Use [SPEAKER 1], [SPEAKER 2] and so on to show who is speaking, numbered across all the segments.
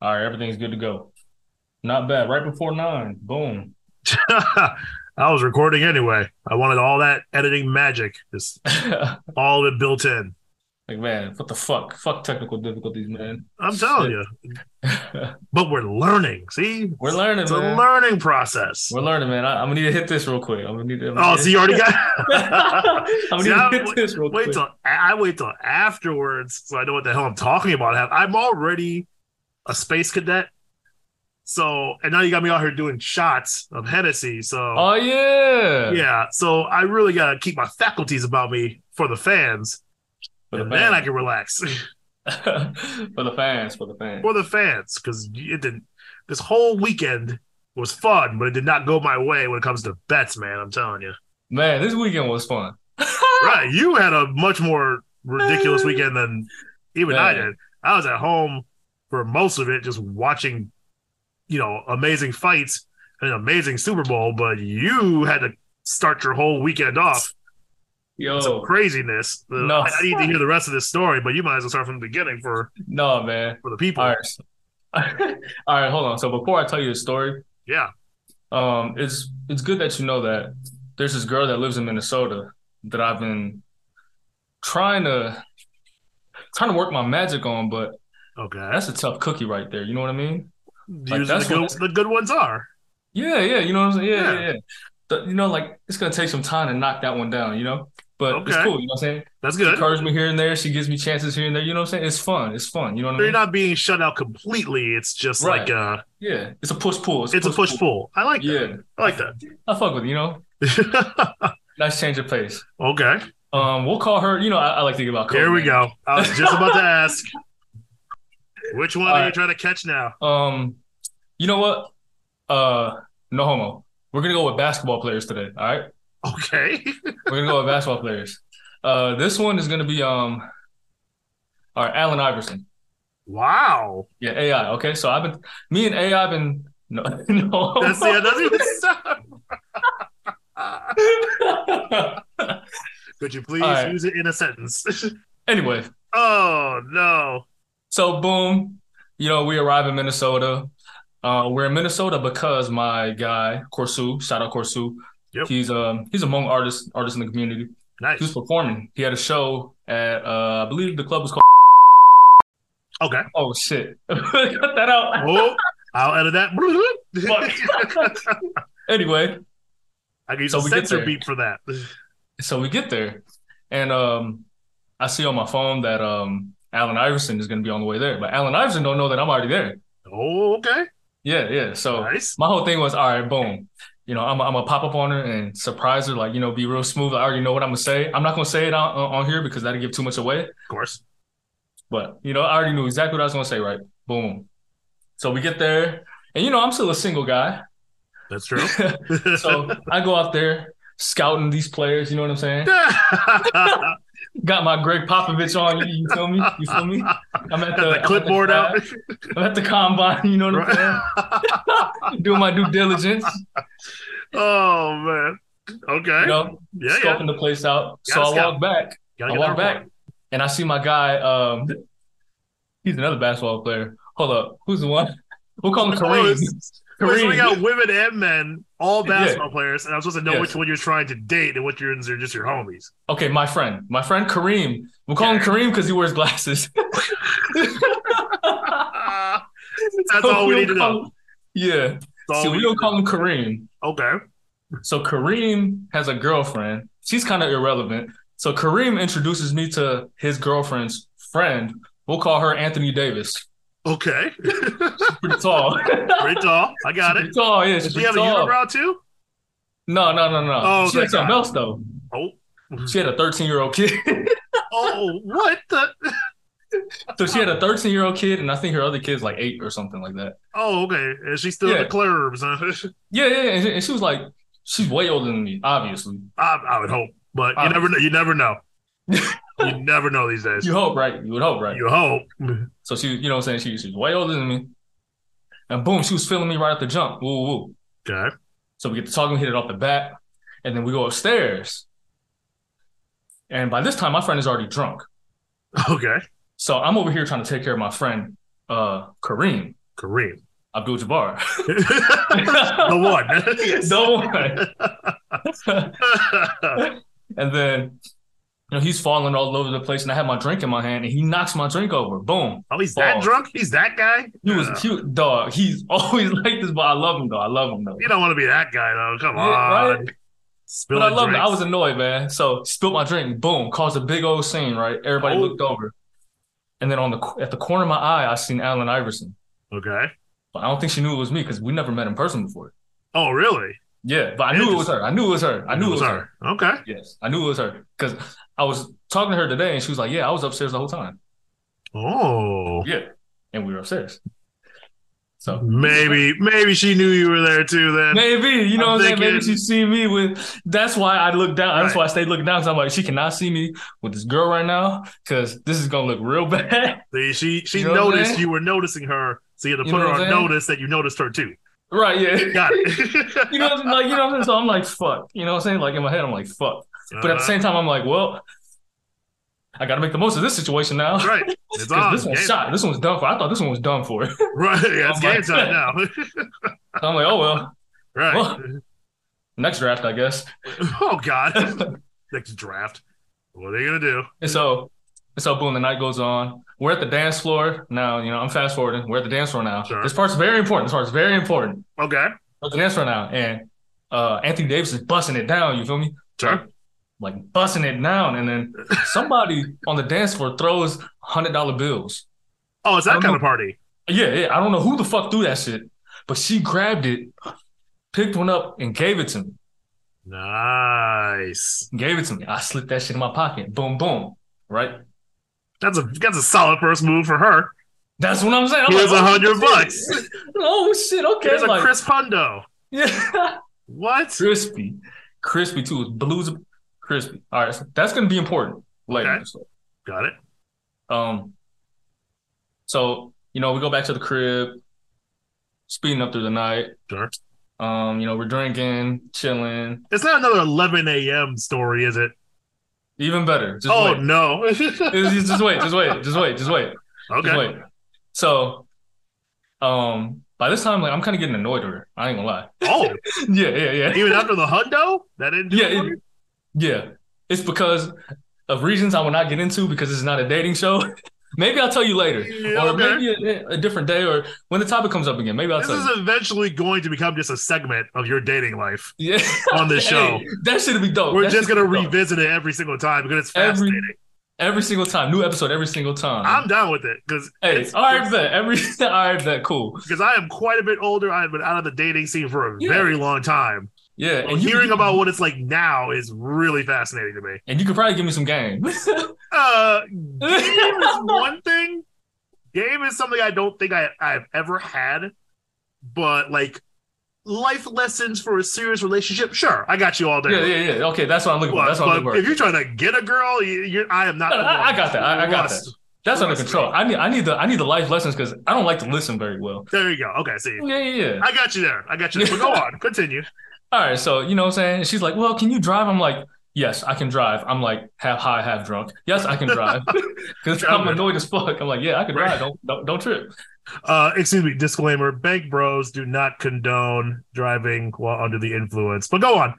[SPEAKER 1] All right, everything's good to go. Not bad. Right before nine. Boom.
[SPEAKER 2] I was recording anyway. I wanted all that editing magic, just
[SPEAKER 1] like
[SPEAKER 2] all of it built in.
[SPEAKER 1] man, what the fuck? Fuck technical difficulties, man.
[SPEAKER 2] I'm telling you. But we're learning. See,
[SPEAKER 1] We're learning,
[SPEAKER 2] it's
[SPEAKER 1] man.
[SPEAKER 2] a learning process.
[SPEAKER 1] We're learning, man. I, I'm gonna need to hit this real quick. I'm gonna need to. I'm
[SPEAKER 2] Oh,
[SPEAKER 1] gonna-
[SPEAKER 2] so you already
[SPEAKER 1] I'm
[SPEAKER 2] got.
[SPEAKER 1] gonna
[SPEAKER 2] See,
[SPEAKER 1] need
[SPEAKER 2] I-
[SPEAKER 1] to hit this real
[SPEAKER 2] wait
[SPEAKER 1] quick.
[SPEAKER 2] till I wait till afterwards, so I know what the hell I'm talking about. I'm already a space cadet. So, and now you got me out here doing shots of Hennessy. So,
[SPEAKER 1] oh yeah.
[SPEAKER 2] yeah. So I really gotta keep my faculties about me for the fans,
[SPEAKER 1] For the
[SPEAKER 2] and then I
[SPEAKER 1] fans.
[SPEAKER 2] can relax
[SPEAKER 1] for the fans. For the fans.
[SPEAKER 2] for the fans because it did. This whole weekend was fun, but it did not go my way when it comes to bets, man. I'm telling you.
[SPEAKER 1] Man, this weekend was fun.
[SPEAKER 2] right. You had a much more ridiculous weekend than even I
[SPEAKER 1] Man.
[SPEAKER 2] did. I was at home for most of it, just watching, you know, amazing fights and an amazing Super Bowl. But you had to start your whole weekend off
[SPEAKER 1] Yo.
[SPEAKER 2] with some craziness. Uh,
[SPEAKER 1] Oh. No.
[SPEAKER 2] I, I need to hear the rest of this story, but you might as well start from the beginning for
[SPEAKER 1] No, man.
[SPEAKER 2] for the people.
[SPEAKER 1] All right. so- All right, hold on. So before I tell you the story,
[SPEAKER 2] Yeah.
[SPEAKER 1] um it's it's good that you know that there's this girl that lives in Minnesota that I've been trying to trying to work my magic on but
[SPEAKER 2] Okay.
[SPEAKER 1] that's a tough cookie right there you know what I mean
[SPEAKER 2] Usually
[SPEAKER 1] that's
[SPEAKER 2] the,
[SPEAKER 1] what-
[SPEAKER 2] good, the good ones are.
[SPEAKER 1] yeah yeah you know what I'm saying yeah
[SPEAKER 2] Yeah.
[SPEAKER 1] yeah, yeah. Th- you know like it's gonna take some time to knock that one down you know but
[SPEAKER 2] Okay.
[SPEAKER 1] it's cool you know what I'm saying
[SPEAKER 2] That's
[SPEAKER 1] she
[SPEAKER 2] good.
[SPEAKER 1] encourages me here and there she gives me chances here and there you know what I'm saying it's fun it's fun you know what I
[SPEAKER 2] They're
[SPEAKER 1] mean
[SPEAKER 2] not being shut out completely. It's just
[SPEAKER 1] Right.
[SPEAKER 2] like uh
[SPEAKER 1] yeah it's a push pull
[SPEAKER 2] it's, a push pull. I like that.
[SPEAKER 1] yeah
[SPEAKER 2] I like that.
[SPEAKER 1] I fuck with it, you know nice change of pace
[SPEAKER 2] okay.
[SPEAKER 1] um we'll call her you know I, I like to give out code
[SPEAKER 2] Here we
[SPEAKER 1] names.
[SPEAKER 2] go. I was just about to ask. Which one
[SPEAKER 1] All
[SPEAKER 2] are you
[SPEAKER 1] right.
[SPEAKER 2] trying to catch now?
[SPEAKER 1] Um, you know what? Uh, no homo. We're gonna go with basketball players today. All right,
[SPEAKER 2] Okay.
[SPEAKER 1] we're gonna go with basketball players. Uh, this one is gonna be um, all right, Allen Iverson.
[SPEAKER 2] Wow.
[SPEAKER 1] Yeah, AI. Okay, so I've been me and AI been no, no.
[SPEAKER 2] That's the that's the Could you please
[SPEAKER 1] All right.
[SPEAKER 2] use it in a sentence?
[SPEAKER 1] anyway,
[SPEAKER 2] oh no.
[SPEAKER 1] so boom, you know we arrive in Minnesota. Uh, we're in Minnesota because my guy Corsu, shout out Corsu.
[SPEAKER 2] Yep.
[SPEAKER 1] He's um he's among artists artists in the community. he was
[SPEAKER 2] Nice.
[SPEAKER 1] performing. He had a show at uh, I believe the club was called.
[SPEAKER 2] Okay.
[SPEAKER 1] Oh shit! Cut that out.
[SPEAKER 2] Oh, I'll edit that.
[SPEAKER 1] Fuck. anyway,
[SPEAKER 2] I can use
[SPEAKER 1] So
[SPEAKER 2] a
[SPEAKER 1] we get
[SPEAKER 2] sensor
[SPEAKER 1] there.
[SPEAKER 2] beep for that.
[SPEAKER 1] so we get there, and um, I see on my phone that um, Allen Iverson is going to be on the way there, but Allen Iverson don't know that I'm already there.
[SPEAKER 2] Oh, okay.
[SPEAKER 1] Yeah, yeah. So
[SPEAKER 2] Nice.
[SPEAKER 1] my whole thing was, all right, boom. You know, I'm I'm gonna pop up on her and surprise her, like you know, be real smooth. I already know what I'm gonna say. I'm not gonna say it on, on here because that'd give too much away.
[SPEAKER 2] Of course.
[SPEAKER 1] But you know, I already knew exactly what I was gonna say, right? Boom. So we get there, and you know, I'm still a single guy.
[SPEAKER 2] That's true.
[SPEAKER 1] so I go out there scouting these players, you know what I'm saying?
[SPEAKER 2] Got
[SPEAKER 1] Got my Greg Popovich on, you, you feel me? You feel me? I'm at the, I'm
[SPEAKER 2] the
[SPEAKER 1] at
[SPEAKER 2] clipboard out.
[SPEAKER 1] lab, I'm at the combine, you know what I'm saying? Doing my due diligence,
[SPEAKER 2] oh man. Okay.
[SPEAKER 1] you know,
[SPEAKER 2] yeah, yeah.
[SPEAKER 1] scoping the place out. So
[SPEAKER 2] Gotta
[SPEAKER 1] I
[SPEAKER 2] scout.
[SPEAKER 1] walk back,
[SPEAKER 2] Gotta
[SPEAKER 1] I
[SPEAKER 2] get
[SPEAKER 1] walk
[SPEAKER 2] that
[SPEAKER 1] back, and I see my guy, um, he's another basketball player. Hold up, who's the one? We'll call him
[SPEAKER 2] Oh,
[SPEAKER 1] Kareem.
[SPEAKER 2] Wait, so we
[SPEAKER 1] Kareem.
[SPEAKER 2] got women and men, all
[SPEAKER 1] Yeah.
[SPEAKER 2] basketball players, and I'm supposed to know
[SPEAKER 1] Yes.
[SPEAKER 2] which one you're trying to date and which ones are just your homies.
[SPEAKER 1] Okay, my friend, my friend Kareem. We'll call him Kareem because he wears glasses.
[SPEAKER 2] Ah, That's all we need to know.
[SPEAKER 1] Yeah.
[SPEAKER 2] That's
[SPEAKER 1] See,
[SPEAKER 2] all we
[SPEAKER 1] we
[SPEAKER 2] need
[SPEAKER 1] don't
[SPEAKER 2] to know.
[SPEAKER 1] call him Kareem.
[SPEAKER 2] Okay.
[SPEAKER 1] So Kareem has a girlfriend. She's kind of irrelevant. So Kareem introduces me to his girlfriend's friend. We'll call her Anthony Davis.
[SPEAKER 2] Okay.
[SPEAKER 1] Pretty tall.
[SPEAKER 2] Pretty tall. I got
[SPEAKER 1] Pretty
[SPEAKER 2] it.
[SPEAKER 1] tall, yeah. She's
[SPEAKER 2] Does she
[SPEAKER 1] pretty
[SPEAKER 2] have
[SPEAKER 1] tall.
[SPEAKER 2] a unibrow too?
[SPEAKER 1] No, no, no, no.
[SPEAKER 2] Oh,
[SPEAKER 1] she had
[SPEAKER 2] thank
[SPEAKER 1] something
[SPEAKER 2] God.
[SPEAKER 1] else though.
[SPEAKER 2] Oh.
[SPEAKER 1] She had a 13 year old kid.
[SPEAKER 2] Oh, what the?
[SPEAKER 1] so she had a 13 year old kid, and I think her other kid's like eight or something like that.
[SPEAKER 2] Oh, okay. And she's still in
[SPEAKER 1] Yeah.
[SPEAKER 2] the clubs, huh?
[SPEAKER 1] Yeah, yeah, yeah. And she, and she was like, she's way older than me, obviously.
[SPEAKER 2] I, I would hope, but you
[SPEAKER 1] Obviously.
[SPEAKER 2] never know. You never know. you never know these days.
[SPEAKER 1] You hope, right? You would hope, right?
[SPEAKER 2] You hope.
[SPEAKER 1] So she, you know what I'm saying? She, she was way older than me. And boom, she was feeling me right at the jump. Woo, woo, woo.
[SPEAKER 2] Okay.
[SPEAKER 1] So we get to talking, hit it off the bat. And then we go upstairs. And by this time, my friend is already drunk.
[SPEAKER 2] Okay.
[SPEAKER 1] So I'm over here trying to take care of my friend, uh, Kareem.
[SPEAKER 2] Kareem.
[SPEAKER 1] Abdul Jabbar.
[SPEAKER 2] the one.
[SPEAKER 1] one. and then you know, he's falling all over the place, and I had my drink in my hand, and he knocks my drink over. Boom.
[SPEAKER 2] oh, he's that
[SPEAKER 1] Ball.
[SPEAKER 2] drunk? He's that guy?
[SPEAKER 1] He was
[SPEAKER 2] Yeah.
[SPEAKER 1] cute, dog. He's always like this, but I love him though. I love him though.
[SPEAKER 2] You don't want to be that guy, though. Come
[SPEAKER 1] Yeah,
[SPEAKER 2] on.
[SPEAKER 1] right?
[SPEAKER 2] Spilling
[SPEAKER 1] But I love it.
[SPEAKER 2] drinks.
[SPEAKER 1] I was annoyed, man. So spilled my drink. Boom, caused a big old scene. Right, everybody
[SPEAKER 2] Oh.
[SPEAKER 1] looked over, and then on the at the corner of my eye, I seen Allen Iverson.
[SPEAKER 2] Okay.
[SPEAKER 1] But I don't think she knew it was me because we never met in person before.
[SPEAKER 2] Oh, really? Oh,
[SPEAKER 1] Yeah, but I knew it was her. I knew it was her. I knew it was her.
[SPEAKER 2] Okay.
[SPEAKER 1] Yes, I knew it was her because I was talking to her today, and she was like, "Yeah, I was upstairs the whole time."
[SPEAKER 2] Oh.
[SPEAKER 1] Yeah, and we were upstairs. So
[SPEAKER 2] Maybe, maybe she knew you were there too. Then
[SPEAKER 1] maybe you know
[SPEAKER 2] I'm
[SPEAKER 1] what I'm saying. Maybe
[SPEAKER 2] thinking-
[SPEAKER 1] she see me with. That's why I look down. That's
[SPEAKER 2] Right.
[SPEAKER 1] why I stay looking down because I'm like, she cannot see me with this girl right now because this is gonna look real bad.
[SPEAKER 2] See, she she
[SPEAKER 1] You know what I'm
[SPEAKER 2] noticed
[SPEAKER 1] saying?
[SPEAKER 2] you were noticing her, so you had to
[SPEAKER 1] You
[SPEAKER 2] put
[SPEAKER 1] know
[SPEAKER 2] her
[SPEAKER 1] what
[SPEAKER 2] on
[SPEAKER 1] I'm saying?
[SPEAKER 2] notice that you noticed her too.
[SPEAKER 1] right? Yeah.
[SPEAKER 2] Got
[SPEAKER 1] You
[SPEAKER 2] it.
[SPEAKER 1] know, like you know, what I'm saying? so I'm like, fuck. You know what I'm saying? Like in my head, I'm like, fuck. But
[SPEAKER 2] Uh, Uh-huh.
[SPEAKER 1] at the same time, I'm like, well, I got to make the most of this situation now.
[SPEAKER 2] Uh, right, it's
[SPEAKER 1] 'Cause
[SPEAKER 2] on.
[SPEAKER 1] this one's
[SPEAKER 2] Game-
[SPEAKER 1] shot. This one's done for. I thought this one was done for. so
[SPEAKER 2] Right, yeah, it's
[SPEAKER 1] Oh my-
[SPEAKER 2] game time now.
[SPEAKER 1] I'm like, oh well.
[SPEAKER 2] right.
[SPEAKER 1] next draft, I guess.
[SPEAKER 2] Oh God, next draft. What are they gonna do?
[SPEAKER 1] And so, and so boom, the night goes on. We're at the dance floor now. You know, I'm fast forwarding. We're at the dance floor now.
[SPEAKER 2] Sure.
[SPEAKER 1] This part's very important. This part's very important.
[SPEAKER 2] Okay,
[SPEAKER 1] We're at the dance floor now, and uh, Anthony Davis is busting it down. You feel me?
[SPEAKER 2] sure.
[SPEAKER 1] Like, like busting it down, and then somebody on the dance floor throws hundred dollar bills.
[SPEAKER 2] Oh, it's
[SPEAKER 1] I
[SPEAKER 2] that
[SPEAKER 1] don't
[SPEAKER 2] kind of party.
[SPEAKER 1] Yeah, yeah. I don't know who the fuck threw that shit, but she grabbed it, picked one up, and gave it to me.
[SPEAKER 2] Nice.
[SPEAKER 1] Gave it to me. I slipped that shit in my pocket. Boom, boom. Right.
[SPEAKER 2] That's a that's a solid first move for her.
[SPEAKER 1] That's what I'm saying. I'm
[SPEAKER 2] Here's
[SPEAKER 1] like,
[SPEAKER 2] a
[SPEAKER 1] oh,
[SPEAKER 2] hundred
[SPEAKER 1] shit.
[SPEAKER 2] bucks.
[SPEAKER 1] Oh shit! Okay,
[SPEAKER 2] Here's a
[SPEAKER 1] like
[SPEAKER 2] Chris Pundo.
[SPEAKER 1] yeah,
[SPEAKER 2] What?
[SPEAKER 1] crispy, crispy too. Blues, crispy. All right, so that's gonna be important later.
[SPEAKER 2] Okay.
[SPEAKER 1] So,
[SPEAKER 2] Got it.
[SPEAKER 1] um, so you know, we go back to the crib, speeding up through the night.
[SPEAKER 2] Sure.
[SPEAKER 1] Um, you know, we're drinking, chilling.
[SPEAKER 2] It's not another 11 a.m. story, is it?
[SPEAKER 1] Even better. Just
[SPEAKER 2] oh
[SPEAKER 1] wait.
[SPEAKER 2] no.
[SPEAKER 1] It's- it's- just wait. Just wait. Just wait. Just wait. Just
[SPEAKER 2] okay.
[SPEAKER 1] wait. So, um, by this time, like I'm kind of getting annoyed with her. I ain't gonna lie.
[SPEAKER 2] Oh,
[SPEAKER 1] yeah, yeah, yeah.
[SPEAKER 2] even after the hundo, that didn't do
[SPEAKER 1] Yeah,
[SPEAKER 2] it for
[SPEAKER 1] it-
[SPEAKER 2] you?
[SPEAKER 1] Yeah. It's because of reasons I will not get into because it's not a dating show. maybe I'll tell you later.
[SPEAKER 2] Yeah,
[SPEAKER 1] or
[SPEAKER 2] okay.
[SPEAKER 1] maybe a, a different day or when the topic comes up again. Maybe I'll
[SPEAKER 2] This
[SPEAKER 1] tell
[SPEAKER 2] is
[SPEAKER 1] you.
[SPEAKER 2] eventually going to become just a segment of your dating life
[SPEAKER 1] yeah.
[SPEAKER 2] on this show.
[SPEAKER 1] Hey, that should be dope.
[SPEAKER 2] We're
[SPEAKER 1] That
[SPEAKER 2] just
[SPEAKER 1] shit
[SPEAKER 2] gonna
[SPEAKER 1] be dope.
[SPEAKER 2] revisit it every single time because it's
[SPEAKER 1] Every-
[SPEAKER 2] fascinating.
[SPEAKER 1] every single time. New episode every single time.
[SPEAKER 2] I'm down with it because
[SPEAKER 1] hey,
[SPEAKER 2] it's-
[SPEAKER 1] all right,
[SPEAKER 2] it's-
[SPEAKER 1] bet. Every all right, bet. Cool.
[SPEAKER 2] because I am quite a bit older. I've been out of the dating scene for a
[SPEAKER 1] Yeah.
[SPEAKER 2] very long time.
[SPEAKER 1] Yeah.
[SPEAKER 2] And hearing about what it's like now is really fascinating to me.
[SPEAKER 1] and you could probably give me some game.
[SPEAKER 2] Uh, game is one thing. Game is something I don't think I, I've ever had, but like life lessons for a serious relationship. Sure, I got you all day.
[SPEAKER 1] yeah, yeah, yeah. Okay, that's what I'm looking for. That's what I'm looking
[SPEAKER 2] But, but
[SPEAKER 1] for.
[SPEAKER 2] if you're trying to get a girl, you, you're, I am not.
[SPEAKER 1] No, no, I- I got that. I- I got
[SPEAKER 2] Trust.
[SPEAKER 1] that's under
[SPEAKER 2] trust
[SPEAKER 1] control. I need I need the I need the life lessons because I don't like to listen very well.
[SPEAKER 2] There you go. Okay, see,
[SPEAKER 1] Yeah, yeah, yeah.
[SPEAKER 2] I got you there. I got you. There. But go on, continue.
[SPEAKER 1] all right, so you know what I'm saying? And she's like, well, can you drive? I'm like, yes, I can drive. I'm like half high, half drunk. Yes, I can drive. Because I'm annoyed as fuck. I'm like, yeah, I can
[SPEAKER 2] Right.
[SPEAKER 1] drive. Don't, don't don't trip.
[SPEAKER 2] Uh, excuse me. Disclaimer: Bank bros do not condone driving while under the influence. But go on.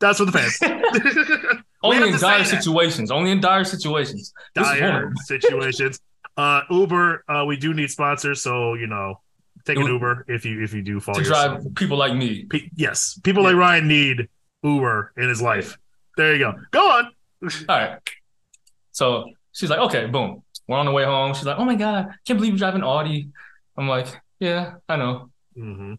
[SPEAKER 2] That's for the fans. have
[SPEAKER 1] Only in
[SPEAKER 2] to say
[SPEAKER 1] dire
[SPEAKER 2] that.
[SPEAKER 1] situations. Only in dire situations. This is
[SPEAKER 2] dire
[SPEAKER 1] horrible.
[SPEAKER 2] situations. Uh, Uber, uh, we do need sponsors, so you know, take an
[SPEAKER 1] It-
[SPEAKER 2] Uber if you if you do fall
[SPEAKER 1] To
[SPEAKER 2] yourself.
[SPEAKER 1] drive people like me.
[SPEAKER 2] Pe- yes, people
[SPEAKER 1] Yeah.
[SPEAKER 2] like Ryan need Uber in his life. There you go. Go on.
[SPEAKER 1] All right. So she's like, okay, boom. We're on the way home. She's like, oh my God, can't believe you drive an Audi. I'm like, yeah, I know. Mm-hmm.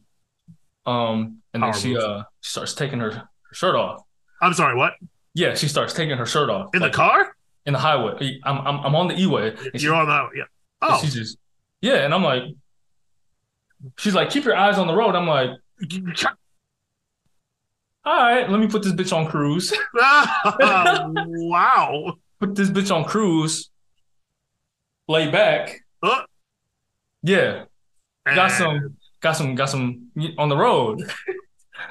[SPEAKER 2] Mhm.
[SPEAKER 1] Um, and then
[SPEAKER 2] Power
[SPEAKER 1] she
[SPEAKER 2] move.
[SPEAKER 1] uh she starts taking her shirt off.
[SPEAKER 2] I'm sorry. What
[SPEAKER 1] Yeah, she starts taking her shirt off
[SPEAKER 2] in
[SPEAKER 1] like,
[SPEAKER 2] the car?
[SPEAKER 1] in the highway. I'm I'm, I'm on the E-way. and she's
[SPEAKER 2] You're on that. Yeah.
[SPEAKER 1] And
[SPEAKER 2] Oh,
[SPEAKER 1] She's just, yeah. And I'm like, she's like, keep your eyes on the road. I'm like, all right, let me put this bitch on cruise.
[SPEAKER 2] wow.
[SPEAKER 1] put this bitch on cruise. Lay back.
[SPEAKER 2] Uh.
[SPEAKER 1] Yeah, got
[SPEAKER 2] And-
[SPEAKER 1] some, got some, got some on the road.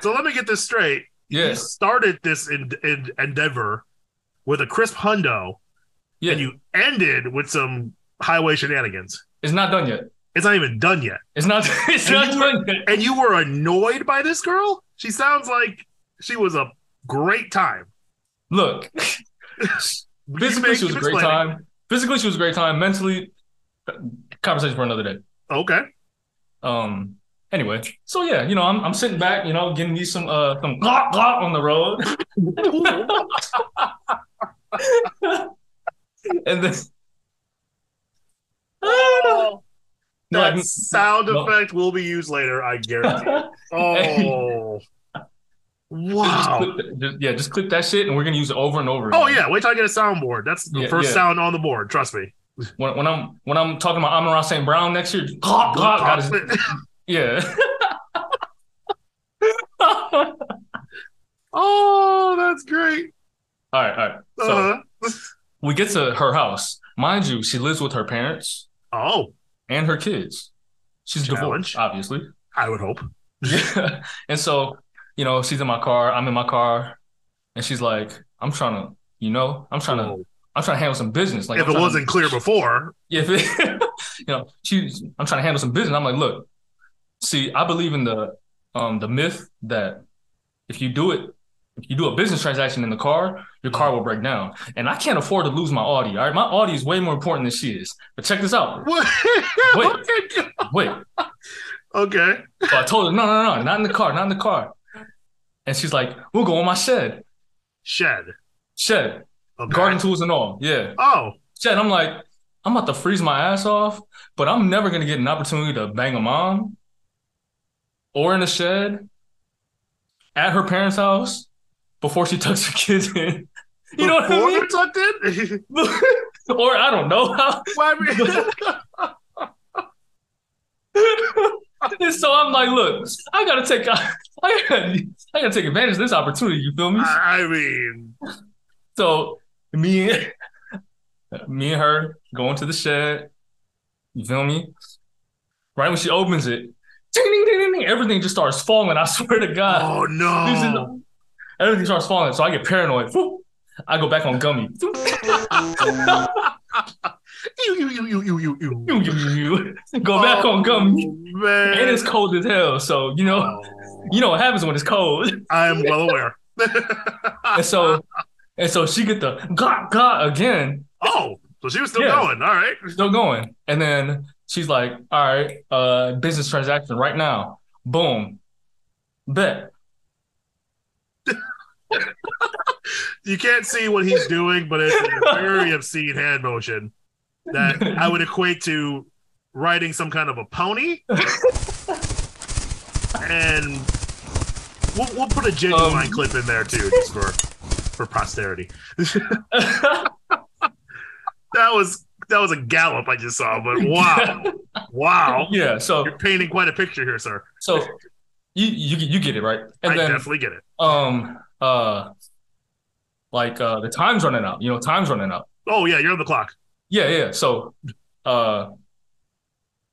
[SPEAKER 2] So let me get this straight. You
[SPEAKER 1] Yeah,
[SPEAKER 2] started this in, in endeavor with a crisp hundo,
[SPEAKER 1] yeah.
[SPEAKER 2] and you ended with some highway shenanigans.
[SPEAKER 1] it's not done yet.
[SPEAKER 2] It's not even done yet.
[SPEAKER 1] It's not. It's
[SPEAKER 2] And
[SPEAKER 1] not
[SPEAKER 2] you were-
[SPEAKER 1] doing that.
[SPEAKER 2] And you were annoyed by this girl? She sounds like she was a great time.
[SPEAKER 1] Look,
[SPEAKER 2] You
[SPEAKER 1] physically
[SPEAKER 2] make-
[SPEAKER 1] she was a
[SPEAKER 2] keep
[SPEAKER 1] great
[SPEAKER 2] explaining.
[SPEAKER 1] time. Physically she was a great time. Mentally, conversation for another day.
[SPEAKER 2] Okay.
[SPEAKER 1] Um. Anyway, so yeah, you know, I'm, I'm sitting back, you know, getting me some uh some glop glop on the road, and then
[SPEAKER 2] Oh,
[SPEAKER 1] No, I
[SPEAKER 2] that
[SPEAKER 1] mean-
[SPEAKER 2] sound
[SPEAKER 1] no.
[SPEAKER 2] effect will be used later, I guarantee. it. Oh.
[SPEAKER 1] Just
[SPEAKER 2] wow.
[SPEAKER 1] clip that- just- yeah, just clip that shit, and we're gonna use it over and over.
[SPEAKER 2] Oh
[SPEAKER 1] again.
[SPEAKER 2] yeah, wait till I get a soundboard. That's the
[SPEAKER 1] Yeah,
[SPEAKER 2] first
[SPEAKER 1] yeah.
[SPEAKER 2] sound on the board. Trust me.
[SPEAKER 1] When, when I'm when I'm talking about Amon Ross St. Brown next year, glop, glop, got his- yeah. all
[SPEAKER 2] oh, that's great.
[SPEAKER 1] right, all right. So
[SPEAKER 2] Uh,
[SPEAKER 1] we get to her house, mind you. She lives with her parents
[SPEAKER 2] oh,
[SPEAKER 1] and her kids. She's
[SPEAKER 2] Challenge.
[SPEAKER 1] divorced, obviously.
[SPEAKER 2] I would hope.
[SPEAKER 1] Yeah. And so, you know, she's in my car. I'm in my car, and she's like, "I'm trying to, you know, I'm trying to,
[SPEAKER 2] Well,
[SPEAKER 1] I'm trying to handle some business." Like,
[SPEAKER 2] if
[SPEAKER 1] I'm
[SPEAKER 2] it
[SPEAKER 1] tryna-
[SPEAKER 2] wasn't clear before,
[SPEAKER 1] if it, you know, she's, I'm trying to handle some business. I'm like, look, see, I believe in the, um, the myth that if you do it, if you do a business transaction in the car, your car
[SPEAKER 2] Mm.
[SPEAKER 1] will break down. And I can't afford to lose my Audi. All right, my Audi is way more important than she is. But check this out.
[SPEAKER 2] what?
[SPEAKER 1] Wait,
[SPEAKER 2] okay.
[SPEAKER 1] So I told her, no, no, no, not in the car, not in the car. And she's like, we'll go in my shed,
[SPEAKER 2] Shed.
[SPEAKER 1] shed,
[SPEAKER 2] Okay.
[SPEAKER 1] garden tools and all. Yeah.
[SPEAKER 2] Oh,
[SPEAKER 1] Shit, I'm like, I'm about to freeze my ass off, but I'm never gonna get an opportunity to bang a mom or in a shed at her parents' house before she tucks her kids in. You know what I
[SPEAKER 2] before
[SPEAKER 1] mean?
[SPEAKER 2] we tucked in?
[SPEAKER 1] or I don't know how.
[SPEAKER 2] Why we-
[SPEAKER 1] and so I'm like, look, I gotta take, I gotta, I gotta take advantage of this opportunity. You feel me?
[SPEAKER 2] I I mean,
[SPEAKER 1] So me, me and her going to the shed. You feel me? Right when she opens it, ding, ding, ding, ding, ding, everything just starts falling. I swear to God,
[SPEAKER 2] oh
[SPEAKER 1] This is-
[SPEAKER 2] no.
[SPEAKER 1] everything starts falling. So I get paranoid. Whoop. I go back on gummy.
[SPEAKER 2] You, you, you, you, you, you, you.
[SPEAKER 1] You, you, you, you. Go back on gummy.
[SPEAKER 2] Oh, man.
[SPEAKER 1] And it's cold as hell. So you know,
[SPEAKER 2] Oh,
[SPEAKER 1] you know what happens when it's cold.
[SPEAKER 2] I am well aware.
[SPEAKER 1] And so, and so she get the got got again.
[SPEAKER 2] oh, so she was still
[SPEAKER 1] Yeah.
[SPEAKER 2] going. All right.
[SPEAKER 1] still going. And then she's like, all right, uh, business transaction right now. Boom. Bet.
[SPEAKER 2] You can't see what he's doing, but it's a very obscene hand motion that I would equate to riding some kind of a pony. and we'll, we'll put a genuine
[SPEAKER 1] Um.
[SPEAKER 2] clip in there too, just for for posterity. That was that was a gallop I just saw, but wow, wow,
[SPEAKER 1] yeah. So,
[SPEAKER 2] you're painting quite a picture here, sir.
[SPEAKER 1] so you, you, you get it right. And
[SPEAKER 2] I
[SPEAKER 1] then,
[SPEAKER 2] definitely get it.
[SPEAKER 1] um, uh, like, uh, the time's running out, you know, time's running out.
[SPEAKER 2] Oh yeah, you're on the clock.
[SPEAKER 1] Yeah. Yeah. So, uh,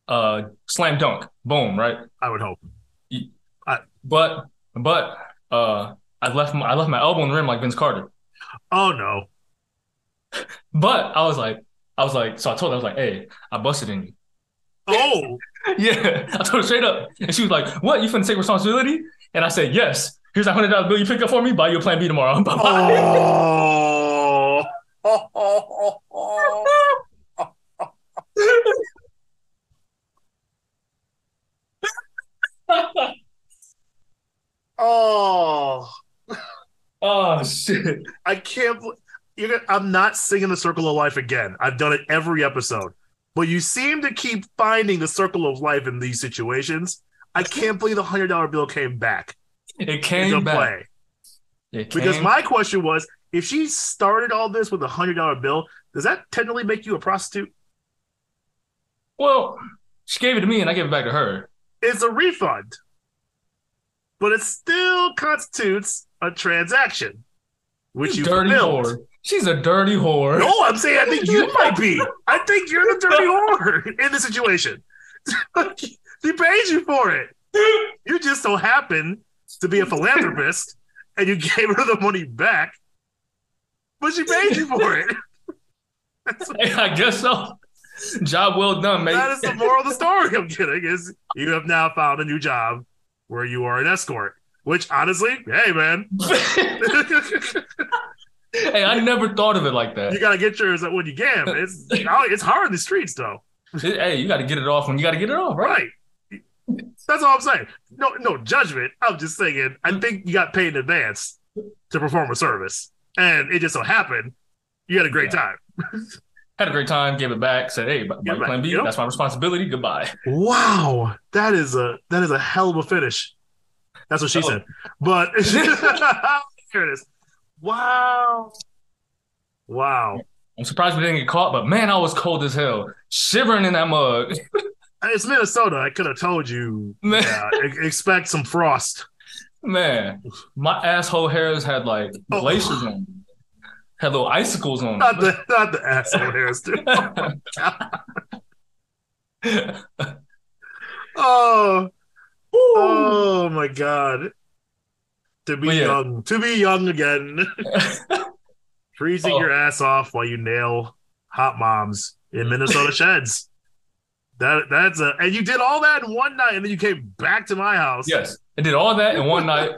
[SPEAKER 1] uh, slam dunk, boom, right?
[SPEAKER 2] I would hope.
[SPEAKER 1] But, but, uh, I left my, I left my elbow in the rim like Vince Carter.
[SPEAKER 2] Oh no,
[SPEAKER 1] But I was like, I was like, so I told her, I was like, hey, I busted in you.
[SPEAKER 2] oh
[SPEAKER 1] Yeah. I told her straight up. And she was like, what? You finna take responsibility? And I said, yes. Here's that hundred dollar bill you pick up for me. Buy you a plan B tomorrow. Bye-bye.
[SPEAKER 2] Oh. oh.
[SPEAKER 1] oh shit.
[SPEAKER 2] I can't bel- you're gonna, I'm not singing the circle of life again. I've done it every episode. But you seem to keep finding the circle of life in these situations. I can't believe the hundred dollar bill came back
[SPEAKER 1] It
[SPEAKER 2] into
[SPEAKER 1] came back.
[SPEAKER 2] play.
[SPEAKER 1] It came,
[SPEAKER 2] Because my question was, if she started all this with a hundred dollar bill, does that technically make you a prostitute?
[SPEAKER 1] well, she gave it to me and I gave it back to her.
[SPEAKER 2] It's a refund, but it still constitutes a transaction, which you
[SPEAKER 1] dirty
[SPEAKER 2] fulfilled.
[SPEAKER 1] whore. She's a dirty whore.
[SPEAKER 2] No, I'm saying I think you might be. I think you're the dirty whore in the situation. he pays you for it. You just so happen to be a philanthropist and you gave her the money back, but she paid you for it.
[SPEAKER 1] I guess so. Job well done, mate.
[SPEAKER 2] That is the moral of the story I'm getting is you have now found a new job where you are an escort. Which honestly, hey man. you
[SPEAKER 1] hey, I never thought of it like that.
[SPEAKER 2] gotta get yours when you can. It's it's hard in the streets though.
[SPEAKER 1] Hey, you got to get it off when you got to get it off, right?
[SPEAKER 2] Right. That's all I'm saying. No no judgment. I'm just saying I think you got paid in advance to perform a service. And it just so happened you had a great time.
[SPEAKER 1] Had a great time, gave it back, said, hey,
[SPEAKER 2] Give
[SPEAKER 1] my
[SPEAKER 2] it back,
[SPEAKER 1] plan B,
[SPEAKER 2] you know?
[SPEAKER 1] that's my responsibility. Goodbye.
[SPEAKER 2] Wow, that is a that is a hell of a finish. That's what she
[SPEAKER 1] Oh.
[SPEAKER 2] said. But here it is. Wow. Wow.
[SPEAKER 1] I'm surprised we didn't get caught, but man, I was cold as hell, shivering in that mug.
[SPEAKER 2] It's Minnesota. I could have told you.
[SPEAKER 1] Man.
[SPEAKER 2] Yeah, e- expect some frost.
[SPEAKER 1] Man, my asshole hairs had like
[SPEAKER 2] Oh.
[SPEAKER 1] glaciers on them. Had little icicles on
[SPEAKER 2] Not
[SPEAKER 1] them.
[SPEAKER 2] the not the asshole hairs, dude. Uh, Oh, oh my god. To be
[SPEAKER 1] Well, yeah.
[SPEAKER 2] young. To be young again. Freezing
[SPEAKER 1] Oh.
[SPEAKER 2] your ass off while you nail hot moms in Minnesota sheds. That that's a and you did all that in one night and then you came back to my house.
[SPEAKER 1] yes. I did all that in one night.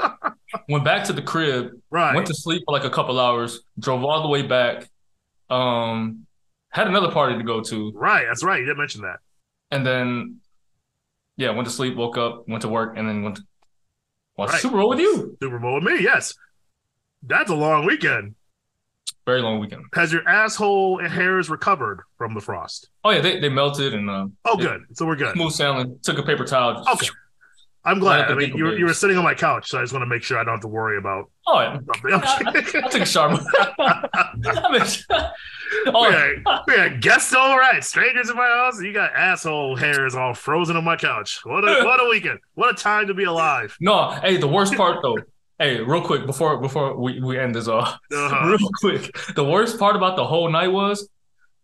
[SPEAKER 1] Went back to the crib,
[SPEAKER 2] Right.
[SPEAKER 1] went to sleep for like a couple hours, drove all the way back. Um, had another party to go to,
[SPEAKER 2] right, that's right. You didn't mention that.
[SPEAKER 1] and then yeah, went to sleep, woke up, went to work, and then went to watch the
[SPEAKER 2] Right.
[SPEAKER 1] Super Bowl with you.
[SPEAKER 2] Super Bowl with me, yes. That's a long weekend.
[SPEAKER 1] Very long weekend.
[SPEAKER 2] Has your asshole hairs recovered from the frost?
[SPEAKER 1] Oh yeah, they, they melted and uh,
[SPEAKER 2] Oh,
[SPEAKER 1] Yeah.
[SPEAKER 2] good. So we're good.
[SPEAKER 1] smooth sailing. Took a paper towel.
[SPEAKER 3] Oh,
[SPEAKER 1] just-
[SPEAKER 2] Okay. Oh, I'm
[SPEAKER 1] Right
[SPEAKER 2] glad.
[SPEAKER 1] up
[SPEAKER 2] I
[SPEAKER 1] the
[SPEAKER 2] mean, you were,
[SPEAKER 1] Beatles.
[SPEAKER 2] you were sitting on my couch, so I just want to make sure I don't have to worry about
[SPEAKER 1] Oh, yeah.
[SPEAKER 2] something. Okay.
[SPEAKER 1] I took a shower. I mean, oh,
[SPEAKER 2] we, had, we had guests all right, strangers in my house. and You got asshole hairs all frozen on my couch. What a what a weekend. What a time to be alive.
[SPEAKER 1] No, hey, the worst part though. Hey, real quick before before we, we end this off,
[SPEAKER 2] Uh-huh.
[SPEAKER 1] real quick. The worst part about the whole night was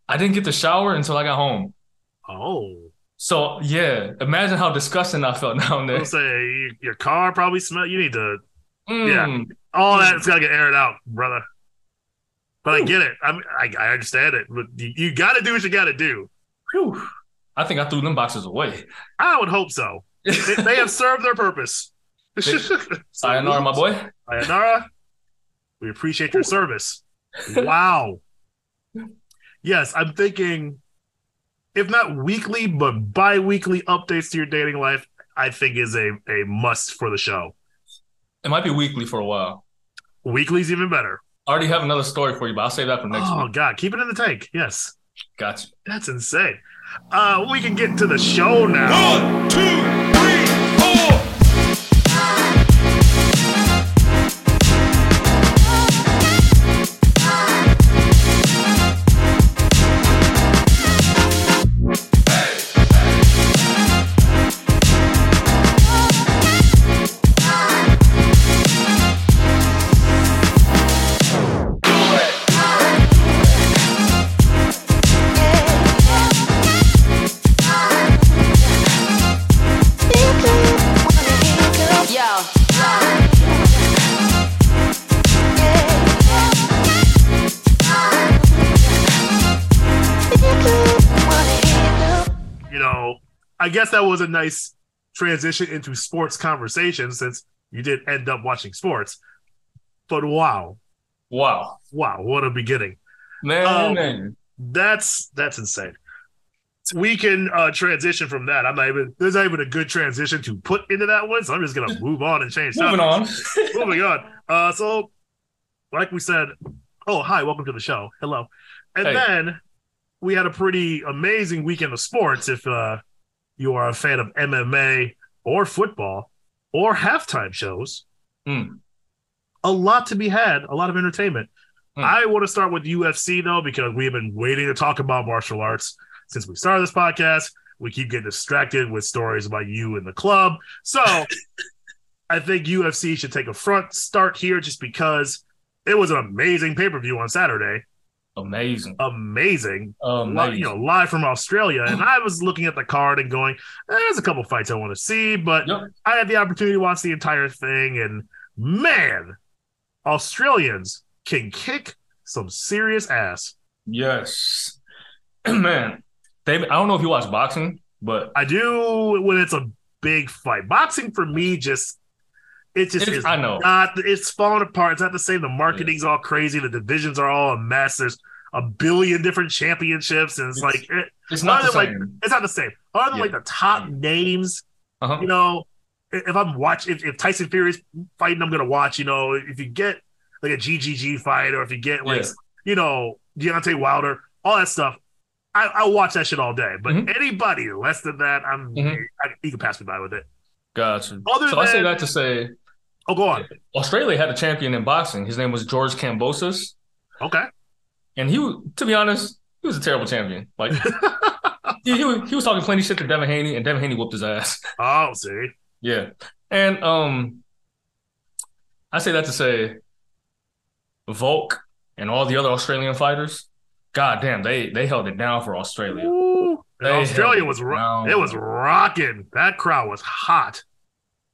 [SPEAKER 1] I didn't get to shower until I got home.
[SPEAKER 2] Oh,
[SPEAKER 1] So yeah, imagine how disgusting I felt down there.
[SPEAKER 2] I'll say you, your car probably smell. You need to
[SPEAKER 1] Mm,
[SPEAKER 2] all that's got to get aired out, brother. But I get it. I'm, I I understand it. But you, you got to do what you got to do.
[SPEAKER 1] phew. I think I threw them boxes away.
[SPEAKER 2] I would hope so. They, they have served their purpose.
[SPEAKER 1] Sayonara, my boy.
[SPEAKER 2] Sayonara. We appreciate your service. Wow. Yes, I'm thinking, if not weekly, but bi-weekly updates to your dating life, I think is a, a must for the show.
[SPEAKER 1] It might be weekly for a while.
[SPEAKER 2] Weekly's even better.
[SPEAKER 1] I already have another story for you, but I'll save that for next
[SPEAKER 2] oh
[SPEAKER 1] week.
[SPEAKER 2] God, keep it in the tank. Yes.
[SPEAKER 1] Got you.
[SPEAKER 2] That's insane. Uh, we can get to the show now.
[SPEAKER 3] One, two, three, four.
[SPEAKER 4] Yo.
[SPEAKER 2] You know, I guess that was a nice transition into sports conversation since you did end up watching sports. But wow,
[SPEAKER 1] Wow.
[SPEAKER 2] wow, what a beginning.
[SPEAKER 1] Man,
[SPEAKER 2] Um,
[SPEAKER 1] man.
[SPEAKER 2] That's that's insane. We can uh, transition from that. I'm not even there's not even a good transition to put into that one, so I'm just gonna move on and change.
[SPEAKER 1] Moving
[SPEAKER 2] topics.
[SPEAKER 1] on.
[SPEAKER 2] Moving on. Uh, so, like we said, oh hi, welcome to the show. Hello, and
[SPEAKER 1] Hey.
[SPEAKER 2] then we had a pretty amazing weekend of sports. If uh, you are a fan of MMA or football or halftime shows,
[SPEAKER 1] Hmm.
[SPEAKER 2] a lot to be had, a lot of entertainment.
[SPEAKER 1] Hmm.
[SPEAKER 2] I want to start with UFC though because we have been waiting to talk about martial arts since we started this podcast. We keep getting distracted with stories about you and the club, so. I think UFC should take a front start here just because it was an amazing pay per view on Saturday.
[SPEAKER 1] Amazing.
[SPEAKER 2] Amazing. Li-
[SPEAKER 1] Amazing.
[SPEAKER 2] you know, live from Australia. And I was looking at the card and going, "Eh, there's a couple fights I want to see, but
[SPEAKER 1] Yep.
[SPEAKER 2] I had the opportunity to watch the entire thing. And man, Australians can kick some serious ass.
[SPEAKER 1] Yes. Man, They, I don't know if you watch boxing, but
[SPEAKER 2] I do when it's a big fight. Boxing for me just it just
[SPEAKER 1] It's-
[SPEAKER 2] is
[SPEAKER 1] I know.
[SPEAKER 2] not Uh, it's falling apart. It's not the same. The marketing's all crazy. The divisions are all a mess. There's a billion different championships, and it's,
[SPEAKER 1] It's-
[SPEAKER 2] like it-
[SPEAKER 1] it's not the
[SPEAKER 2] Other
[SPEAKER 1] same.
[SPEAKER 2] it's not the same. Other than
[SPEAKER 1] Yeah. Mm.
[SPEAKER 2] like the top names,
[SPEAKER 1] uh-huh.
[SPEAKER 2] you know, i- if I'm watching, if, if Tyson Fury's fighting, I'm gonna watch. You know, if you get like a GGG fight, or if you get like
[SPEAKER 1] Yeah.
[SPEAKER 2] you know Deontay Wilder, all that stuff, I, I'll watch that shit all day. But
[SPEAKER 1] Mhm.
[SPEAKER 2] anybody less than that, I'm
[SPEAKER 1] Mhm.
[SPEAKER 2] I, you can pass me by with it.
[SPEAKER 1] Gotcha.
[SPEAKER 2] Other
[SPEAKER 1] so I say
[SPEAKER 2] than-
[SPEAKER 1] that to say
[SPEAKER 2] Oh, go on.
[SPEAKER 1] Australia had a champion in boxing. His name was George Cambosis,
[SPEAKER 2] Okay.
[SPEAKER 1] and he, wa- to be honest, he was a terrible champion. Like he, he, was, he was talking plenty shit to Devin Haney, and Devin Haney whooped his ass.
[SPEAKER 2] Oh, see.
[SPEAKER 1] yeah, and um, I say that to say Volk and all the other Australian fighters. God damn, they they held it down for Australia.
[SPEAKER 2] Ooh. And
[SPEAKER 1] They
[SPEAKER 2] Australia
[SPEAKER 1] held
[SPEAKER 2] was
[SPEAKER 1] it
[SPEAKER 2] ro-
[SPEAKER 1] down.
[SPEAKER 2] it was rocking. That crowd was hot,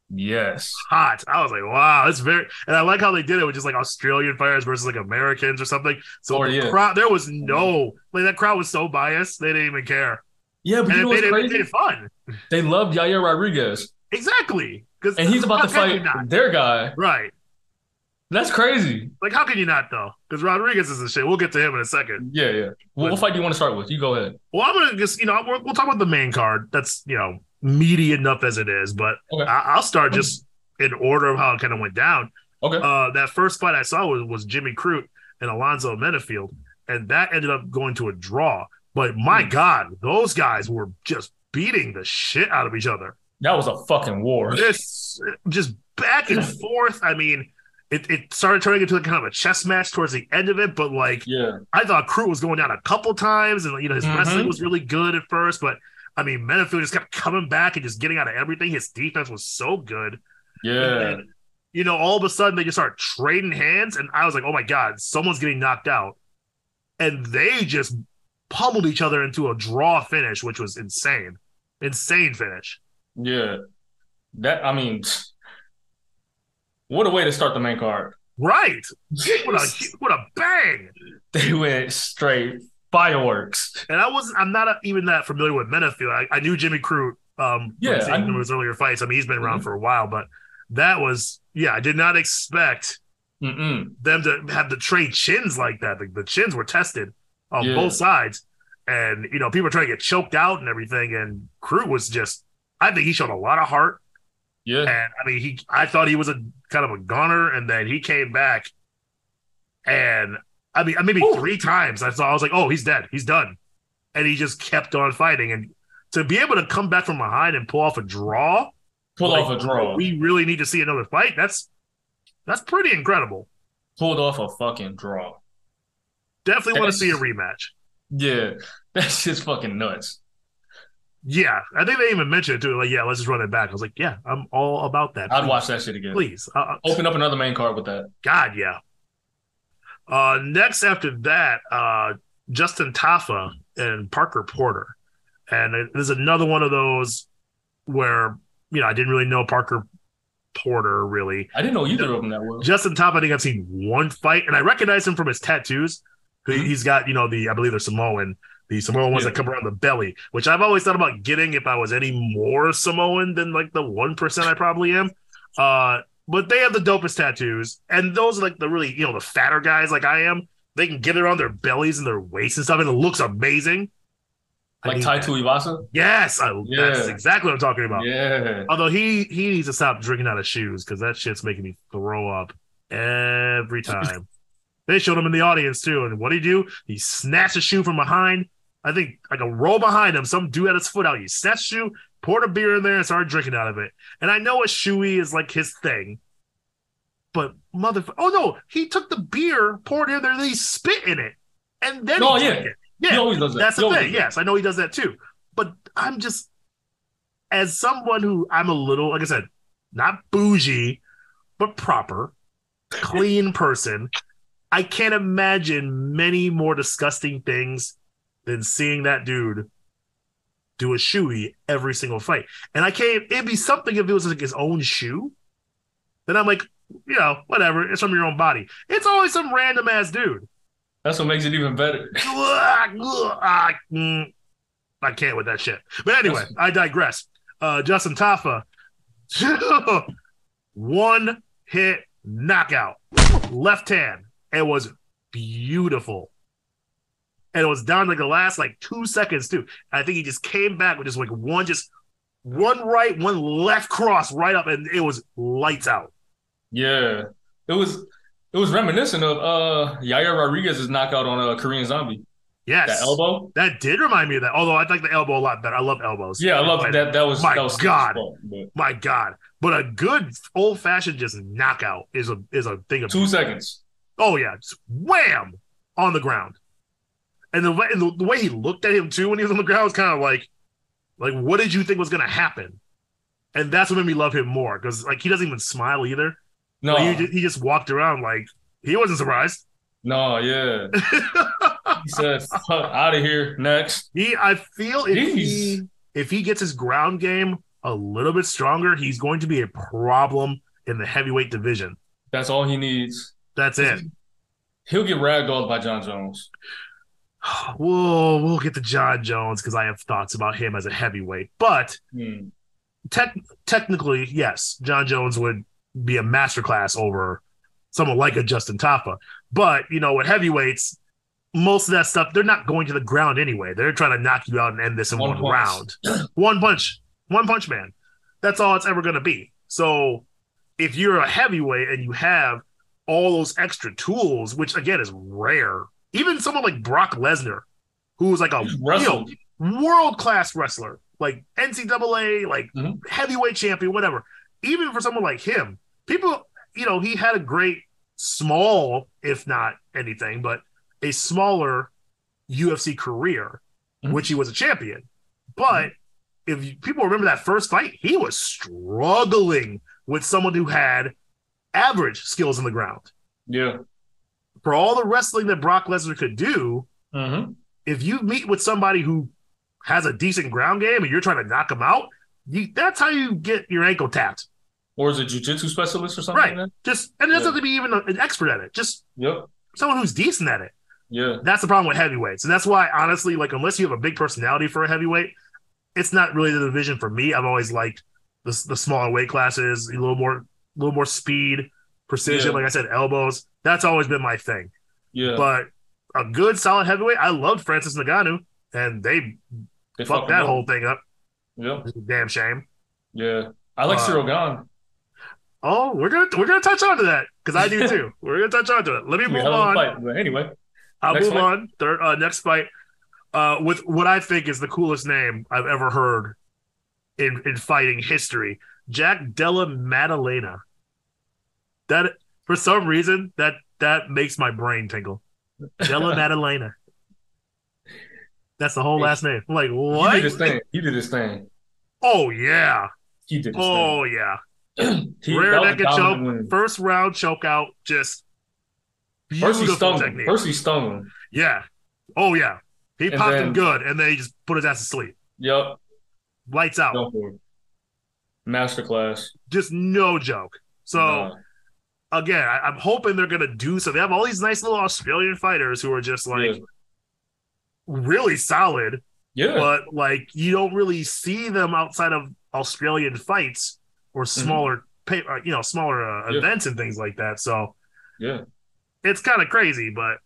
[SPEAKER 1] Yes,
[SPEAKER 2] hot. I was like, wow, it's very. And I like how they did it with just like Australian fighters versus like Americans or something. So
[SPEAKER 1] Or,
[SPEAKER 2] the
[SPEAKER 1] Oh, yeah.
[SPEAKER 2] crowd, there was no like that crowd was so biased they didn't even care,
[SPEAKER 1] yeah, but
[SPEAKER 2] and
[SPEAKER 1] you
[SPEAKER 2] it
[SPEAKER 1] know what's
[SPEAKER 2] made, it,
[SPEAKER 1] crazy?
[SPEAKER 2] made it fun.
[SPEAKER 1] They loved Yair Rodriguez,
[SPEAKER 2] Exactly, because
[SPEAKER 1] and he's about to
[SPEAKER 2] how can you
[SPEAKER 1] fight
[SPEAKER 2] not?
[SPEAKER 1] their guy.
[SPEAKER 2] Right,
[SPEAKER 1] That's crazy.
[SPEAKER 2] like how can you not though? Because Rodriguez is the shit. We'll get to him in a second.
[SPEAKER 1] Yeah, yeah. What, what fight do you want to start with? You go ahead.
[SPEAKER 2] Well, I'm gonna just you know we'll, we'll talk about the main card. That's you know meaty enough as it is, but
[SPEAKER 1] Okay.
[SPEAKER 2] I, I'll start just in order of how it kind of went down.
[SPEAKER 1] Okay.
[SPEAKER 2] Uh, that first fight I saw was, was Jimmy Crute and Alonzo Menafield, and that ended up going to a draw. But my
[SPEAKER 1] Hmm.
[SPEAKER 2] God, those guys were just beating the shit out of each other.
[SPEAKER 1] That was a fucking war.
[SPEAKER 2] It's just back and forth. I mean, it, it started turning into like kind of a chess match towards the end of it, but like
[SPEAKER 1] Yeah.
[SPEAKER 2] I thought Crew was going down a couple times, and you know his
[SPEAKER 1] Mhm.
[SPEAKER 2] wrestling was really good at first, but I mean Menafield just kept coming back and just getting out of everything. His defense was so good, and
[SPEAKER 1] Yeah.
[SPEAKER 2] then, you know, all of a sudden they just start trading hands, and I was like, oh my god, someone's getting knocked out, and they just pummeled each other into a draw finish, which was insane, insane finish.
[SPEAKER 1] Yeah. That I mean what a way to start the main card.
[SPEAKER 2] Right? What a what a bang!
[SPEAKER 1] they went straight fireworks.
[SPEAKER 2] And I wasn't. I'm not even that familiar with Menafield. I, I knew Jimmy Crute. Um, from
[SPEAKER 1] Yeah,
[SPEAKER 2] seeing
[SPEAKER 1] I
[SPEAKER 2] him
[SPEAKER 1] knew-
[SPEAKER 2] in his earlier fights. I mean, he's been around
[SPEAKER 1] Mhm.
[SPEAKER 2] for a while, but that was yeah. I did not expect
[SPEAKER 1] Mm-mm.
[SPEAKER 2] them to have to trade chins like that. The, the chins were tested on
[SPEAKER 1] Yeah.
[SPEAKER 2] both sides, and you know people were trying to get choked out and everything. And Crute was just. I think he showed a lot of heart,
[SPEAKER 1] Yeah.
[SPEAKER 2] and I mean, he. I thought he was a kind of a goner, and then he came back, and I mean, maybe
[SPEAKER 1] Ooh.
[SPEAKER 2] three times I saw. I was like, "Oh, he's dead. He's done," and he just kept on fighting. And to be able to come back from behind and pull off a draw,
[SPEAKER 1] Pulled
[SPEAKER 2] like,
[SPEAKER 1] off a draw.
[SPEAKER 2] We really need to see another fight. That's that's pretty incredible.
[SPEAKER 1] Pulled off a fucking draw.
[SPEAKER 2] Definitely want
[SPEAKER 1] That's-
[SPEAKER 2] to see a rematch.
[SPEAKER 1] Yeah. That's just fucking nuts.
[SPEAKER 2] Yeah, I think they even mentioned it too. Like, yeah, let's just run it back. I was like, yeah, I'm all about that.
[SPEAKER 1] I'd watch that shit again.
[SPEAKER 2] Please, uh, uh,
[SPEAKER 1] Open up another main card with that.
[SPEAKER 2] God, yeah. Uh, next after that, uh, Justin Taffa and Parker Porter, and it- there's another one of those where you know I didn't really know Parker Porter really.
[SPEAKER 1] I didn't know either of them that well.
[SPEAKER 2] Justin Taffa, I think I've seen one fight, and I recognize him from his tattoos. He-
[SPEAKER 1] Mhm.
[SPEAKER 2] He's got you know the I believe they're Samoan, the Samoan ones
[SPEAKER 1] Yeah.
[SPEAKER 2] that come around the belly, which I've always thought about getting if I was any more Samoan than like the one percent I probably am. Uh, but they have the dopest tattoos, and those are like the really you know the fatter guys like I am. They can get it on their bellies and their waists and stuff, and it looks amazing. I
[SPEAKER 1] Like
[SPEAKER 2] need
[SPEAKER 1] Tai
[SPEAKER 2] that.
[SPEAKER 1] Tuivasa?
[SPEAKER 2] Yes, I, that's
[SPEAKER 1] Yeah.
[SPEAKER 2] exactly what I'm talking about.
[SPEAKER 1] Yeah.
[SPEAKER 2] Although he he needs to stop drinking out of shoes because that shit's making me throw up every time. they showed him in the audience too, and what did he do? He snatched a shoe from behind. I think like a roll behind him. Some dude had his foot out. He snatched a shoe, poured a beer in there, and started drinking out of it. And I know a shoey is like his thing, but motherfucker! Oh no, he took the beer, poured it in there, then he spit in it, and then
[SPEAKER 1] Oh,
[SPEAKER 2] he
[SPEAKER 1] yeah.
[SPEAKER 2] drank it.
[SPEAKER 1] He
[SPEAKER 2] Yeah,
[SPEAKER 1] always does that.
[SPEAKER 2] That's
[SPEAKER 1] He
[SPEAKER 2] the
[SPEAKER 1] always
[SPEAKER 2] thing.
[SPEAKER 1] does that.
[SPEAKER 2] Yes, I know he does that too. But I'm just, as someone who I'm a little, like I said, not bougie, but proper, clean person, I can't imagine many more disgusting things than seeing that dude do a shoey every single fight. And I can't, it'd be something if it was like his own shoe. Then I'm like, you know, whatever. It's from your own body. It's always some random ass dude.
[SPEAKER 1] That's what makes it even better.
[SPEAKER 2] Ah, mm. I can't with that shit. But anyway, I digress. Uh, Justin Taffa, one hit knockout, left hand. It was beautiful. And it was down like the last like two seconds too. I think he just came back with just like one, just one right, one left cross right up, and it was lights out.
[SPEAKER 1] Yeah, it was it was reminiscent of uh Yair Rodriguez's knockout on a Korean Zombie.
[SPEAKER 2] Yes,
[SPEAKER 1] That elbow.
[SPEAKER 2] That did remind me of that. Although I like the elbow a lot better. I love elbows.
[SPEAKER 1] Yeah, I love that. That was
[SPEAKER 2] My
[SPEAKER 1] that was
[SPEAKER 2] God.
[SPEAKER 1] but
[SPEAKER 2] My God. But a good old fashioned just knockout is a is a thing of
[SPEAKER 1] two seconds.
[SPEAKER 2] oh yeah, just wham on the ground. And the way and the, the way he looked at him too when he was on the ground was kind of like, like what did you think was gonna happen? And that's what made me love him more because like he doesn't even smile either.
[SPEAKER 1] No,
[SPEAKER 2] Like, he, ju- he just walked around like he wasn't surprised.
[SPEAKER 1] no, yeah. he said, "Fuck out of here." Next,
[SPEAKER 2] He, I feel if he
[SPEAKER 1] Jeez.
[SPEAKER 2] if he gets his ground game a little bit stronger, he's going to be a problem in the heavyweight division.
[SPEAKER 1] that's all he needs.
[SPEAKER 2] That's it.
[SPEAKER 1] He'll get ragdolled by John Jones.
[SPEAKER 2] We'll we'll get to John Jones because I have thoughts about him as a heavyweight. But
[SPEAKER 1] Hmm.
[SPEAKER 2] tech technically, yes, John Jones would be a masterclass over someone like a Justin Taffa. But you know, with heavyweights, most of that stuff they're not going to the ground anyway. They're trying to knock you out and end this in
[SPEAKER 1] One
[SPEAKER 2] one,
[SPEAKER 1] punch.
[SPEAKER 2] round, one punch, one punch, man. That's all it's ever going to be. So if you're a heavyweight and you have all those extra tools, which again is rare, even someone like Brock Lesnar, who was like a
[SPEAKER 1] He
[SPEAKER 2] you know,
[SPEAKER 1] wrestled.
[SPEAKER 2] world class wrestler, like NCAA, like
[SPEAKER 1] Mhm.
[SPEAKER 2] heavyweight champion, whatever. Even for someone like him, people, you know, he had a great small, if not anything, but a smaller UFC career,
[SPEAKER 1] Mhm.
[SPEAKER 2] which he was a champion. But if you, people remember that first fight, he was struggling with someone who had average skills on the ground.
[SPEAKER 1] Yeah.
[SPEAKER 2] For all the wrestling that Brock Lesnar could do,
[SPEAKER 1] Mm-hmm.
[SPEAKER 2] if you meet with somebody who has a decent ground game and you're trying to knock them out, you, that's how you get your ankle tapped.
[SPEAKER 1] Or is it jujitsu specialist or something?
[SPEAKER 2] Right.
[SPEAKER 1] Like that?
[SPEAKER 2] Just and it doesn't
[SPEAKER 1] Yeah.
[SPEAKER 2] have to be even a- an expert at it. Just
[SPEAKER 1] Yep.
[SPEAKER 2] someone who's decent at it.
[SPEAKER 1] Yeah.
[SPEAKER 2] That's the problem with heavyweights, and that's why honestly, like unless you have a big personality for a heavyweight, it's not really the division for me. I've always liked the the smaller weight classes, a little more, a little more speed, precision.
[SPEAKER 1] Yeah.
[SPEAKER 2] Like I said, elbows. That's always been my thing.
[SPEAKER 1] Yeah.
[SPEAKER 2] But a good solid heavyweight, I loved Francis Ngannou, and they
[SPEAKER 1] They
[SPEAKER 2] fucked
[SPEAKER 1] fucked him
[SPEAKER 2] that
[SPEAKER 1] up.
[SPEAKER 2] whole thing up.
[SPEAKER 1] Yep.
[SPEAKER 2] Damn shame.
[SPEAKER 1] Yeah. I like
[SPEAKER 2] Uh,
[SPEAKER 1] Cyril Gahn.
[SPEAKER 2] Oh, we're gonna we're gonna touch on to that because I do too. we're gonna touch on to it. Let me
[SPEAKER 1] We
[SPEAKER 2] move
[SPEAKER 1] had a little
[SPEAKER 2] on.
[SPEAKER 1] fight, but anyway.
[SPEAKER 2] I'll
[SPEAKER 1] Next
[SPEAKER 2] move
[SPEAKER 1] fight.
[SPEAKER 2] on. Third uh, next fight uh, with what I think is the coolest name I've ever heard in in fighting history. Jack Della Maddalena. That for some reason that that makes my brain tingle. Della Maddalena. That's the whole last name. I'm like
[SPEAKER 1] He
[SPEAKER 2] what?
[SPEAKER 1] did his thing. He did his thing.
[SPEAKER 2] oh yeah.
[SPEAKER 1] He did his
[SPEAKER 2] Oh yeah.
[SPEAKER 1] thing. He,
[SPEAKER 2] Rear
[SPEAKER 1] that was a
[SPEAKER 2] naked
[SPEAKER 1] dominant
[SPEAKER 2] choke.
[SPEAKER 1] win.
[SPEAKER 2] first round chokeout, just
[SPEAKER 1] First he
[SPEAKER 2] beautiful
[SPEAKER 1] stung him.
[SPEAKER 2] technique.
[SPEAKER 1] First he stung him.
[SPEAKER 2] yeah. Oh yeah. He
[SPEAKER 1] And
[SPEAKER 2] popped
[SPEAKER 1] then-
[SPEAKER 2] him good, and then he just put his ass to sleep.
[SPEAKER 1] Yep.
[SPEAKER 2] Lights out.
[SPEAKER 1] Go for it. Masterclass.
[SPEAKER 2] Just no joke. So
[SPEAKER 1] Nah.
[SPEAKER 2] again, I, I'm hoping they're gonna do so. They have all these nice little Australian fighters who are just like
[SPEAKER 1] Yeah.
[SPEAKER 2] really solid,
[SPEAKER 1] yeah.
[SPEAKER 2] but like you don't really see them outside of Australian fights or smaller, pa- uh, you know, smaller uh,
[SPEAKER 1] Mm-hmm. Yeah.
[SPEAKER 2] events and things like that. So
[SPEAKER 1] yeah.
[SPEAKER 2] it's kind of crazy, but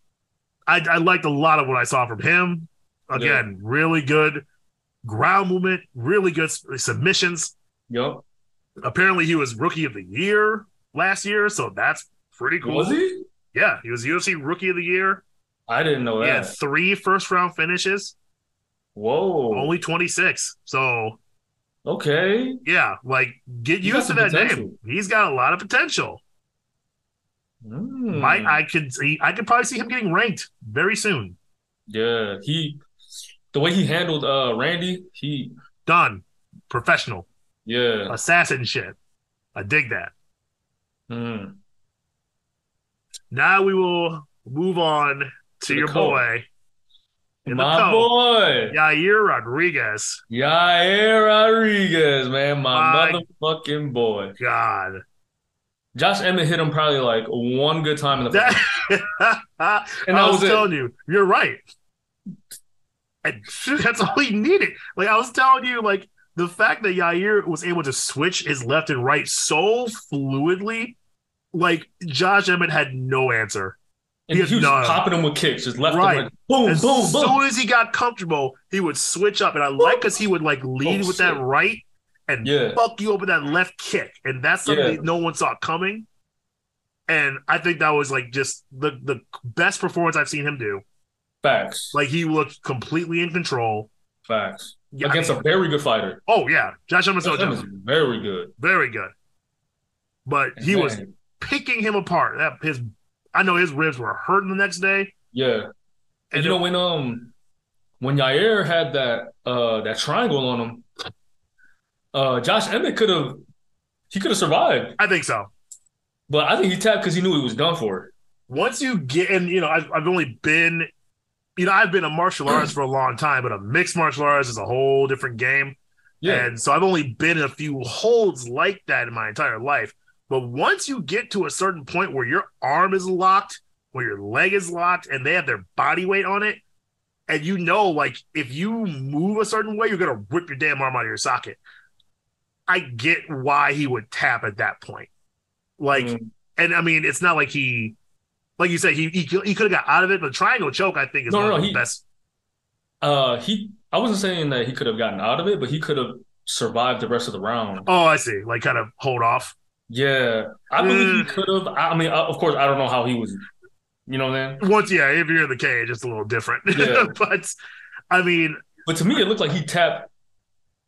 [SPEAKER 2] I, I liked a lot of what I saw from him. Again, really good ground movement, really good s- submissions.
[SPEAKER 1] Yep.
[SPEAKER 2] Apparently, he was rookie of the year last year, so that's pretty cool.
[SPEAKER 1] Was he?
[SPEAKER 2] Yeah, he was UFC rookie of the year.
[SPEAKER 1] I didn't know
[SPEAKER 2] He
[SPEAKER 1] that.
[SPEAKER 2] had three first round finishes,
[SPEAKER 1] Whoa.
[SPEAKER 2] only 26. So,
[SPEAKER 1] okay.
[SPEAKER 2] yeah, like get
[SPEAKER 1] He got
[SPEAKER 2] used to
[SPEAKER 1] some
[SPEAKER 2] that name.
[SPEAKER 1] potential.
[SPEAKER 2] He's got a lot of potential.
[SPEAKER 1] Mm.
[SPEAKER 2] Might- I could see, I could probably see him getting ranked very soon.
[SPEAKER 1] yeah. He. The way he handled uh Randy, he.
[SPEAKER 2] Done. Professional.
[SPEAKER 1] Yeah.
[SPEAKER 2] assassin shit. I dig that.
[SPEAKER 1] Mm.
[SPEAKER 2] Now we will move on to
[SPEAKER 1] the
[SPEAKER 2] your
[SPEAKER 1] co.
[SPEAKER 2] boy, In the
[SPEAKER 1] My
[SPEAKER 2] co.
[SPEAKER 1] boy.
[SPEAKER 2] Yair Rodriguez.
[SPEAKER 1] Yair Rodriguez, man, my,
[SPEAKER 2] My-
[SPEAKER 1] motherfucking boy.
[SPEAKER 2] God.
[SPEAKER 1] Josh Emmett hit him probably like one good time in the
[SPEAKER 2] That-
[SPEAKER 1] and
[SPEAKER 2] I
[SPEAKER 1] that
[SPEAKER 2] was
[SPEAKER 1] was it.
[SPEAKER 2] telling you, you're right. And that's all he needed. Like I was telling you, like the fact that Yair was able to switch his left and right so fluidly, like Josh Emmett had no answer.
[SPEAKER 1] And
[SPEAKER 2] Yeah,
[SPEAKER 1] he was
[SPEAKER 2] no.
[SPEAKER 1] popping them with kicks, just left
[SPEAKER 2] Right.
[SPEAKER 1] and right. Boom,
[SPEAKER 2] as
[SPEAKER 1] boom,
[SPEAKER 2] soon
[SPEAKER 1] boom.
[SPEAKER 2] as he got comfortable, he would switch up, and I like because he would like lead
[SPEAKER 1] Oh,
[SPEAKER 2] with that
[SPEAKER 1] shit.
[SPEAKER 2] right and
[SPEAKER 1] Yeah.
[SPEAKER 2] fuck you over that left kick, and that's something
[SPEAKER 1] Yeah.
[SPEAKER 2] no one saw coming. And I think that was like just the the best performance I've seen him do.
[SPEAKER 1] Facts.
[SPEAKER 2] Like he looked completely in control.
[SPEAKER 1] Facts.
[SPEAKER 2] Yeah, I
[SPEAKER 1] Against
[SPEAKER 2] mean-
[SPEAKER 1] a very good fighter.
[SPEAKER 2] oh yeah, Josh Emmett
[SPEAKER 1] That was very good.
[SPEAKER 2] very good, but he
[SPEAKER 1] And
[SPEAKER 2] was
[SPEAKER 1] man,
[SPEAKER 2] picking him apart. That his, I know his ribs were hurting the next day.
[SPEAKER 1] Yeah. And
[SPEAKER 2] And
[SPEAKER 1] you know when um when Yair had that uh that triangle on him, uh Josh Emmett could have he could have survived,
[SPEAKER 2] I think so.
[SPEAKER 1] but I think he tapped because he knew he was done for.
[SPEAKER 2] once you get and you know I've, I've only been you know i've been a martial artist for a long time but a mixed martial artist is a whole different game
[SPEAKER 1] Yeah,
[SPEAKER 2] and so i've only been in a few holds like that in my entire life but once you get to a certain point where your arm is locked where your leg is locked and they have their body weight on it and you know like if you move a certain way you're gonna rip your damn arm out of your socket i get why he would tap at that point like
[SPEAKER 1] Mm.
[SPEAKER 2] and I mean, it's not like he, like you said, he he, he could have got out of it, but triangle choke, I think, is
[SPEAKER 1] No,
[SPEAKER 2] one
[SPEAKER 1] no,
[SPEAKER 2] of
[SPEAKER 1] no,
[SPEAKER 2] the
[SPEAKER 1] he-
[SPEAKER 2] best.
[SPEAKER 1] uh, he I wasn't saying that he could have gotten out of it, but he could have survived the rest of the round.
[SPEAKER 2] Oh, I see. Like, kind of hold off.
[SPEAKER 1] Yeah, I believe he
[SPEAKER 2] Mm.
[SPEAKER 1] could have. I, I mean, I, of course, I don't know how he was. You know what I'm saying?
[SPEAKER 2] Once, yeah, if you're in the cage, it's a little different.
[SPEAKER 1] Yeah.
[SPEAKER 2] but I mean,
[SPEAKER 1] But to me, it looked like he tapped,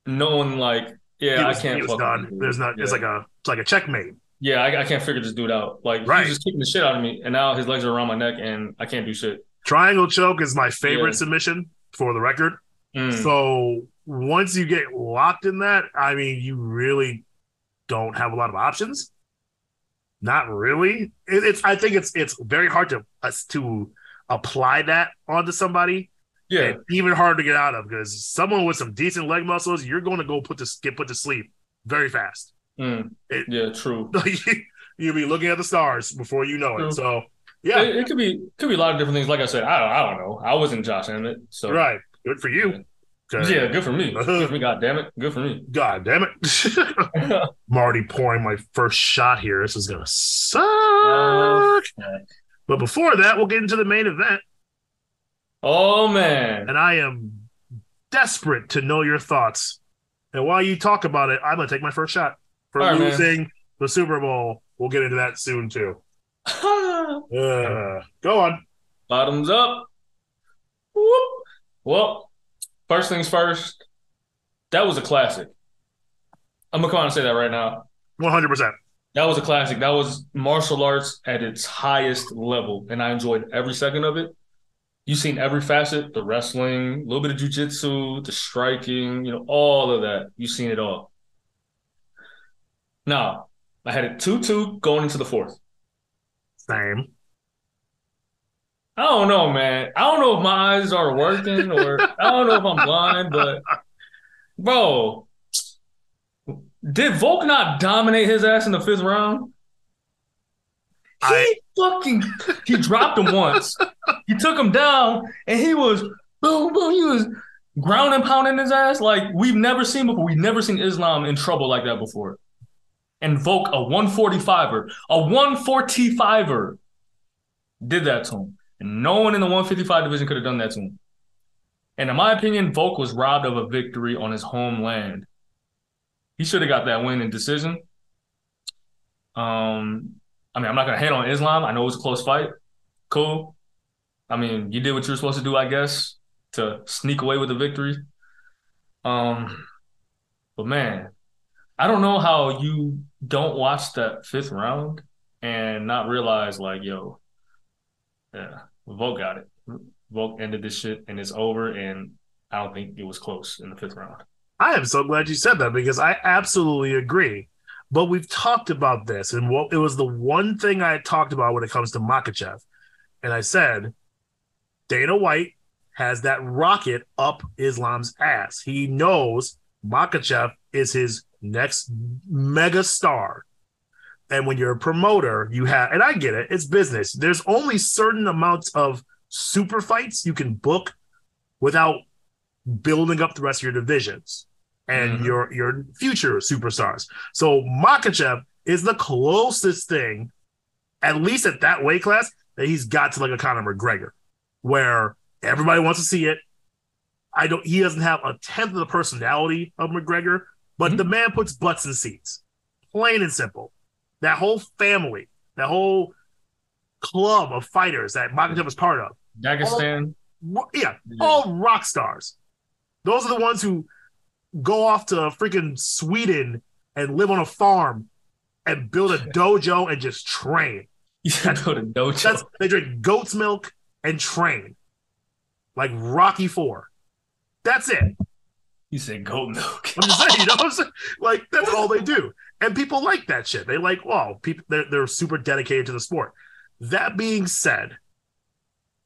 [SPEAKER 1] knowing like,
[SPEAKER 2] he
[SPEAKER 1] yeah,
[SPEAKER 2] was,
[SPEAKER 1] I can't.
[SPEAKER 2] he was
[SPEAKER 1] fuck with
[SPEAKER 2] done.
[SPEAKER 1] this dude.
[SPEAKER 2] There's not.
[SPEAKER 1] Yeah.
[SPEAKER 2] It's like a it's like a checkmate.
[SPEAKER 1] yeah, I, I can't figure this dude out. Like
[SPEAKER 2] Right.
[SPEAKER 1] he's just kicking the shit out of me, and now his legs are around my neck, and I can't do shit.
[SPEAKER 2] Triangle choke is my favorite
[SPEAKER 1] Yeah.
[SPEAKER 2] submission for the record.
[SPEAKER 1] Mm.
[SPEAKER 2] So once you get locked in that, I mean, you really don't have a lot of options. Not really. It, it's. I think it's. It's very hard to us to apply that onto somebody,
[SPEAKER 1] yeah,
[SPEAKER 2] and even harder to get out of because someone with some decent leg muscles, you're going to go put to get put to sleep very fast.
[SPEAKER 1] mm.
[SPEAKER 2] It-
[SPEAKER 1] yeah, true.
[SPEAKER 2] You'll be looking at the stars before you know
[SPEAKER 1] True.
[SPEAKER 2] it. So yeah,
[SPEAKER 1] It, it could be could be a lot of different things. Like I said, I don't, I don't know. I wasn't Josh Emmett, so
[SPEAKER 2] right. Good for you. 'Cause-
[SPEAKER 1] yeah, good for me. Good for me. God damn it, good for me.
[SPEAKER 2] God damn it. I'm already pouring my first shot here. This is gonna suck.
[SPEAKER 1] Oh, fuck.
[SPEAKER 2] but before that, we'll get into the main event,
[SPEAKER 1] oh man,
[SPEAKER 2] and I am desperate to know your thoughts. And while you talk about it, I'm gonna take my first shot for
[SPEAKER 1] All right, man.
[SPEAKER 2] losing the Super Bowl. We'll get into that soon too. Uh, go on.
[SPEAKER 1] Bottoms up. Whoop. Well, first things first, that was a classic. I'm gonna come out and say that right now.
[SPEAKER 2] 100. percent
[SPEAKER 1] That was a classic. That was martial arts at its highest level, and I enjoyed every second of it. You've seen every facet: the wrestling, a little bit of jujitsu, the striking. You know, all of that. You've seen it all. Now, I had it two-two going into the fourth.
[SPEAKER 2] Same.
[SPEAKER 1] I don't know, man. I don't know if my eyes are working or I don't know if I'm blind, but bro, did Volk not dominate his ass in the fifth round? He
[SPEAKER 2] I-
[SPEAKER 1] fucking he dropped him once. He took him down and he was boom boom. He was ground and pounding his ass like we've never seen before. We've never seen Islam in trouble like that before. And Volk, a 145er, a 145er did that to him. And no one in the 155 division could have done that to him. And in my opinion, Volk was robbed of a victory on his homeland. He should have got that win in decision. Um, I mean, I'm not gonna hate on Islam. I know it was a close fight. Cool. I mean, you did what you were supposed to do, I guess, to sneak away with the victory. Um, but man, I don't know how you don't watch that fifth round and not realize, like, yo, yeah, Volk got it. Volk ended this shit and it's over. And I don't think it was close in the fifth round.
[SPEAKER 2] I am so glad you said that because I absolutely agree. But we've talked about this, and what it was the one thing I had talked about when it comes to Makachev. And I said, Dana White has that rocket up Islam's ass. He knows Makachev is his next mega star. And when you're a promoter, you have, and I get it, it's business. There's only certain amounts of super fights you can book without building up the rest of your divisions and
[SPEAKER 1] Mhm.
[SPEAKER 2] your your future superstars. So Makachev is the closest thing, at least at that weight class, that he's got to like a Conor McGregor, where everybody wants to see it. I don't. He doesn't have a tenth of the personality of McGregor, but
[SPEAKER 1] Mhm.
[SPEAKER 2] the man puts butts in seats, plain and simple. That whole family, that whole club of fighters that Makachev is part of
[SPEAKER 1] Dagestan.
[SPEAKER 2] ro- yeah,
[SPEAKER 1] Yeah.
[SPEAKER 2] all rock stars. Those are the ones who go off to freaking Sweden and live on a farm and build a dojo and just train.
[SPEAKER 1] You should go to dojo.
[SPEAKER 2] That's they drink goat's milk and train. Like Rocky Four. That's it. I'm
[SPEAKER 1] you said goat milk.
[SPEAKER 2] just saying, you know what I'm saying? Like that's all they do. And people like that shit. They like, wow, people they're, they're super dedicated to the sport. That being said,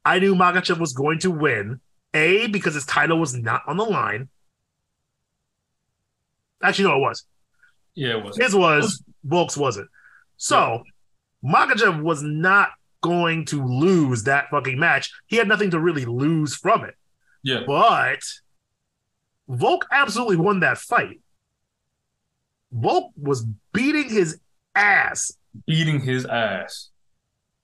[SPEAKER 2] I knew Makachev was going to win. A, because his title was not on the line. Actually, no, it was.
[SPEAKER 1] Yeah, it was.
[SPEAKER 2] His was, Volk's wasn't. So, Makachev was not going to lose that fucking match. He had nothing to really lose from it.
[SPEAKER 1] Yeah.
[SPEAKER 2] But Volk absolutely won that fight. Volk was beating his ass
[SPEAKER 1] Beating his ass.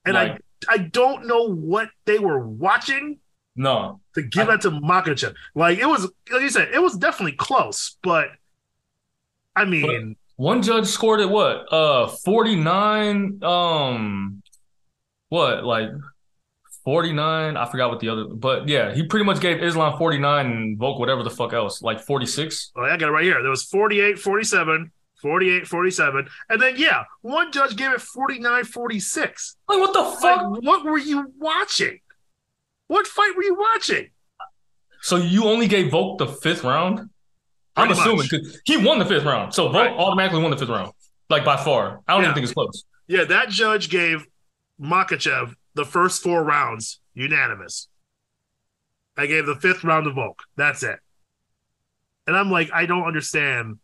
[SPEAKER 2] and
[SPEAKER 1] Like-
[SPEAKER 2] I I don't know what they were watching
[SPEAKER 1] No.
[SPEAKER 2] to give
[SPEAKER 1] I-
[SPEAKER 2] that to Makachev. Like it was, like you said, it was definitely close, but I mean,
[SPEAKER 1] One judge scored it what? Uh 49 um what? Like 49, I forgot what the other but yeah, he pretty much gave Islam 49 and Volk whatever the fuck else, like 46.
[SPEAKER 2] oh, I got it right here. There was 48 47, 48 47, and then yeah, one judge gave it 49 46.
[SPEAKER 1] Like what the
[SPEAKER 2] Like,
[SPEAKER 1] fuck?
[SPEAKER 2] what were you watching? What fight were you watching?
[SPEAKER 1] So you only gave Volk the fifth round? I'm
[SPEAKER 2] Pretty
[SPEAKER 1] assuming
[SPEAKER 2] much.
[SPEAKER 1] because he won the fifth round. So Volk
[SPEAKER 2] Right.
[SPEAKER 1] automatically won the fifth round. Like by far. I don't
[SPEAKER 2] Yeah.
[SPEAKER 1] even think it's close.
[SPEAKER 2] Yeah, that judge gave Makachev the first four rounds unanimous. I gave the fifth round to Volk. That's it. And I'm like, I don't understand.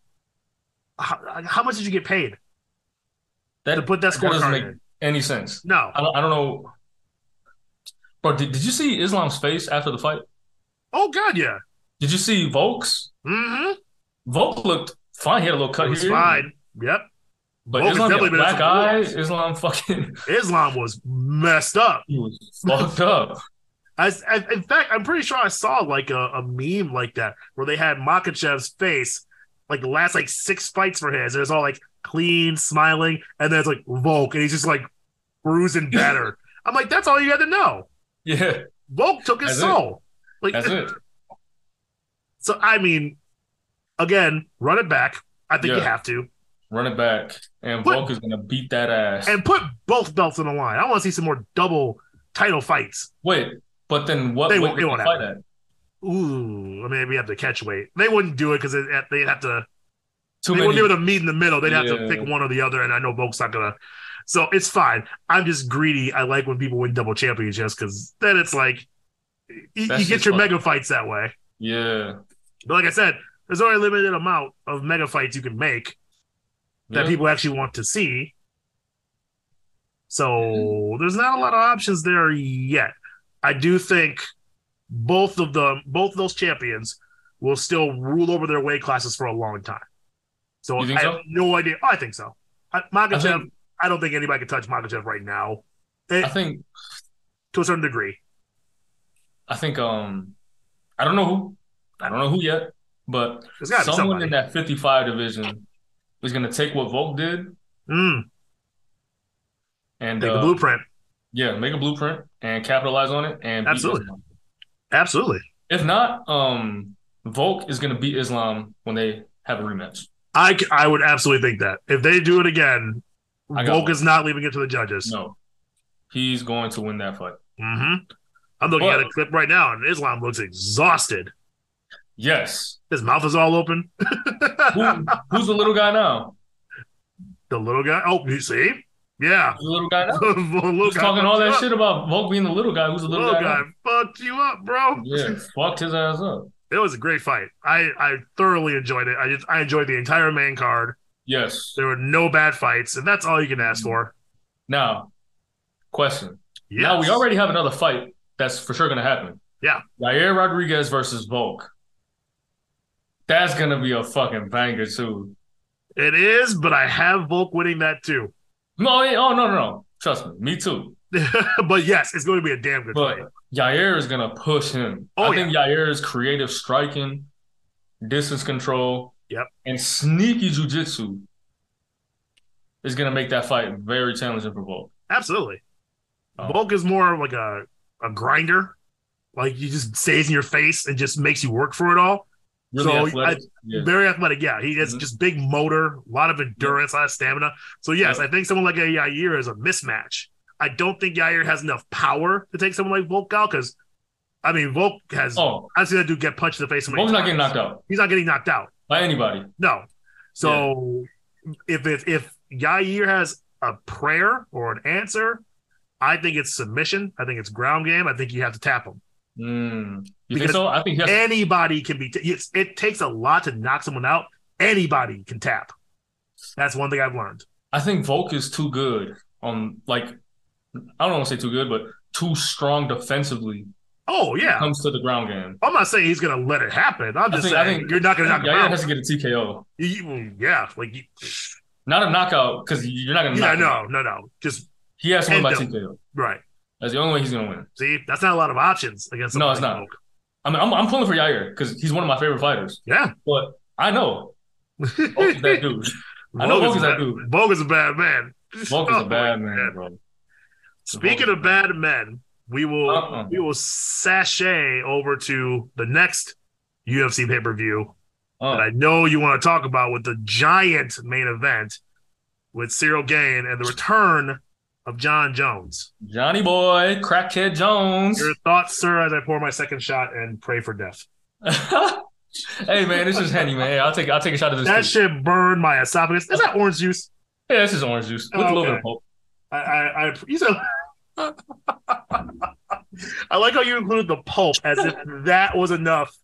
[SPEAKER 2] How, how much did you get paid
[SPEAKER 1] That,
[SPEAKER 2] to put that
[SPEAKER 1] that doesn't
[SPEAKER 2] scorecard
[SPEAKER 1] make
[SPEAKER 2] in?
[SPEAKER 1] any sense.
[SPEAKER 2] No.
[SPEAKER 1] I don't, I don't know. Bro, did, did you see Islam's face after the fight?
[SPEAKER 2] Oh God, yeah.
[SPEAKER 1] Did you see Volk's?
[SPEAKER 2] Mm-hmm.
[SPEAKER 1] Volk looked fine. He had a little cut
[SPEAKER 2] It was
[SPEAKER 1] here,
[SPEAKER 2] fine. Yep.
[SPEAKER 1] but
[SPEAKER 2] Volk
[SPEAKER 1] Islam
[SPEAKER 2] has
[SPEAKER 1] had a
[SPEAKER 2] definitely been
[SPEAKER 1] black eye.
[SPEAKER 2] in some
[SPEAKER 1] Islam fucking
[SPEAKER 2] Islam was messed up.
[SPEAKER 1] he was fucked up.
[SPEAKER 2] I, I, in fact, I'm pretty sure I saw like a, a meme like that where they had Makachev's face, like the last like six fights for his, and it's all like clean, smiling, and then it's like Volk, and he's just like bruised and battered. I'm like, that's all you had to know.
[SPEAKER 1] Yeah,
[SPEAKER 2] Volk took his
[SPEAKER 1] That's it.
[SPEAKER 2] soul. Like,
[SPEAKER 1] that's it.
[SPEAKER 2] so I mean, again, run it back. I think you
[SPEAKER 1] Yeah.
[SPEAKER 2] have to,
[SPEAKER 1] Run it back, and
[SPEAKER 2] But-
[SPEAKER 1] Volk is gonna beat that ass.
[SPEAKER 2] and put both belts on the line. I want to see some more double title fights.
[SPEAKER 1] Wait, but then what?
[SPEAKER 2] They
[SPEAKER 1] weight
[SPEAKER 2] won't-
[SPEAKER 1] did
[SPEAKER 2] they won't
[SPEAKER 1] fight at?
[SPEAKER 2] Ooh, I mean, we have to catch weight. They wouldn't do it because they'd have to.
[SPEAKER 1] Too
[SPEAKER 2] they
[SPEAKER 1] many.
[SPEAKER 2] wouldn't be able to meet in the middle. They'd have to
[SPEAKER 1] Yeah.
[SPEAKER 2] pick one or the other, and I know Volk's not gonna. So it's fine. I'm just greedy. I like when people win double championships because then it's like y- you,
[SPEAKER 1] That's
[SPEAKER 2] get
[SPEAKER 1] just
[SPEAKER 2] your
[SPEAKER 1] fun.
[SPEAKER 2] mega fights that way.
[SPEAKER 1] Yeah,
[SPEAKER 2] But like I said, there's only a limited amount of mega fights you can make that
[SPEAKER 1] Yeah.
[SPEAKER 2] people actually want to see. So
[SPEAKER 1] Mm-hmm.
[SPEAKER 2] there's not a lot of options there yet. I do think both of them, both of those champions, will still rule over their weight classes for a long time. So
[SPEAKER 1] You think
[SPEAKER 2] I
[SPEAKER 1] so?
[SPEAKER 2] have no idea. Oh, I think so. I, Makachev,
[SPEAKER 1] I think.
[SPEAKER 2] I don't think anybody can touch Makachev right now, Eh,
[SPEAKER 1] I think.
[SPEAKER 2] to a certain degree.
[SPEAKER 1] I think. Um, I don't know who. I don't know who yet, but
[SPEAKER 2] There's got to be
[SPEAKER 1] someone
[SPEAKER 2] somebody.
[SPEAKER 1] in that 55 division is gonna take what Volk did
[SPEAKER 2] Mm,
[SPEAKER 1] and
[SPEAKER 2] take
[SPEAKER 1] uh,
[SPEAKER 2] the blueprint.
[SPEAKER 1] yeah, make a blueprint and capitalize on it and beat
[SPEAKER 2] Absolutely.
[SPEAKER 1] Islam.
[SPEAKER 2] Absolutely.
[SPEAKER 1] If not, um, Volk is going to beat Islam when they have a rematch.
[SPEAKER 2] I, c- I would absolutely think that. If they do it again,
[SPEAKER 1] I got
[SPEAKER 2] Volk
[SPEAKER 1] one.
[SPEAKER 2] is not leaving it to the judges.
[SPEAKER 1] No, he's going to win that fight.
[SPEAKER 2] hmm I'm looking
[SPEAKER 1] Well-
[SPEAKER 2] at a clip right now, and Islam looks exhausted.
[SPEAKER 1] Yes.
[SPEAKER 2] His mouth is all open.
[SPEAKER 1] Who, who's the little guy now?
[SPEAKER 2] the little guy. Oh, you see? Yeah.
[SPEAKER 1] Who's the little guy now?
[SPEAKER 2] The little
[SPEAKER 1] Who's
[SPEAKER 2] guy
[SPEAKER 1] talking all that
[SPEAKER 2] fucked you
[SPEAKER 1] shit about Volk being the little guy? Who's the
[SPEAKER 2] up.
[SPEAKER 1] little,
[SPEAKER 2] Little
[SPEAKER 1] guy?
[SPEAKER 2] guy
[SPEAKER 1] now?
[SPEAKER 2] fucked you up, bro.
[SPEAKER 1] Yeah, fucked his ass up.
[SPEAKER 2] It was a great fight. I, I thoroughly enjoyed it. I just I enjoyed the entire main card.
[SPEAKER 1] Yes.
[SPEAKER 2] There were no bad fights, and that's all you can ask for.
[SPEAKER 1] Now, question.
[SPEAKER 2] Yes.
[SPEAKER 1] Now we already have another fight that's for sure going to happen.
[SPEAKER 2] Yeah.
[SPEAKER 1] Yair Rodriguez versus Volk. That's gonna be a fucking banger too.
[SPEAKER 2] It is, but I have Volk winning that too.
[SPEAKER 1] No, eh, oh no, no, no. Trust me, me too.
[SPEAKER 2] but yes, it's going to be a damn good
[SPEAKER 1] But
[SPEAKER 2] fight.
[SPEAKER 1] Yair is gonna push him.
[SPEAKER 2] Oh,
[SPEAKER 1] I think Yair's creative striking, distance control,
[SPEAKER 2] Yep.
[SPEAKER 1] and sneaky jujitsu is gonna make that fight very challenging for Volk.
[SPEAKER 2] Absolutely.
[SPEAKER 1] Oh.
[SPEAKER 2] Volk is more like a, a grinder. Like he just stays in your face and just makes you work for it all.
[SPEAKER 1] Really
[SPEAKER 2] So,
[SPEAKER 1] athletic. yeah.
[SPEAKER 2] Very athletic, yeah. He has
[SPEAKER 1] Mhm.
[SPEAKER 2] just big motor, a lot of endurance, a lot of stamina. So yes,
[SPEAKER 1] Yeah.
[SPEAKER 2] I think someone like a Yair is a mismatch. I don't think Yair has enough power to take someone like Volk out because, I mean, Volk has.
[SPEAKER 1] Oh,
[SPEAKER 2] I've seen that dude get punched in the face. so many
[SPEAKER 1] Volk's not
[SPEAKER 2] times.
[SPEAKER 1] getting knocked out
[SPEAKER 2] He's not getting knocked out.
[SPEAKER 1] by anybody.
[SPEAKER 2] No. So if if if Yair has a prayer or an answer, I think it's submission. I think it's ground game. I think you have to tap him.
[SPEAKER 1] Mm. You think
[SPEAKER 2] Because-
[SPEAKER 1] so? I think he has
[SPEAKER 2] Anybody can be. T- it's, it takes a lot to knock someone out. Anybody can tap. That's one thing I've learned.
[SPEAKER 1] I think Volk is too good on like I don't want to say too good, but too strong defensively
[SPEAKER 2] Oh
[SPEAKER 1] when it
[SPEAKER 2] yeah.
[SPEAKER 1] comes to the ground game.
[SPEAKER 2] I'm not saying he's gonna let it happen. I'm just
[SPEAKER 1] think- Uh-huh. I
[SPEAKER 2] saying
[SPEAKER 1] think-
[SPEAKER 2] you're not gonna knock him
[SPEAKER 1] Yair
[SPEAKER 2] out.
[SPEAKER 1] has to get a TKO,
[SPEAKER 2] You- you- yeah, like you,
[SPEAKER 1] not a knockout, because you're not gonna.
[SPEAKER 2] yeah,
[SPEAKER 1] knock him out.
[SPEAKER 2] no, no, no. Just
[SPEAKER 1] He has to win by
[SPEAKER 2] End him.
[SPEAKER 1] TKO.
[SPEAKER 2] right.
[SPEAKER 1] That's the only way he's gonna win.
[SPEAKER 2] See, that's not a lot of options against.
[SPEAKER 1] No,
[SPEAKER 2] someone
[SPEAKER 1] it's
[SPEAKER 2] like
[SPEAKER 1] not.
[SPEAKER 2] Volk.
[SPEAKER 1] I mean, I'm, I'm pulling for Yair because he's one of my favorite fighters,
[SPEAKER 2] Yeah,
[SPEAKER 1] but I know Volk is Oh, that dude. I know Volk is that dude.
[SPEAKER 2] Volk is a bad man.
[SPEAKER 1] Volk is
[SPEAKER 2] Oh,
[SPEAKER 1] a bad
[SPEAKER 2] my
[SPEAKER 1] man,
[SPEAKER 2] God.
[SPEAKER 1] bro.
[SPEAKER 2] Speaking
[SPEAKER 1] Volk is
[SPEAKER 2] of
[SPEAKER 1] a bad
[SPEAKER 2] bad men, we will
[SPEAKER 1] Uh-uh.
[SPEAKER 2] we will sashay over to the next UFC pay per view
[SPEAKER 1] Uh,
[SPEAKER 2] that I know you want to talk about with the giant main event with Cyril Gain and the return of John Jones.
[SPEAKER 1] Johnny Boy, Crackhead Jones.
[SPEAKER 2] Your thoughts, sir, as I pour my second shot and pray for death.
[SPEAKER 1] hey man, this is Henny man. Hey, I'll take I'll take a shot of this.
[SPEAKER 2] That
[SPEAKER 1] too.
[SPEAKER 2] shit burned my esophagus. Is that orange juice?
[SPEAKER 1] yeah, this is orange juice with a little
[SPEAKER 2] Okay.
[SPEAKER 1] bit of pulp.
[SPEAKER 2] I, I, I you said. I like how you included the pulp as if that was enough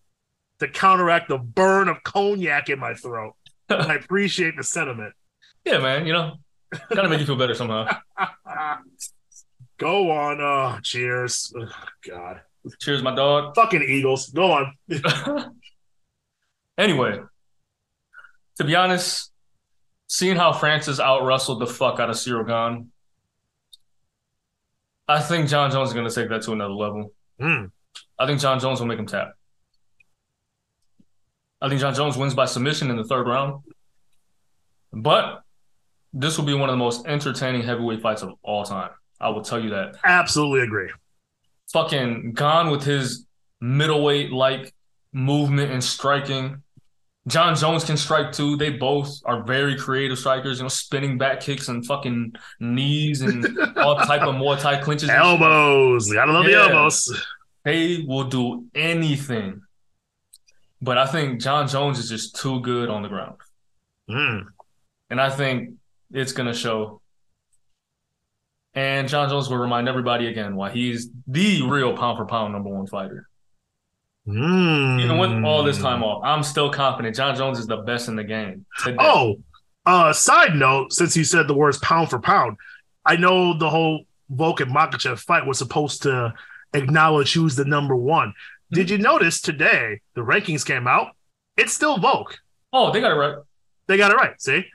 [SPEAKER 2] to counteract the burn of cognac in my throat. I appreciate the sentiment.
[SPEAKER 1] Yeah, man, you know, gotta make you feel better somehow.
[SPEAKER 2] Go on. Oh, cheers. Ugh, God.
[SPEAKER 1] Cheers, my dog.
[SPEAKER 2] Fucking Eagles. Go on.
[SPEAKER 1] anyway, to be honest, seeing how Francis out wrestled the fuck out of Cyril Gahn, I think John Jones is gonna take that to another level.
[SPEAKER 2] Mm,
[SPEAKER 1] I think John Jones will make him tap. I think John Jones wins by submission in the third round. But this will be one of the most entertaining heavyweight fights of all time. I will tell you that.
[SPEAKER 2] absolutely agree.
[SPEAKER 1] fucking gone with his middleweight like movement and striking. John Jones can strike too. They both are very creative strikers, you know, spinning back kicks and fucking knees and all type of Muay Thai clinches. and shit.
[SPEAKER 2] Elbows. Gotta love
[SPEAKER 1] Yeah.
[SPEAKER 2] the elbows.
[SPEAKER 1] They will do anything. But I think John Jones is just too good on the ground.
[SPEAKER 2] Mm.
[SPEAKER 1] And I think it's gonna show. And John Jones will remind everybody again why he's the real pound for pound number one fighter.
[SPEAKER 2] Mm.
[SPEAKER 1] Even with all this time off, I'm still confident John Jones is the best in the game. today.
[SPEAKER 2] Oh, uh, side note, since you said the words pound for pound, I know the whole Volk and Makachev fight was supposed to acknowledge who's the number one. Did
[SPEAKER 1] Hmm.
[SPEAKER 2] you notice today the rankings came out? It's still Volk.
[SPEAKER 1] oh, they got it right.
[SPEAKER 2] They got it right. See,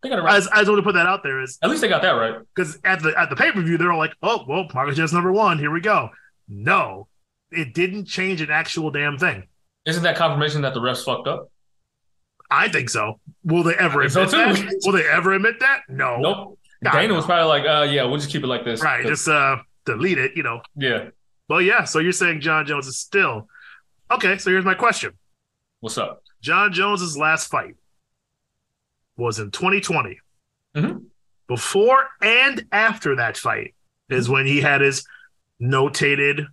[SPEAKER 1] They got it
[SPEAKER 2] I, I
[SPEAKER 1] right.
[SPEAKER 2] just want to put that out there is
[SPEAKER 1] At least they got that right.
[SPEAKER 2] because at the at the pay per view they're all like, oh well, Makachev's number one. Here we go. No, it didn't change an actual damn thing.
[SPEAKER 1] Isn't that confirmation that the refs fucked up?
[SPEAKER 2] I think so. Will they ever
[SPEAKER 1] I think so,
[SPEAKER 2] admit that?
[SPEAKER 1] too.
[SPEAKER 2] Will they ever admit that? No.
[SPEAKER 1] Nope.
[SPEAKER 2] God,
[SPEAKER 1] Dana
[SPEAKER 2] no.
[SPEAKER 1] was probably like, uh, yeah, we'll just keep it like this.
[SPEAKER 2] Right.
[SPEAKER 1] 'Cause-
[SPEAKER 2] Just uh, delete it. You know,
[SPEAKER 1] yeah.
[SPEAKER 2] Well, yeah. So you're saying John Jones is still okay. So here's my question:
[SPEAKER 1] What's up?
[SPEAKER 2] John Jones's last fight was in 2020.
[SPEAKER 1] Mhm.
[SPEAKER 2] Before and after that fight is when he had his notated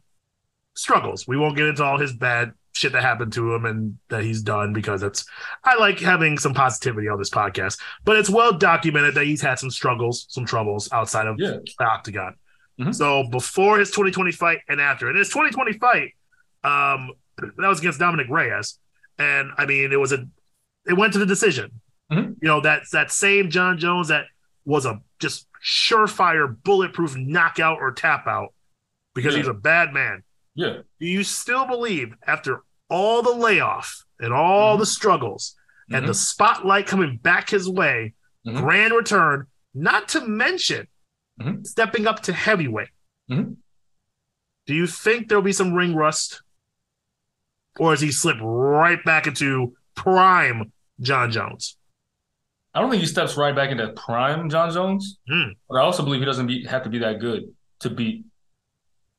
[SPEAKER 2] struggles. We won't get into all his bad shit that happened to him and that he's done because it's I like having some positivity on this podcast, but it's well documented that he's had some struggles, some troubles outside of
[SPEAKER 1] Yeah.
[SPEAKER 2] the octagon.
[SPEAKER 1] Mhm.
[SPEAKER 2] So before his 2020 fight and after. And his 2020 fight, um, that was against Dominic Reyes. And I mean, it was a it went to the decision.
[SPEAKER 1] Mhm.
[SPEAKER 2] You know, that's that same John Jones that was a just surefire bulletproof knockout or tap out because
[SPEAKER 1] Yeah.
[SPEAKER 2] he's a bad man.
[SPEAKER 1] Yeah.
[SPEAKER 2] Do you still believe after all the layoff and all the struggles and
[SPEAKER 1] Mhm.
[SPEAKER 2] the spotlight coming back his way,
[SPEAKER 1] Mhm.
[SPEAKER 2] grand return, not to mention
[SPEAKER 1] Mhm.
[SPEAKER 2] stepping up to heavyweight.
[SPEAKER 1] Mhm.
[SPEAKER 2] Do you think there'll be some ring rust? Or does he slip right back into prime John Jones?
[SPEAKER 1] I don't think he steps right back into prime John Jones,
[SPEAKER 2] Hmm.
[SPEAKER 1] but I also believe he doesn't be, have to be that good to beat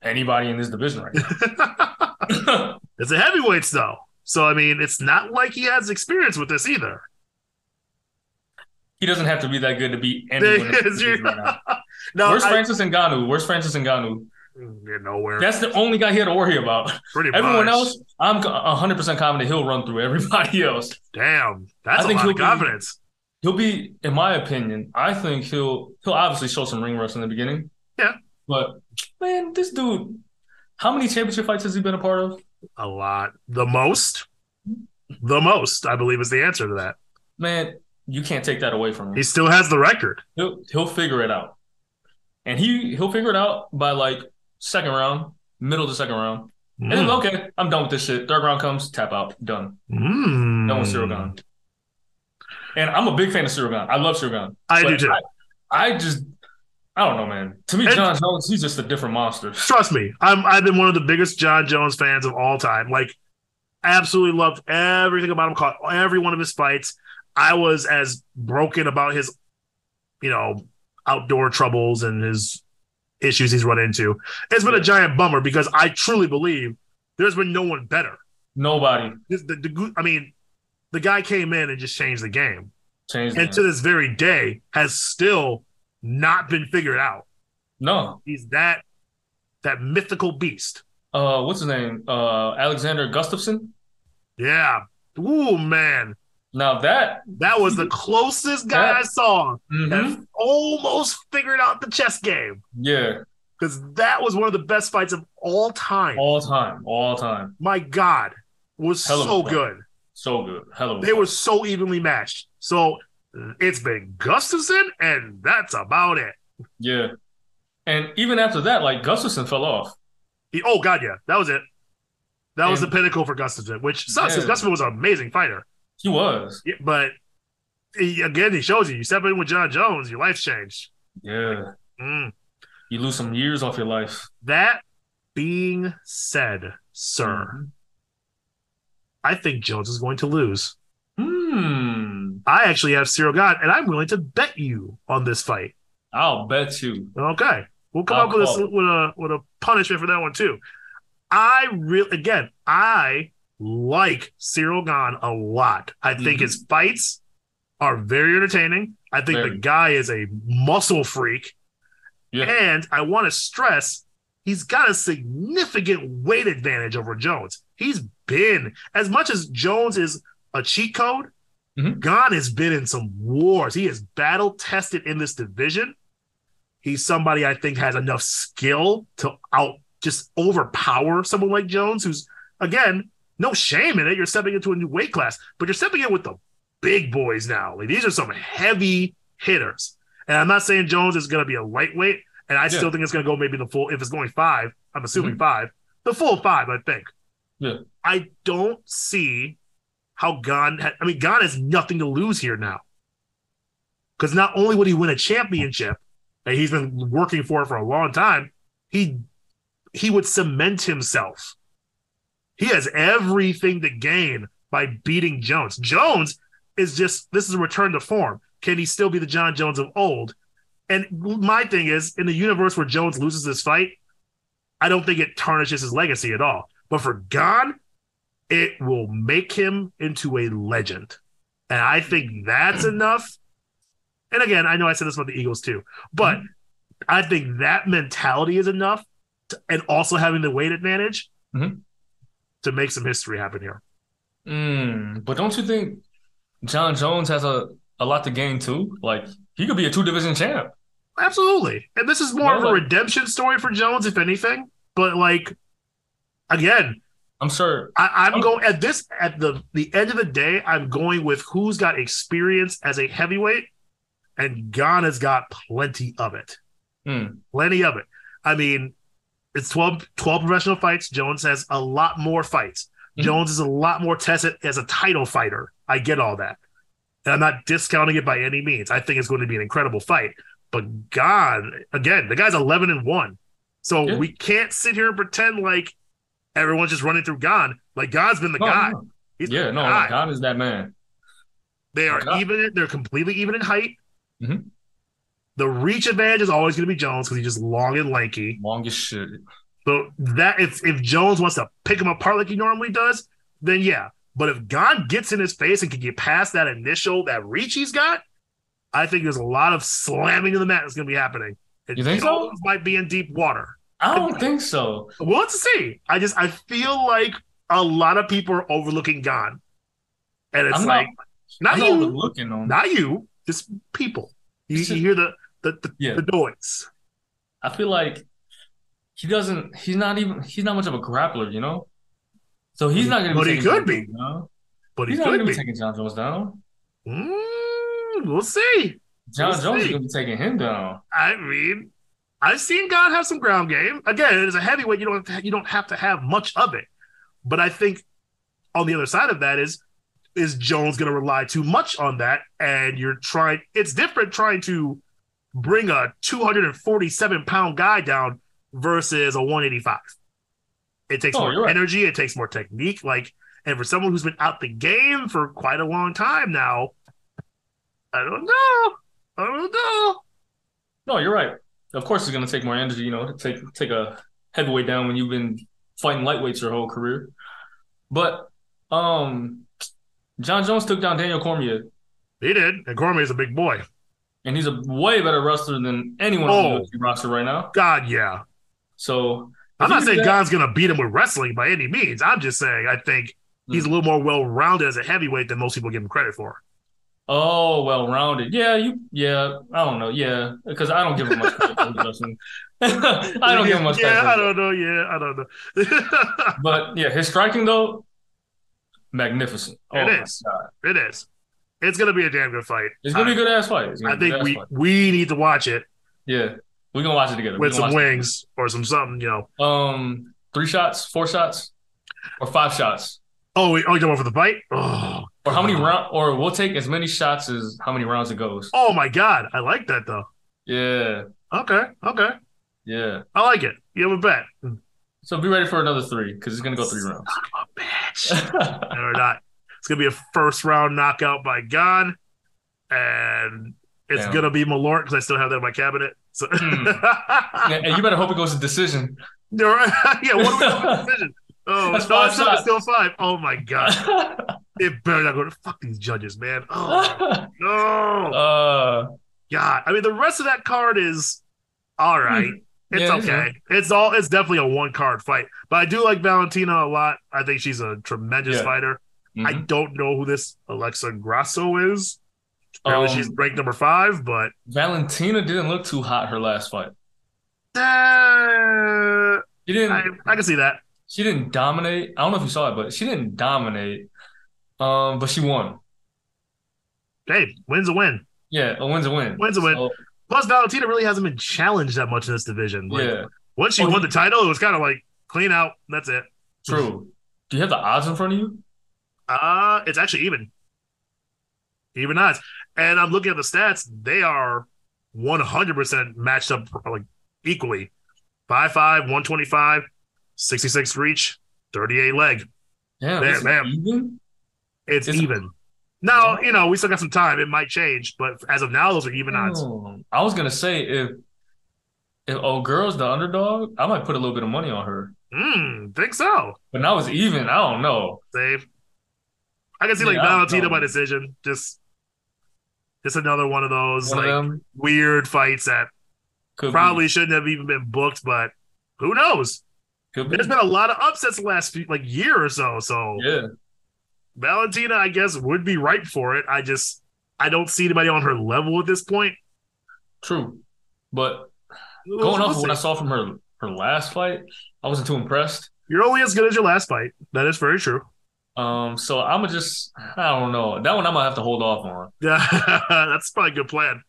[SPEAKER 1] anybody in this division right now.
[SPEAKER 2] It's a heavyweights though. So I mean, it's not like he has experience with this either.
[SPEAKER 1] he doesn't have to be that good to beat anyone in this division right now.
[SPEAKER 2] no,
[SPEAKER 1] Where's
[SPEAKER 2] I-
[SPEAKER 1] Francis Ngannou? Where's Francis Ngannou?
[SPEAKER 2] you're nowhere.
[SPEAKER 1] That's the only guy he had to worry about.
[SPEAKER 2] Pretty
[SPEAKER 1] Everyone
[SPEAKER 2] much.
[SPEAKER 1] else, I'm 100% confident he'll run through everybody else.
[SPEAKER 2] Damn, that's
[SPEAKER 1] I
[SPEAKER 2] a
[SPEAKER 1] think
[SPEAKER 2] lot
[SPEAKER 1] he'll
[SPEAKER 2] of
[SPEAKER 1] be-
[SPEAKER 2] confidence.
[SPEAKER 1] He'll be, in my opinion, I think he'll he'll obviously show some ring rust in the beginning.
[SPEAKER 2] Yeah.
[SPEAKER 1] But man, this dude, how many championship fights has he been a part of?
[SPEAKER 2] A lot. The most. The most, I believe, is the answer to that.
[SPEAKER 1] Man, you can't take that away from him.
[SPEAKER 2] He still has the record.
[SPEAKER 1] He'll he'll figure it out. And he he'll figure it out by like second round, middle to second round. And then,
[SPEAKER 2] Mm.
[SPEAKER 1] okay, I'm done with this shit. Third round comes, tap out, done.
[SPEAKER 2] Mm.
[SPEAKER 1] Done with Cyril Gone. And I'm a big fan of Cyril Gone. I love Cyril Gone.
[SPEAKER 2] I do
[SPEAKER 1] But
[SPEAKER 2] too.
[SPEAKER 1] I, I just I don't know, man. To me,
[SPEAKER 2] And-
[SPEAKER 1] John Jones, he's just a different monster.
[SPEAKER 2] Trust me, I'm, I've been one of the biggest John Jones fans of all time. Like, absolutely loved everything about him. Caught every one of his fights. I was as broken about his, you know, outdoor troubles and his issues he's run into. It's been a
[SPEAKER 1] Yeah.
[SPEAKER 2] giant bummer because I truly believe there's been no one better.
[SPEAKER 1] Nobody
[SPEAKER 2] this, the, the, goo- I mean, the guy came in and just changed the game,
[SPEAKER 1] changed.
[SPEAKER 2] and
[SPEAKER 1] that.
[SPEAKER 2] to this very day has still not been figured out.
[SPEAKER 1] no,
[SPEAKER 2] He's that that mythical beast.
[SPEAKER 1] uh, what's his name? Uh, Alexander Gustafson.
[SPEAKER 2] Yeah. Ooh man,
[SPEAKER 1] Now that,
[SPEAKER 2] that was the closest guy I saw
[SPEAKER 1] mhm.
[SPEAKER 2] that almost figured out the chess game
[SPEAKER 1] yeah,
[SPEAKER 2] because that was one of the best fights of all time.
[SPEAKER 1] all time, all time,
[SPEAKER 2] My God, was
[SPEAKER 1] Hell of a
[SPEAKER 2] so
[SPEAKER 1] fight.
[SPEAKER 2] good.
[SPEAKER 1] so good. Hello,
[SPEAKER 2] They were so evenly matched. So it's been Gustafson, and that's about it.
[SPEAKER 1] yeah. And even after that, like Gustafson fell off.
[SPEAKER 2] He- oh god, yeah, that was it. That was the
[SPEAKER 1] And-
[SPEAKER 2] pinnacle for Gustafson, which sucks because
[SPEAKER 1] Yeah.
[SPEAKER 2] Gustafson was an amazing fighter.
[SPEAKER 1] He was,
[SPEAKER 2] Yeah, But he, again, he shows you you step in with John Jones, your life's changed.
[SPEAKER 1] yeah.
[SPEAKER 2] Mm.
[SPEAKER 1] You lose some years off your life,
[SPEAKER 2] That being said, sir, I think Jones is going to lose.
[SPEAKER 1] Hmm.
[SPEAKER 2] I actually have Cyril God, and I'm willing to bet you on this fight.
[SPEAKER 1] I'll bet you.
[SPEAKER 2] Okay, we'll come
[SPEAKER 1] I'll
[SPEAKER 2] up with
[SPEAKER 1] call
[SPEAKER 2] a,
[SPEAKER 1] it.
[SPEAKER 2] with a with a punishment for that one too. I really again, I like Cyril Gahn a lot. I think
[SPEAKER 1] Mhm.
[SPEAKER 2] his fights are very entertaining. I think the
[SPEAKER 1] Very.
[SPEAKER 2] guy is a muscle freak,
[SPEAKER 1] Yeah.
[SPEAKER 2] and I want to stress he's got a significant weight advantage over Jones. He's been as much as Jones is a cheat code.
[SPEAKER 1] Mhm.
[SPEAKER 2] Gahn has been in some wars. He is battle tested in this division he's somebody I think has enough skill to out just overpower someone like Jones, who's again no shame in it. You're stepping into a new weight class, but you're stepping in with the big boys now. Like these are some heavy hitters, and I'm not saying Jones is going to be a lightweight, and I still think it's going to go maybe the full. If it's going five, I'm assuming five, the full five, I think.
[SPEAKER 1] Yeah.
[SPEAKER 2] I don't see how Gon. ha- I mean, Gon has nothing to lose here now. Because not only would he win a championship, that he's been working for for a long time, he he would cement himself. He has everything to gain by beating Jones. Jones is just this is a return to form. Can he still be the John Jones of old? And my thing is, in the universe where Jones loses this fight, I don't think it tarnishes his legacy at all. But for God, it will make him into a legend. And I think that's enough. And again, I know I said this about the Eagles too, but I think that mentality is enough to- and also having the weight advantage
[SPEAKER 1] Mhm.
[SPEAKER 2] to make some history happen here.
[SPEAKER 1] Mm, but don't you think John Jones has a, a lot to gain too? Like he could be a two division champ.
[SPEAKER 2] Absolutely. And this is more of a
[SPEAKER 1] Well, like-
[SPEAKER 2] redemption story for Jones, if anything. But like again,
[SPEAKER 1] I'm sure.
[SPEAKER 2] I, I'm
[SPEAKER 1] Okay.
[SPEAKER 2] going at this at the the end of the day, I'm going with who's got experience as a heavyweight, and Ghana's got plenty of it.
[SPEAKER 1] Mm.
[SPEAKER 2] Plenty of it. I mean, it's 12, 12 professional fights. Jones has a lot more fights.
[SPEAKER 1] Mhm.
[SPEAKER 2] Jones is a lot more tested as a title fighter. I get all that. And I'm not discounting it by any means. I think it's going to be an incredible fight. But God, again, the guy's 11 and 1. So
[SPEAKER 1] Yeah.
[SPEAKER 2] we can't sit here and pretend like everyone's just running through God. Like God's been the
[SPEAKER 1] No,
[SPEAKER 2] guy.
[SPEAKER 1] no.
[SPEAKER 2] He's
[SPEAKER 1] Oh, Yeah,
[SPEAKER 2] the
[SPEAKER 1] no,
[SPEAKER 2] guy.
[SPEAKER 1] God is that man.
[SPEAKER 2] They are
[SPEAKER 1] God.
[SPEAKER 2] even. They're completely even in height.
[SPEAKER 1] Mhm.
[SPEAKER 2] The reach advantage is always going to be Jones because he's just long and lanky.
[SPEAKER 1] Longest shit.
[SPEAKER 2] So that if if Jones wants to pick him apart like he normally does, then yeah. But if God gets in his face and can get past that initial that reach he's got, I think there's a lot of slamming to the mat that's going to be happening. And
[SPEAKER 1] You think so?
[SPEAKER 2] Jones might be in deep water.
[SPEAKER 1] I don't think so.
[SPEAKER 2] We'll have to see. I just I feel like a lot of people are overlooking God, and it's
[SPEAKER 1] I'm not-
[SPEAKER 2] like not,
[SPEAKER 1] I'm
[SPEAKER 2] you,
[SPEAKER 1] overlooking them.
[SPEAKER 2] not you, just people. You,
[SPEAKER 1] It's
[SPEAKER 2] you
[SPEAKER 1] just-
[SPEAKER 2] hear the the, the,
[SPEAKER 1] Yeah.
[SPEAKER 2] the noise.
[SPEAKER 1] I feel like he doesn't. He's not even. He's not much of a grappler, you know. So he's not going to.
[SPEAKER 2] But he could be. But
[SPEAKER 1] But
[SPEAKER 2] he
[SPEAKER 1] he's not going to
[SPEAKER 2] could be.
[SPEAKER 1] be taking John Jones down.
[SPEAKER 2] Mm, we'll see.
[SPEAKER 1] John
[SPEAKER 2] We'll
[SPEAKER 1] Jones
[SPEAKER 2] see.
[SPEAKER 1] is going to be taking him down.
[SPEAKER 2] I mean, I've seen God have some ground game. Again, as a heavyweight, you don't have to, you don't have to have much of it. But I think on the other side of that is is Jones going to rely too much on that? And you're trying. It's different trying to bring a 247 pound guy down versus a 185. It takes
[SPEAKER 1] Oh,
[SPEAKER 2] more
[SPEAKER 1] you're right.
[SPEAKER 2] energy. It takes more technique. Like, and for someone who's been out the game for quite a long time now, I don't know. I don't know.
[SPEAKER 1] No, you're right. Of course, it's going to take more energy, you know, to take take a heavyweight down when you've been fighting lightweights your whole career. But um, John Jones took down Daniel Cormier,
[SPEAKER 2] He did. And Cormier's a big boy.
[SPEAKER 1] and he's a way better wrestler than anyone on
[SPEAKER 2] Oh.
[SPEAKER 1] the UFC roster right now.
[SPEAKER 2] God, yeah.
[SPEAKER 1] So
[SPEAKER 2] I'm
[SPEAKER 1] If you
[SPEAKER 2] not
[SPEAKER 1] do
[SPEAKER 2] saying
[SPEAKER 1] that-
[SPEAKER 2] God's going to beat him with wrestling by any means. I'm just saying I think he's a little more well rounded as a heavyweight than most people give him credit for.
[SPEAKER 1] Oh, well rounded. Yeah, you. Yeah, I don't know. Yeah, because I don't give him much credit for his wrestling. I don't give him much
[SPEAKER 2] Yeah,
[SPEAKER 1] credit.
[SPEAKER 2] I
[SPEAKER 1] for his-
[SPEAKER 2] don't know. Yeah, I don't know.
[SPEAKER 1] But yeah, his striking though, magnificent. Oh
[SPEAKER 2] It
[SPEAKER 1] my
[SPEAKER 2] is.
[SPEAKER 1] God.
[SPEAKER 2] it is. It's going to be a damn good fight.
[SPEAKER 1] It's gonna be a good ass fight. It's gonna
[SPEAKER 2] I, I
[SPEAKER 1] be a
[SPEAKER 2] think
[SPEAKER 1] good ass
[SPEAKER 2] we,
[SPEAKER 1] fight.
[SPEAKER 2] we need to watch it
[SPEAKER 1] Yeah, we're gonna watch it together.
[SPEAKER 2] with
[SPEAKER 1] We're gonna watch
[SPEAKER 2] some
[SPEAKER 1] it
[SPEAKER 2] wings or some something, you know.
[SPEAKER 1] together. Um, three shots, four shots, or five shots,
[SPEAKER 2] Oh, wait, oh, you talking about for the fight? Oh,
[SPEAKER 1] or how many
[SPEAKER 2] God.
[SPEAKER 1] round? Or we'll take as many shots as how many rounds it goes.
[SPEAKER 2] Oh, my God. I like that, though.
[SPEAKER 1] Yeah,
[SPEAKER 2] Okay. Okay.
[SPEAKER 1] yeah.
[SPEAKER 2] I like it. You have a bet.
[SPEAKER 1] So be ready for another three because it's gonna go three rounds.
[SPEAKER 2] A bitch. No, we're not. It's gonna be a first round knockout by Gon, and it's
[SPEAKER 1] Damn.
[SPEAKER 2] gonna be Malort because I still have that in my cabinet. So,
[SPEAKER 1] Hmm. and, and you better hope it goes to decision.
[SPEAKER 2] All right. yeah, what are we doing? Decision. Oh,
[SPEAKER 1] That's
[SPEAKER 2] no,
[SPEAKER 1] five
[SPEAKER 2] it's still, it's
[SPEAKER 1] shots.
[SPEAKER 2] still five. Oh my god, it better not go to fuck these judges, man. Oh no,
[SPEAKER 1] uh,
[SPEAKER 2] god. I mean, the rest of that card is all right. It's
[SPEAKER 1] Hmm. Yeah, it is,
[SPEAKER 2] okay. It's all. It's definitely a one card fight, but I do like Valentina a lot. I think she's a tremendous
[SPEAKER 1] Yeah.
[SPEAKER 2] fighter. I
[SPEAKER 1] mhm.
[SPEAKER 2] don't know who this Alexa Grasso is. Apparently,
[SPEAKER 1] Um,
[SPEAKER 2] she's ranked number five, but
[SPEAKER 1] Valentina didn't look too hot her last fight.
[SPEAKER 2] uh,
[SPEAKER 1] She didn't.
[SPEAKER 2] I, I can see that.
[SPEAKER 1] she didn't dominate. I don't know if you saw it, but she didn't dominate. Um, but she won.
[SPEAKER 2] Hey, wins a win.
[SPEAKER 1] Yeah, a win's a win.
[SPEAKER 2] Win's a win.
[SPEAKER 1] So,
[SPEAKER 2] Plus, Valentina really hasn't been challenged that much in this division. Like,
[SPEAKER 1] yeah,
[SPEAKER 2] Once she
[SPEAKER 1] Oh,
[SPEAKER 2] won
[SPEAKER 1] he-
[SPEAKER 2] the title, it was kind of like clean out. That's it.
[SPEAKER 1] true. Do you have the odds in front of you?
[SPEAKER 2] Uh, it's actually even. Even odds. And I'm looking at the stats. They are 100% matched up like equally. 5 5, 125, 66 reach, 38 leg.
[SPEAKER 1] Yeah,
[SPEAKER 2] Man,
[SPEAKER 1] this is
[SPEAKER 2] man.
[SPEAKER 1] even.
[SPEAKER 2] It's,
[SPEAKER 1] It's-
[SPEAKER 2] even. Now, you know, we still got some time. It might change, but as of now, those are even odds.
[SPEAKER 1] Oh, I was gonna say if if old girl's the underdog, I might put a little bit of money on her.
[SPEAKER 2] Mm, think so.
[SPEAKER 1] But now it's even. I don't know.
[SPEAKER 2] Save. I can see like
[SPEAKER 1] Yeah, I don't
[SPEAKER 2] Valentina
[SPEAKER 1] know.
[SPEAKER 2] by decision. Just just another one of those
[SPEAKER 1] One
[SPEAKER 2] like
[SPEAKER 1] of them
[SPEAKER 2] weird fights that
[SPEAKER 1] could be-
[SPEAKER 2] probably shouldn't have even been booked, but who knows?
[SPEAKER 1] could be.
[SPEAKER 2] There's been a lot of upsets the last few, like year or so. So
[SPEAKER 1] Yeah.
[SPEAKER 2] Valentina, I guess, would be right for it. I just I don't see anybody on her level at this point.
[SPEAKER 1] True, but
[SPEAKER 2] We'll-
[SPEAKER 1] going
[SPEAKER 2] we'll
[SPEAKER 1] off of what I
[SPEAKER 2] see.
[SPEAKER 1] saw from her her last fight, I wasn't too impressed.
[SPEAKER 2] You're only as good as your last fight. That is very true.
[SPEAKER 1] Um, so I'm gonna just I don't know that one I'm gonna have to hold off on.
[SPEAKER 2] Yeah, that's probably a good plan.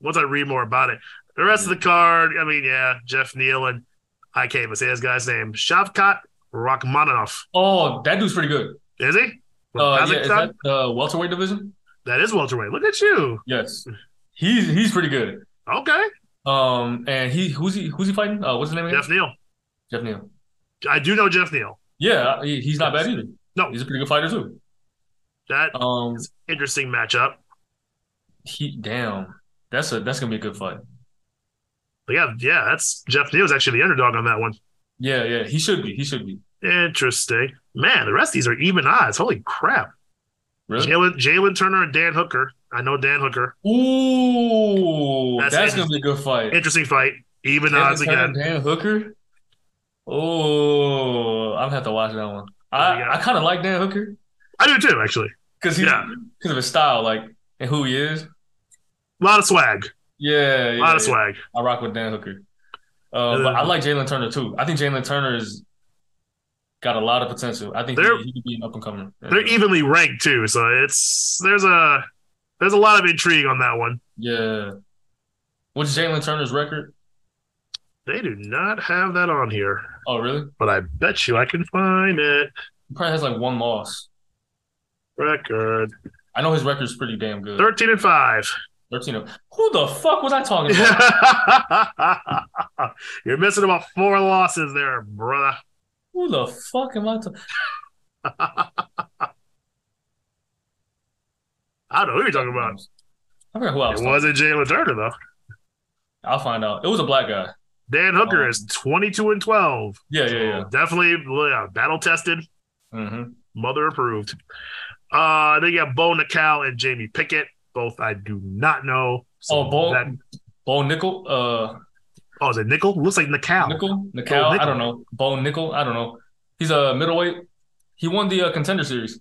[SPEAKER 2] Once I read more about it, the rest of the card, I mean, yeah, Jeff Neal and I can't even say this guy's name, Shavkat Rachmaninoff.
[SPEAKER 1] Oh, that dude's pretty good.
[SPEAKER 2] Is he? From
[SPEAKER 1] Uh, yeah, is
[SPEAKER 2] Kazakhstan?
[SPEAKER 1] that uh, welterweight division?
[SPEAKER 2] that is welterweight. Look at you.
[SPEAKER 1] Yes,
[SPEAKER 2] Mm.
[SPEAKER 1] he's he's pretty good.
[SPEAKER 2] Okay.
[SPEAKER 1] Um, and he who's he who's he fighting? Uh, what's his name again?
[SPEAKER 2] Jeff Neal.
[SPEAKER 1] Jeff Neal.
[SPEAKER 2] I do know Jeff Neal.
[SPEAKER 1] Yeah, he, he's not bad either.
[SPEAKER 2] No.
[SPEAKER 1] he's a pretty good fighter too.
[SPEAKER 2] That
[SPEAKER 1] Um,
[SPEAKER 2] interesting matchup.
[SPEAKER 1] he damn, that's a that's gonna be a good fight.
[SPEAKER 2] But yeah, yeah, that's Jeff Neal's actually the underdog on that one.
[SPEAKER 1] Yeah, yeah, he should be. He should be.
[SPEAKER 2] Interesting. Man, the rest of these are even odds. Holy crap.
[SPEAKER 1] Really?
[SPEAKER 2] Jalen Jalen Turner and Dan Hooker. I know Dan Hooker.
[SPEAKER 1] Ooh,
[SPEAKER 2] That's
[SPEAKER 1] that's, gonna be a good fight.
[SPEAKER 2] Interesting fight. Even
[SPEAKER 1] Kevin
[SPEAKER 2] odds
[SPEAKER 1] Turner,
[SPEAKER 2] again.
[SPEAKER 1] Dan Hooker. Oh, I'm gonna have to watch that one.
[SPEAKER 2] Oh,
[SPEAKER 1] I,
[SPEAKER 2] yeah.
[SPEAKER 1] I kind of like Dan Hooker
[SPEAKER 2] I do too, actually.
[SPEAKER 1] because he's
[SPEAKER 2] Yeah.
[SPEAKER 1] because of his style, like and who he is.
[SPEAKER 2] A lot of swag.
[SPEAKER 1] Yeah,
[SPEAKER 2] A
[SPEAKER 1] yeah,
[SPEAKER 2] lot of
[SPEAKER 1] yeah.
[SPEAKER 2] swag.
[SPEAKER 1] I rock with Dan Hooker. Uh, but I like Jalen Turner too. I think Jalen Turner has got a lot of potential. I think
[SPEAKER 2] They're-
[SPEAKER 1] he, he could be an up and coming.
[SPEAKER 2] They're
[SPEAKER 1] Yeah.
[SPEAKER 2] evenly ranked too, so it's there's a there's a lot of intrigue on that one.
[SPEAKER 1] yeah. What's Jalen Turner's record?
[SPEAKER 2] They do not have that on here,
[SPEAKER 1] Oh, really?
[SPEAKER 2] but I bet you I can find it.
[SPEAKER 1] He probably has like one loss.
[SPEAKER 2] Record
[SPEAKER 1] I know his record's pretty damn good.
[SPEAKER 2] thirteen and five.
[SPEAKER 1] 13 of, Who the fuck was I talking about?
[SPEAKER 2] You're missing about four losses there, brother.
[SPEAKER 1] Who the fuck am I talking
[SPEAKER 2] I don't know who you're talking about.
[SPEAKER 1] I forgot who I was
[SPEAKER 2] It
[SPEAKER 1] talking
[SPEAKER 2] wasn't Jalen Turner though.
[SPEAKER 1] I'll find out. It was a black guy.
[SPEAKER 2] Dan Hooker
[SPEAKER 1] Um,
[SPEAKER 2] is 22 and 12.
[SPEAKER 1] Yeah, yeah, yeah.
[SPEAKER 2] Definitely yeah, battle tested,
[SPEAKER 1] Mm-hmm.
[SPEAKER 2] mother approved. Uh, then you got Bo Nical and Jamie Pickett. Both I do not know. So
[SPEAKER 1] Oh, Bo,
[SPEAKER 2] that-
[SPEAKER 1] Bo Nickel, uh,
[SPEAKER 2] oh, is it Nickel? Looks like Nical.
[SPEAKER 1] Nickel, Nickel,
[SPEAKER 2] Bo
[SPEAKER 1] I
[SPEAKER 2] Nickel.
[SPEAKER 1] don't know. Bo Nickel, I don't know. He's a middleweight. He won the uh, contender series.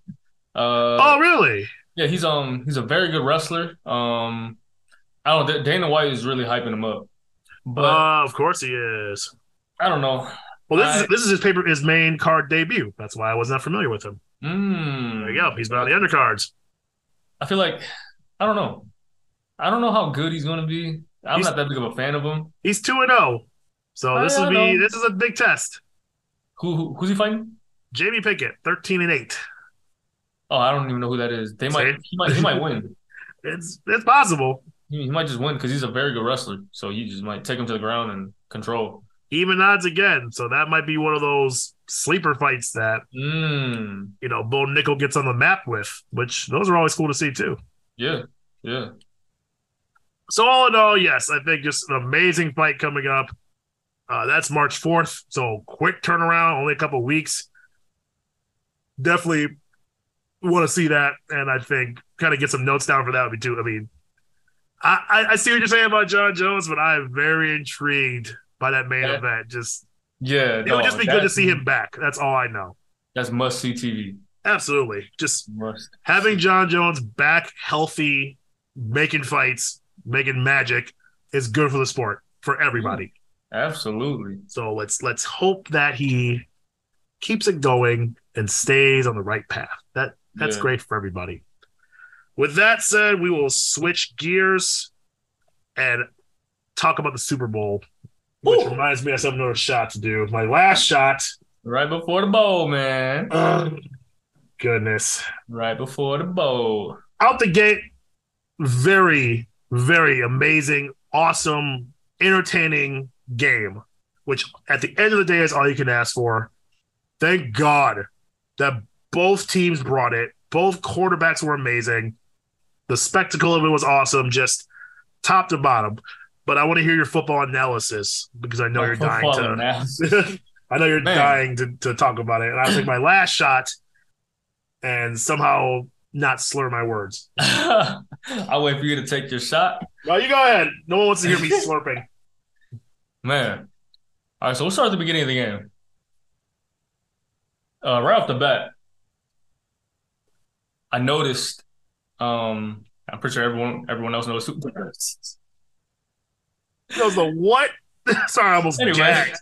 [SPEAKER 1] Uh,
[SPEAKER 2] oh, really?
[SPEAKER 1] yeah, he's um, he's a very good wrestler. Um, I don't. know. Dana White is really hyping him up, but
[SPEAKER 2] Uh, of course he is.
[SPEAKER 1] I don't know.
[SPEAKER 2] Well, this
[SPEAKER 1] I-
[SPEAKER 2] is this is his paper his main card debut. That's why I was not familiar with him.
[SPEAKER 1] Mm,
[SPEAKER 2] There you go. He's been on the undercards.
[SPEAKER 1] I feel like I don't know. I don't know how good he's going to be. I'm
[SPEAKER 2] He's-
[SPEAKER 1] not that big of a fan of him.
[SPEAKER 2] He's two and zero. So
[SPEAKER 1] I-
[SPEAKER 2] this
[SPEAKER 1] I
[SPEAKER 2] will be
[SPEAKER 1] know.
[SPEAKER 2] this is a big test.
[SPEAKER 1] Who, who who's he fighting?
[SPEAKER 2] Jamie Pickett, thirteen and eight.
[SPEAKER 1] Oh, I don't even know who that is. They might
[SPEAKER 2] Same.
[SPEAKER 1] he might he might win.
[SPEAKER 2] It's it's possible.
[SPEAKER 1] He, he might just win because he's a very good wrestler. So you just might take him to the ground and control.
[SPEAKER 2] Even odds again. So that might be one of those sleeper fights that
[SPEAKER 1] Mm,
[SPEAKER 2] you know Bo Nickel gets on the map with, which those are always cool to see too.
[SPEAKER 1] yeah, yeah.
[SPEAKER 2] So all in all, yes, I think just an amazing fight coming up. Uh, that's March fourth, so quick turnaround, only a couple weeks. Definitely want to see that, and I think kind of get some notes down for that would be too. I mean, I, I, I see what you're saying about John Jones, but I'm very intrigued by that main
[SPEAKER 1] Yeah.
[SPEAKER 2] event. Just
[SPEAKER 1] Yeah,
[SPEAKER 2] it would just be good to see
[SPEAKER 1] him.
[SPEAKER 2] him back. That's all I know.
[SPEAKER 1] That's must see TV.
[SPEAKER 2] Absolutely, just
[SPEAKER 1] Must.
[SPEAKER 2] having John Jones back healthy, making fights, making magic is good for the sport for everybody.
[SPEAKER 1] Absolutely.
[SPEAKER 2] So let's let's hope that he keeps it going and stays on the right path. That that's
[SPEAKER 1] Yeah.
[SPEAKER 2] great for everybody. With that said, we will switch gears and talk about the Super Bowl, which
[SPEAKER 1] Woo!
[SPEAKER 2] reminds me of some another shot to do. My last shot.
[SPEAKER 1] Right before the bowl, man.
[SPEAKER 2] Ugh, goodness.
[SPEAKER 1] Right before the bowl.
[SPEAKER 2] out the gate, very, very amazing, awesome, entertaining game, which at the end of the day is all you can ask for. Thank God that both teams brought it. Both quarterbacks were amazing. The spectacle of it was awesome, just top to bottom. But I want to hear your football analysis because I know you're dying
[SPEAKER 1] Football
[SPEAKER 2] to.
[SPEAKER 1] analysis.
[SPEAKER 2] I know you're
[SPEAKER 1] Man.
[SPEAKER 2] dying to, to talk about it. And I'll take my last shot and somehow not slur my words.
[SPEAKER 1] I'll wait for you to take your shot.
[SPEAKER 2] No, you go ahead. No one wants to hear me slurping.
[SPEAKER 1] Man. All right, so we'll start at the beginning of the game. Uh, right off the bat, I noticed. Um, I'm pretty sure everyone everyone else knows who.
[SPEAKER 2] He goes the what? Sorry, I almost
[SPEAKER 1] Anyway.
[SPEAKER 2] gagged.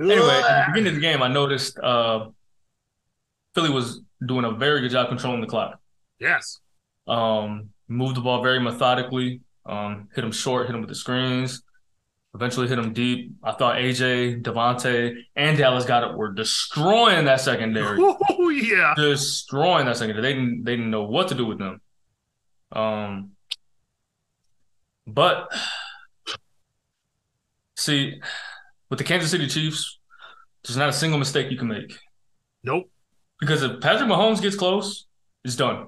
[SPEAKER 1] Anyway, at the
[SPEAKER 2] Ugh.
[SPEAKER 1] beginning of the game, I noticed uh, Philly was doing a very good job controlling the clock.
[SPEAKER 2] yes,
[SPEAKER 1] Um, moved the ball very methodically. Um, hit him short, hit him with the screens. Eventually hit him deep. I thought AJ, Devontae, and Dallas got it. Were destroying that secondary.
[SPEAKER 2] Oh yeah.
[SPEAKER 1] destroying that secondary. They didn't they didn't know what to do with them. Um, but see, with the Kansas City Chiefs, there's not a single mistake you can make
[SPEAKER 2] Nope.
[SPEAKER 1] because if Patrick Mahomes gets close, it's done.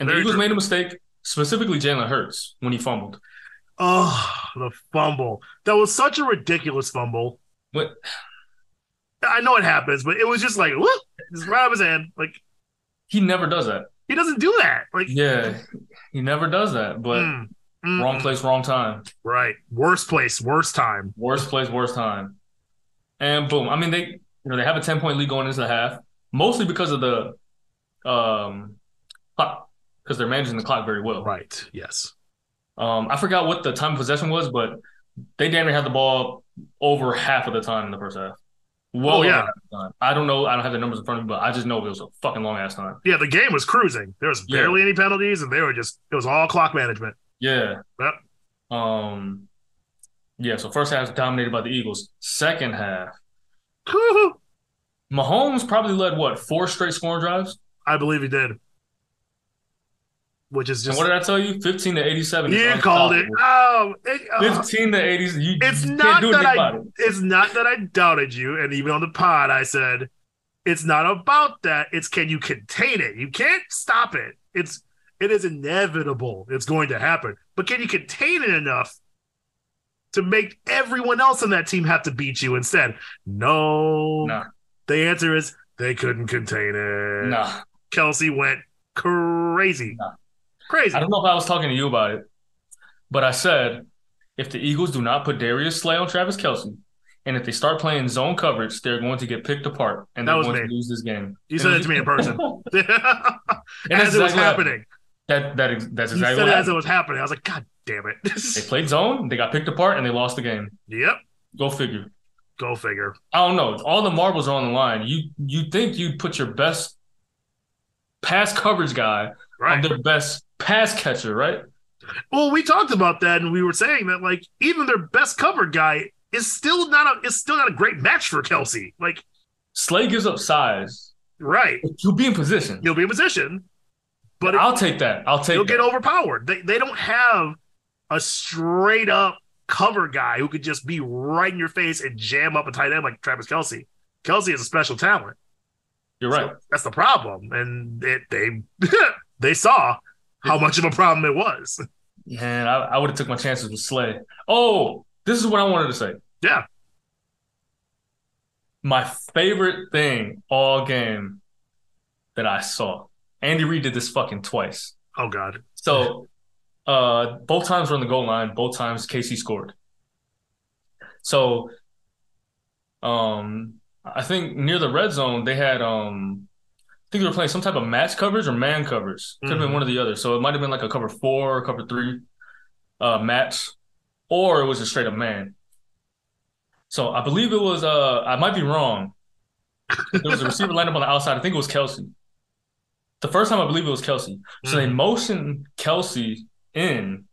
[SPEAKER 1] And the
[SPEAKER 2] Very
[SPEAKER 1] Eagles
[SPEAKER 2] true.
[SPEAKER 1] made a mistake, specifically Jalen Hurts when he fumbled.
[SPEAKER 2] Oh, the fumble. That was such a ridiculous fumble.
[SPEAKER 1] What?
[SPEAKER 2] I know it happens, but it was just like, whoop, just right out of his hand. Like
[SPEAKER 1] He never does that.
[SPEAKER 2] he doesn't do that. Like
[SPEAKER 1] Yeah, he never does that. But
[SPEAKER 2] mm, mm,
[SPEAKER 1] wrong place, wrong time.
[SPEAKER 2] Right. Worst place, worst time.
[SPEAKER 1] Worst place, worst time. And boom. I mean, they you know they have a ten point lead going into the half, mostly because of the um clock because they're managing the clock very well.
[SPEAKER 2] Right. Yes.
[SPEAKER 1] Um, I forgot what the time of possession was, but they damn near had the ball over half of the time in the first half. Well,
[SPEAKER 2] Oh, yeah.
[SPEAKER 1] over half the time. I don't know. I don't have the numbers in front of me, but I just know it was a fucking long ass time.
[SPEAKER 2] Yeah, the game was cruising. There was
[SPEAKER 1] Yeah.
[SPEAKER 2] barely any penalties, and they were just it was all clock management.
[SPEAKER 1] Yeah.
[SPEAKER 2] Yep.
[SPEAKER 1] Um. Yeah. So first half dominated by the Eagles. Second half,
[SPEAKER 2] Woo-hoo.
[SPEAKER 1] Mahomes probably led what four straight scoring drives.
[SPEAKER 2] I believe he did. Which is
[SPEAKER 1] And
[SPEAKER 2] just
[SPEAKER 1] what did I tell you? 15 to 87. is
[SPEAKER 2] you called it.
[SPEAKER 1] unstoppable.
[SPEAKER 2] Oh, it, oh.
[SPEAKER 1] 15 to 80. You,
[SPEAKER 2] It's
[SPEAKER 1] you
[SPEAKER 2] not
[SPEAKER 1] can't do
[SPEAKER 2] that
[SPEAKER 1] anything
[SPEAKER 2] I-
[SPEAKER 1] about it.
[SPEAKER 2] it's not that I doubted you, and even on the pod, I said it's not about that. It's can you contain it? You can't stop it. It's it is inevitable. It's going to happen. But can you contain it enough to make everyone else on that team have to beat you instead? No.
[SPEAKER 1] Nah.
[SPEAKER 2] The answer is they couldn't contain it.
[SPEAKER 1] Nah.
[SPEAKER 2] Kelsey went crazy.
[SPEAKER 1] Nah.
[SPEAKER 2] Crazy.
[SPEAKER 1] I don't know if I was talking to you about it, but I said if the Eagles do not put Darius Slay on Travis Kelsey, and if they start playing zone coverage, they're going to get picked apart and
[SPEAKER 2] That
[SPEAKER 1] they're
[SPEAKER 2] was
[SPEAKER 1] going
[SPEAKER 2] me.
[SPEAKER 1] to lose this game.
[SPEAKER 2] You
[SPEAKER 1] And
[SPEAKER 2] said
[SPEAKER 1] it
[SPEAKER 2] it
[SPEAKER 1] was-
[SPEAKER 2] to me in person.
[SPEAKER 1] And that's
[SPEAKER 2] as
[SPEAKER 1] exactly
[SPEAKER 2] it was
[SPEAKER 1] what happened.
[SPEAKER 2] happening.
[SPEAKER 1] That, that, ex- that's
[SPEAKER 2] You
[SPEAKER 1] exactly
[SPEAKER 2] said
[SPEAKER 1] what
[SPEAKER 2] it as it
[SPEAKER 1] happened.
[SPEAKER 2] was happening. I was like, God damn
[SPEAKER 1] They
[SPEAKER 2] it.
[SPEAKER 1] played zone, they got picked apart, and they lost the game.
[SPEAKER 2] yep.
[SPEAKER 1] Go figure.
[SPEAKER 2] Go figure.
[SPEAKER 1] I don't know. All the marbles are on the line. You you think you'd put your best pass coverage guy
[SPEAKER 2] Right.
[SPEAKER 1] on their best pass catcher, right?
[SPEAKER 2] well, we talked about that and we were saying that like even their best covered guy is still not a is still not a great match for Kelsey. Like,
[SPEAKER 1] Slay gives up size.
[SPEAKER 2] right.
[SPEAKER 1] You'll be in position.
[SPEAKER 2] He'll be in position, but
[SPEAKER 1] I'll take that. I'll take
[SPEAKER 2] he'll
[SPEAKER 1] that.
[SPEAKER 2] get overpowered. They they don't have a straight up cover guy who could just be right in your face and jam up a tight end like Travis Kelsey. Kelsey is a special talent.
[SPEAKER 1] You're right.
[SPEAKER 2] That's the problem. And it, they they saw how much of a problem it was.
[SPEAKER 1] Man, I, I would have took my chances with Slay. Oh, this is what I wanted to say.
[SPEAKER 2] Yeah.
[SPEAKER 1] My favorite thing all game that I saw. Andy Reid did this fucking twice.
[SPEAKER 2] Oh God.
[SPEAKER 1] So uh both times were on the goal line, both times Casey scored. So um I think near the red zone they had um I think they were playing some type of match coverage or man coverage. Could have
[SPEAKER 2] Mhm.
[SPEAKER 1] been one or the other. So it might have been like a cover four or cover three uh match, or it was just straight up man. So I believe it was uh I might be wrong. There was a receiver lined up on the outside. I think it was Kelsey. The first time I believe it was Kelsey. So they
[SPEAKER 2] Mhm.
[SPEAKER 1] motion Kelsey in,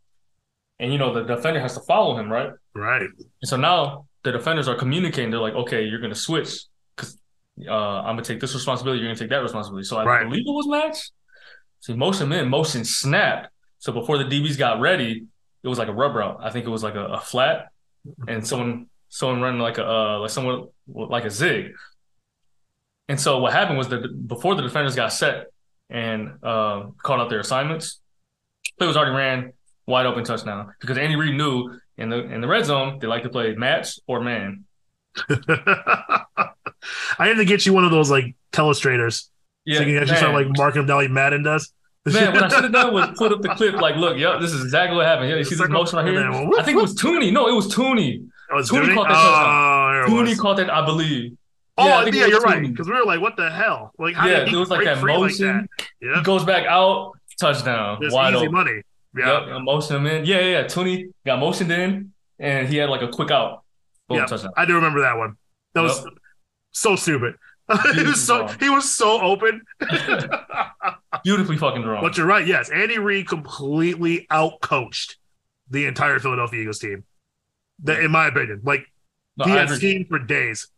[SPEAKER 1] and you know the defender has to follow him, right?
[SPEAKER 2] Right.
[SPEAKER 1] And so now the defenders are communicating. They're like, okay, you're going to switch because uh, I'm going to take this responsibility. You're going to take that responsibility. So I
[SPEAKER 2] Right.
[SPEAKER 1] believe it was match. So he motioned him in, motion snapped. So before the DBs got ready, it was like a rub route. I think it was like a, a flat, and someone someone running like a uh, like someone like a zig. And so what happened was that before the defenders got set and uh, called out their assignments, play was already ran wide open touchdown because Andy Reid knew in the in the red zone, they like to play match or man.
[SPEAKER 2] I need to get you one of those like telestrators. so you can actually start like marking them down like Madden does.
[SPEAKER 1] man, what I should have done was put up the clip like, look, yep, this is exactly what happened. Yeah, you see this
[SPEAKER 2] Circle,
[SPEAKER 1] motion right
[SPEAKER 2] and
[SPEAKER 1] here?
[SPEAKER 2] then whoop,
[SPEAKER 1] I think it was Tooney. No, it was Tooney.
[SPEAKER 2] I was
[SPEAKER 1] Tooney
[SPEAKER 2] doing
[SPEAKER 1] caught
[SPEAKER 2] it.
[SPEAKER 1] that
[SPEAKER 2] Oh, there it was.
[SPEAKER 1] Tooney caught that, I believe.
[SPEAKER 2] oh
[SPEAKER 1] yeah, I
[SPEAKER 2] yeah,
[SPEAKER 1] think it was
[SPEAKER 2] you're right.
[SPEAKER 1] Tooney.
[SPEAKER 2] Because we were like, what the hell? Like, how
[SPEAKER 1] yeah,
[SPEAKER 2] did
[SPEAKER 1] it
[SPEAKER 2] he
[SPEAKER 1] was like
[SPEAKER 2] break
[SPEAKER 1] that
[SPEAKER 2] free
[SPEAKER 1] motion.
[SPEAKER 2] Like that?
[SPEAKER 1] He
[SPEAKER 2] Yeah,
[SPEAKER 1] goes back out, touchdown,
[SPEAKER 2] just
[SPEAKER 1] wide
[SPEAKER 2] easy
[SPEAKER 1] open.
[SPEAKER 2] money. Yeah,
[SPEAKER 1] Yep, motion him in. Yeah, yeah, yeah. Tooney got motioned in, and he had like a quick out. Boom,
[SPEAKER 2] Yep.
[SPEAKER 1] touchdown.
[SPEAKER 2] I do remember that one. That was so stupid. he was so
[SPEAKER 1] Beautiful.
[SPEAKER 2] he was so open.
[SPEAKER 1] Beautifully fucking drawn.
[SPEAKER 2] But you're right. Yes, Andy Reid completely outcoached the entire Philadelphia Eagles team. That, in my opinion, like
[SPEAKER 1] No,
[SPEAKER 2] he
[SPEAKER 1] I
[SPEAKER 2] had
[SPEAKER 1] agree.
[SPEAKER 2] steam for days.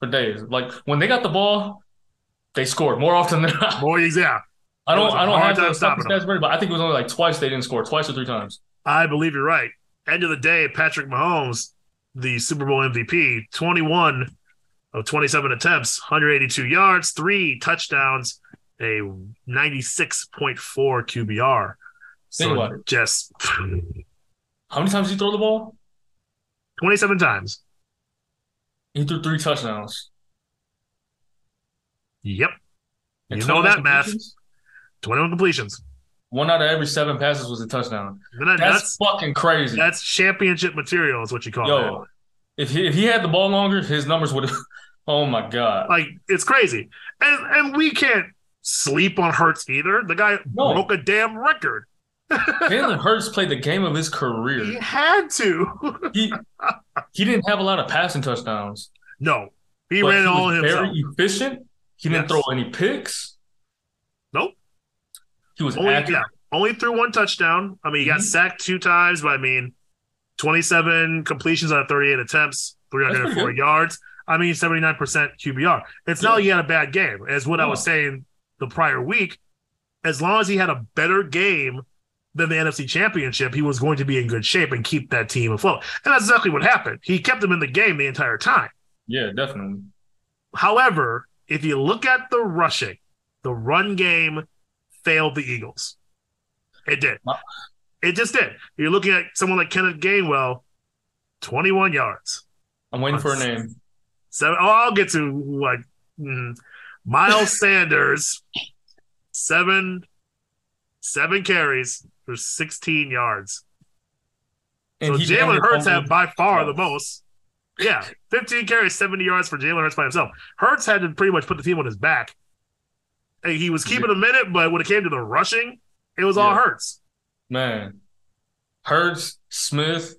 [SPEAKER 1] for days. Like when they got the ball, they scored more often than not.
[SPEAKER 2] Boy, yeah,
[SPEAKER 1] I
[SPEAKER 2] It was
[SPEAKER 1] don't.
[SPEAKER 2] a
[SPEAKER 1] I don't
[SPEAKER 2] hard
[SPEAKER 1] have
[SPEAKER 2] time
[SPEAKER 1] to stop
[SPEAKER 2] stopping
[SPEAKER 1] stats ready, but I think it was only like twice they didn't score, twice or three times.
[SPEAKER 2] I believe you're right. End of the day, Patrick Mahomes, the Super Bowl MVP, 21 of 27 attempts, 182 yards, three touchdowns, a 96.4 QBR.
[SPEAKER 1] Think about
[SPEAKER 2] So just
[SPEAKER 1] How many times did he throw the ball?
[SPEAKER 2] 27 times.
[SPEAKER 1] He threw three touchdowns.
[SPEAKER 2] Yep,
[SPEAKER 1] And
[SPEAKER 2] You know
[SPEAKER 1] 21
[SPEAKER 2] that math.
[SPEAKER 1] completions?
[SPEAKER 2] 21 completions.
[SPEAKER 1] One out of every seven passes was a touchdown.
[SPEAKER 2] Isn't that
[SPEAKER 1] That's,
[SPEAKER 2] nuts?
[SPEAKER 1] fucking crazy.
[SPEAKER 2] That's championship material, is what you call it.
[SPEAKER 1] Yo, if he, if he had the ball longer, his numbers would. Oh my god.
[SPEAKER 2] Like it's crazy, and and we can't sleep on Hertz either. The guy
[SPEAKER 1] No.
[SPEAKER 2] broke a damn record.
[SPEAKER 1] Jalen Hurts played the game of his
[SPEAKER 2] He
[SPEAKER 1] career.
[SPEAKER 2] had to.
[SPEAKER 1] He he didn't have a lot of passing touchdowns.
[SPEAKER 2] no, he
[SPEAKER 1] but
[SPEAKER 2] ran it
[SPEAKER 1] was
[SPEAKER 2] all himself.
[SPEAKER 1] Very efficient. He didn't
[SPEAKER 2] Yes.
[SPEAKER 1] throw any picks.
[SPEAKER 2] Nope.
[SPEAKER 1] He was
[SPEAKER 2] Only
[SPEAKER 1] accurate.
[SPEAKER 2] yeah, only threw one touchdown. I mean, he got
[SPEAKER 1] Mhm.
[SPEAKER 2] sacked two times, but I mean, twenty-seven completions out of thirty-eight attempts, three
[SPEAKER 1] pretty
[SPEAKER 2] hundred and four
[SPEAKER 1] good.
[SPEAKER 2] yards. I mean, seventy-nine percent QBR. It's not
[SPEAKER 1] Yeah.
[SPEAKER 2] like he had a bad game, as what I
[SPEAKER 1] No.
[SPEAKER 2] was saying the prior week. As long as he had a better game than the NFC Championship, he was going to be in good shape and keep that team afloat. And that's exactly what happened. He kept them in the game the entire time.
[SPEAKER 1] Yeah, definitely.
[SPEAKER 2] However, if you look at the rushing, the run game failed the Eagles. It did.
[SPEAKER 1] Wow.
[SPEAKER 2] It just did. You're looking at someone like Kenneth Gainwell, 21 yards.
[SPEAKER 1] I'm waiting for a
[SPEAKER 2] Let's-
[SPEAKER 1] name.
[SPEAKER 2] Seven, oh, I'll get to like mm, Miles Sanders, seven, seven carries for 16 yards. So
[SPEAKER 1] he
[SPEAKER 2] Jalen
[SPEAKER 1] only-
[SPEAKER 2] Hurts had by far
[SPEAKER 1] Oh.
[SPEAKER 2] the most. Yeah, 15 carries, 70 yards for Jalen Hurts by himself. Hurts had to pretty much put the team on his back. And he was keeping a minute, but when it came to the rushing, it was all
[SPEAKER 1] Yeah.
[SPEAKER 2] Hurts.
[SPEAKER 1] man. Hurts, Smith,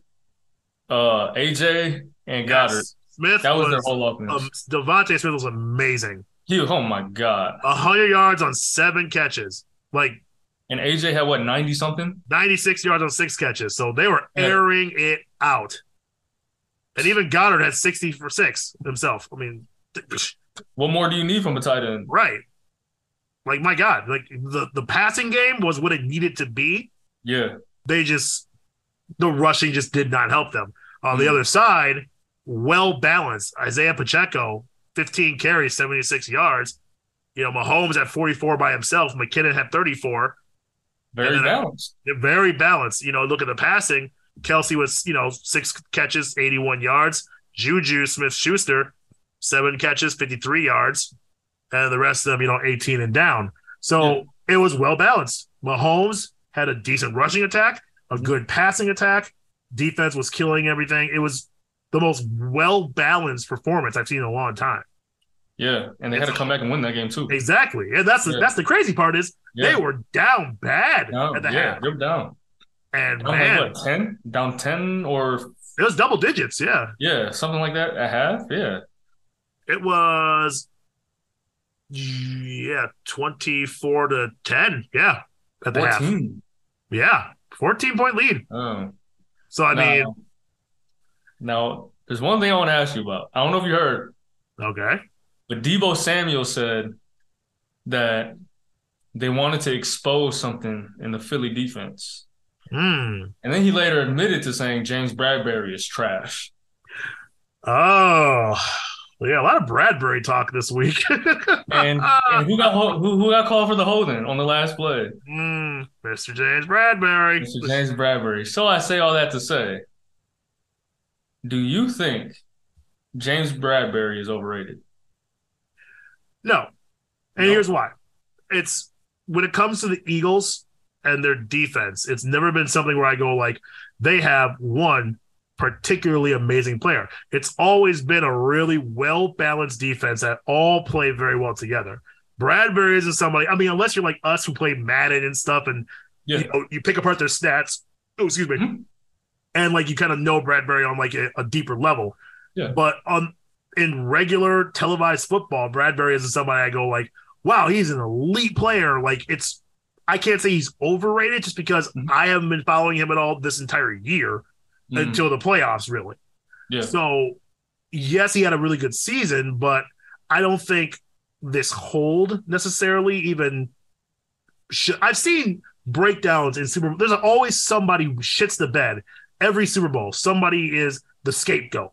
[SPEAKER 1] uh, AJ, and Goddard.
[SPEAKER 2] Yes. Smith
[SPEAKER 1] That was,
[SPEAKER 2] was,
[SPEAKER 1] their whole offense.
[SPEAKER 2] um, Devontae Smith was amazing.
[SPEAKER 1] he, oh my god.
[SPEAKER 2] 100 yards on seven catches, like
[SPEAKER 1] And AJ had what ninety something.
[SPEAKER 2] 96 yards on six catches. So they were
[SPEAKER 1] Yeah.
[SPEAKER 2] airing it out. And even Goddard had 60 for six himself. I mean,
[SPEAKER 1] What more do you need from a tight end?
[SPEAKER 2] Right. Like my God, like the the passing game was what it needed to be.
[SPEAKER 1] Yeah,
[SPEAKER 2] They just the rushing just did not help them. On the
[SPEAKER 1] Mhm.
[SPEAKER 2] other side, well balanced. Isaiah Pacheco, 15 carries, 76 yards. You know, Mahomes at 44 by himself. McKinnon had 34.
[SPEAKER 1] very
[SPEAKER 2] And then I-
[SPEAKER 1] balanced.
[SPEAKER 2] They're very balanced. You know, look at the passing. Kelsey was, you know, six catches, 81 yards. Juju Smith Schuster, seven catches, 53 yards. And the rest of them, you know, 18 and down. So it was well balanced. Mahomes had a decent rushing attack, a good passing attack. Defense was killing everything. It was the most well balanced performance I've seen in a long time.
[SPEAKER 1] Yeah, and they had to come back and win that game too.
[SPEAKER 2] Exactly. And that's the,
[SPEAKER 1] Yeah.
[SPEAKER 2] that's the crazy part is
[SPEAKER 1] Yeah,
[SPEAKER 2] they were down bad
[SPEAKER 1] down,
[SPEAKER 2] at the
[SPEAKER 1] yeah,
[SPEAKER 2] half.
[SPEAKER 1] they're down.
[SPEAKER 2] And
[SPEAKER 1] Down
[SPEAKER 2] man,
[SPEAKER 1] like what ten? Down ten or
[SPEAKER 2] It was double digits, yeah.
[SPEAKER 1] yeah, something like that. A half. Yeah,
[SPEAKER 2] It was yeah, 24 to 10. Yeah. At the half.
[SPEAKER 1] fourteen.
[SPEAKER 2] Yeah. 14 point lead.
[SPEAKER 1] Oh.
[SPEAKER 2] So I
[SPEAKER 1] now, now there's one thing I want to ask you about. I don't know if you heard,
[SPEAKER 2] mean, okay.
[SPEAKER 1] but Debo Samuel said that they wanted to expose something in the Philly defense,
[SPEAKER 2] Hmm.
[SPEAKER 1] and then he later admitted to saying James Bradbury is trash.
[SPEAKER 2] Oh. Yeah, a lot of Bradbury talk this week.
[SPEAKER 1] And, and who got ho- who, who got called for the holding on the last play?
[SPEAKER 2] Hmm, Mr. James Bradbury.
[SPEAKER 1] Mr. James Bradbury. So I say all that to say, do you think James Bradbury is overrated?
[SPEAKER 2] No. And
[SPEAKER 1] No.
[SPEAKER 2] here's why. It's when it comes to the Eagles and their defense, it's never been something where I go like they have one particularly amazing player. It's always been a really well balanced defense that all play very well together. Bradbury isn't somebody, I mean, unless you're like us who play Madden and stuff and
[SPEAKER 1] Yeah.
[SPEAKER 2] you know you pick apart their stats. Oh, excuse me.
[SPEAKER 1] Mhm.
[SPEAKER 2] And like you kind of know Bradbury on like a, a deeper level.
[SPEAKER 1] Yeah.
[SPEAKER 2] But um, on in regular televised football, Bradbury isn't somebody I go like, wow, he's an elite player. Like it's I can't say he's overrated just because
[SPEAKER 1] Mhm.
[SPEAKER 2] I haven't been following him at all this entire year
[SPEAKER 1] Mm.
[SPEAKER 2] until the playoffs, really.
[SPEAKER 1] Yeah.
[SPEAKER 2] So, yes, he had a really good season, but I don't think this hold necessarily even. Should, I've seen breakdowns in Super. There's always somebody who shits the bed every Super Bowl. Somebody is the scapegoat.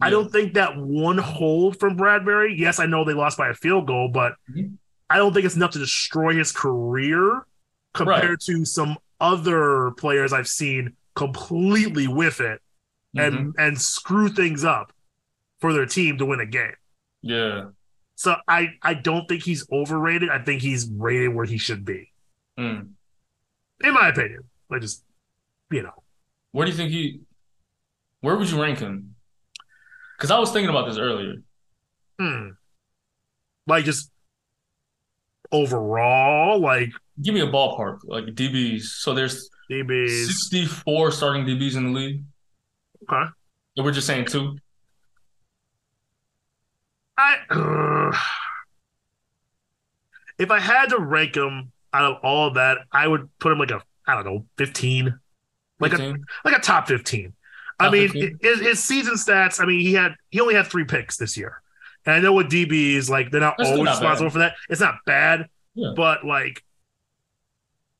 [SPEAKER 2] I
[SPEAKER 1] Yeah.
[SPEAKER 2] don't think that one hold from Bradbury. Yes, I know they lost by a field goal, but
[SPEAKER 1] Mhm.
[SPEAKER 2] I don't think it's enough to destroy his career compared to some other players I've seen completely whiff it and
[SPEAKER 1] Mhm.
[SPEAKER 2] and screw things up for their team to win a game.
[SPEAKER 1] yeah.
[SPEAKER 2] So I I don't think he's overrated. I think he's rated where he should be,
[SPEAKER 1] Mm.
[SPEAKER 2] in my opinion. I just you know
[SPEAKER 1] Where do you think he? Where would you rank him? Because I was thinking about this earlier.
[SPEAKER 2] hmm. like just overall like
[SPEAKER 1] Give me a ballpark, like DBs. So there's
[SPEAKER 2] DBs.
[SPEAKER 1] 64 starting DBs in the league.
[SPEAKER 2] Okay.
[SPEAKER 1] And we're just saying two.
[SPEAKER 2] I if I had to rank him out of all of that, I would put him like a I don't know fifteen, like a
[SPEAKER 1] 15.
[SPEAKER 2] like a top fifteen. I
[SPEAKER 1] Top
[SPEAKER 2] mean,
[SPEAKER 1] 15?
[SPEAKER 2] his, his season stats. I mean, he had he only had three picks this year, and I know with DBs like they're not
[SPEAKER 1] That's still
[SPEAKER 2] always
[SPEAKER 1] not bad.
[SPEAKER 2] responsible for that. It's not bad,
[SPEAKER 1] Yeah.
[SPEAKER 2] but like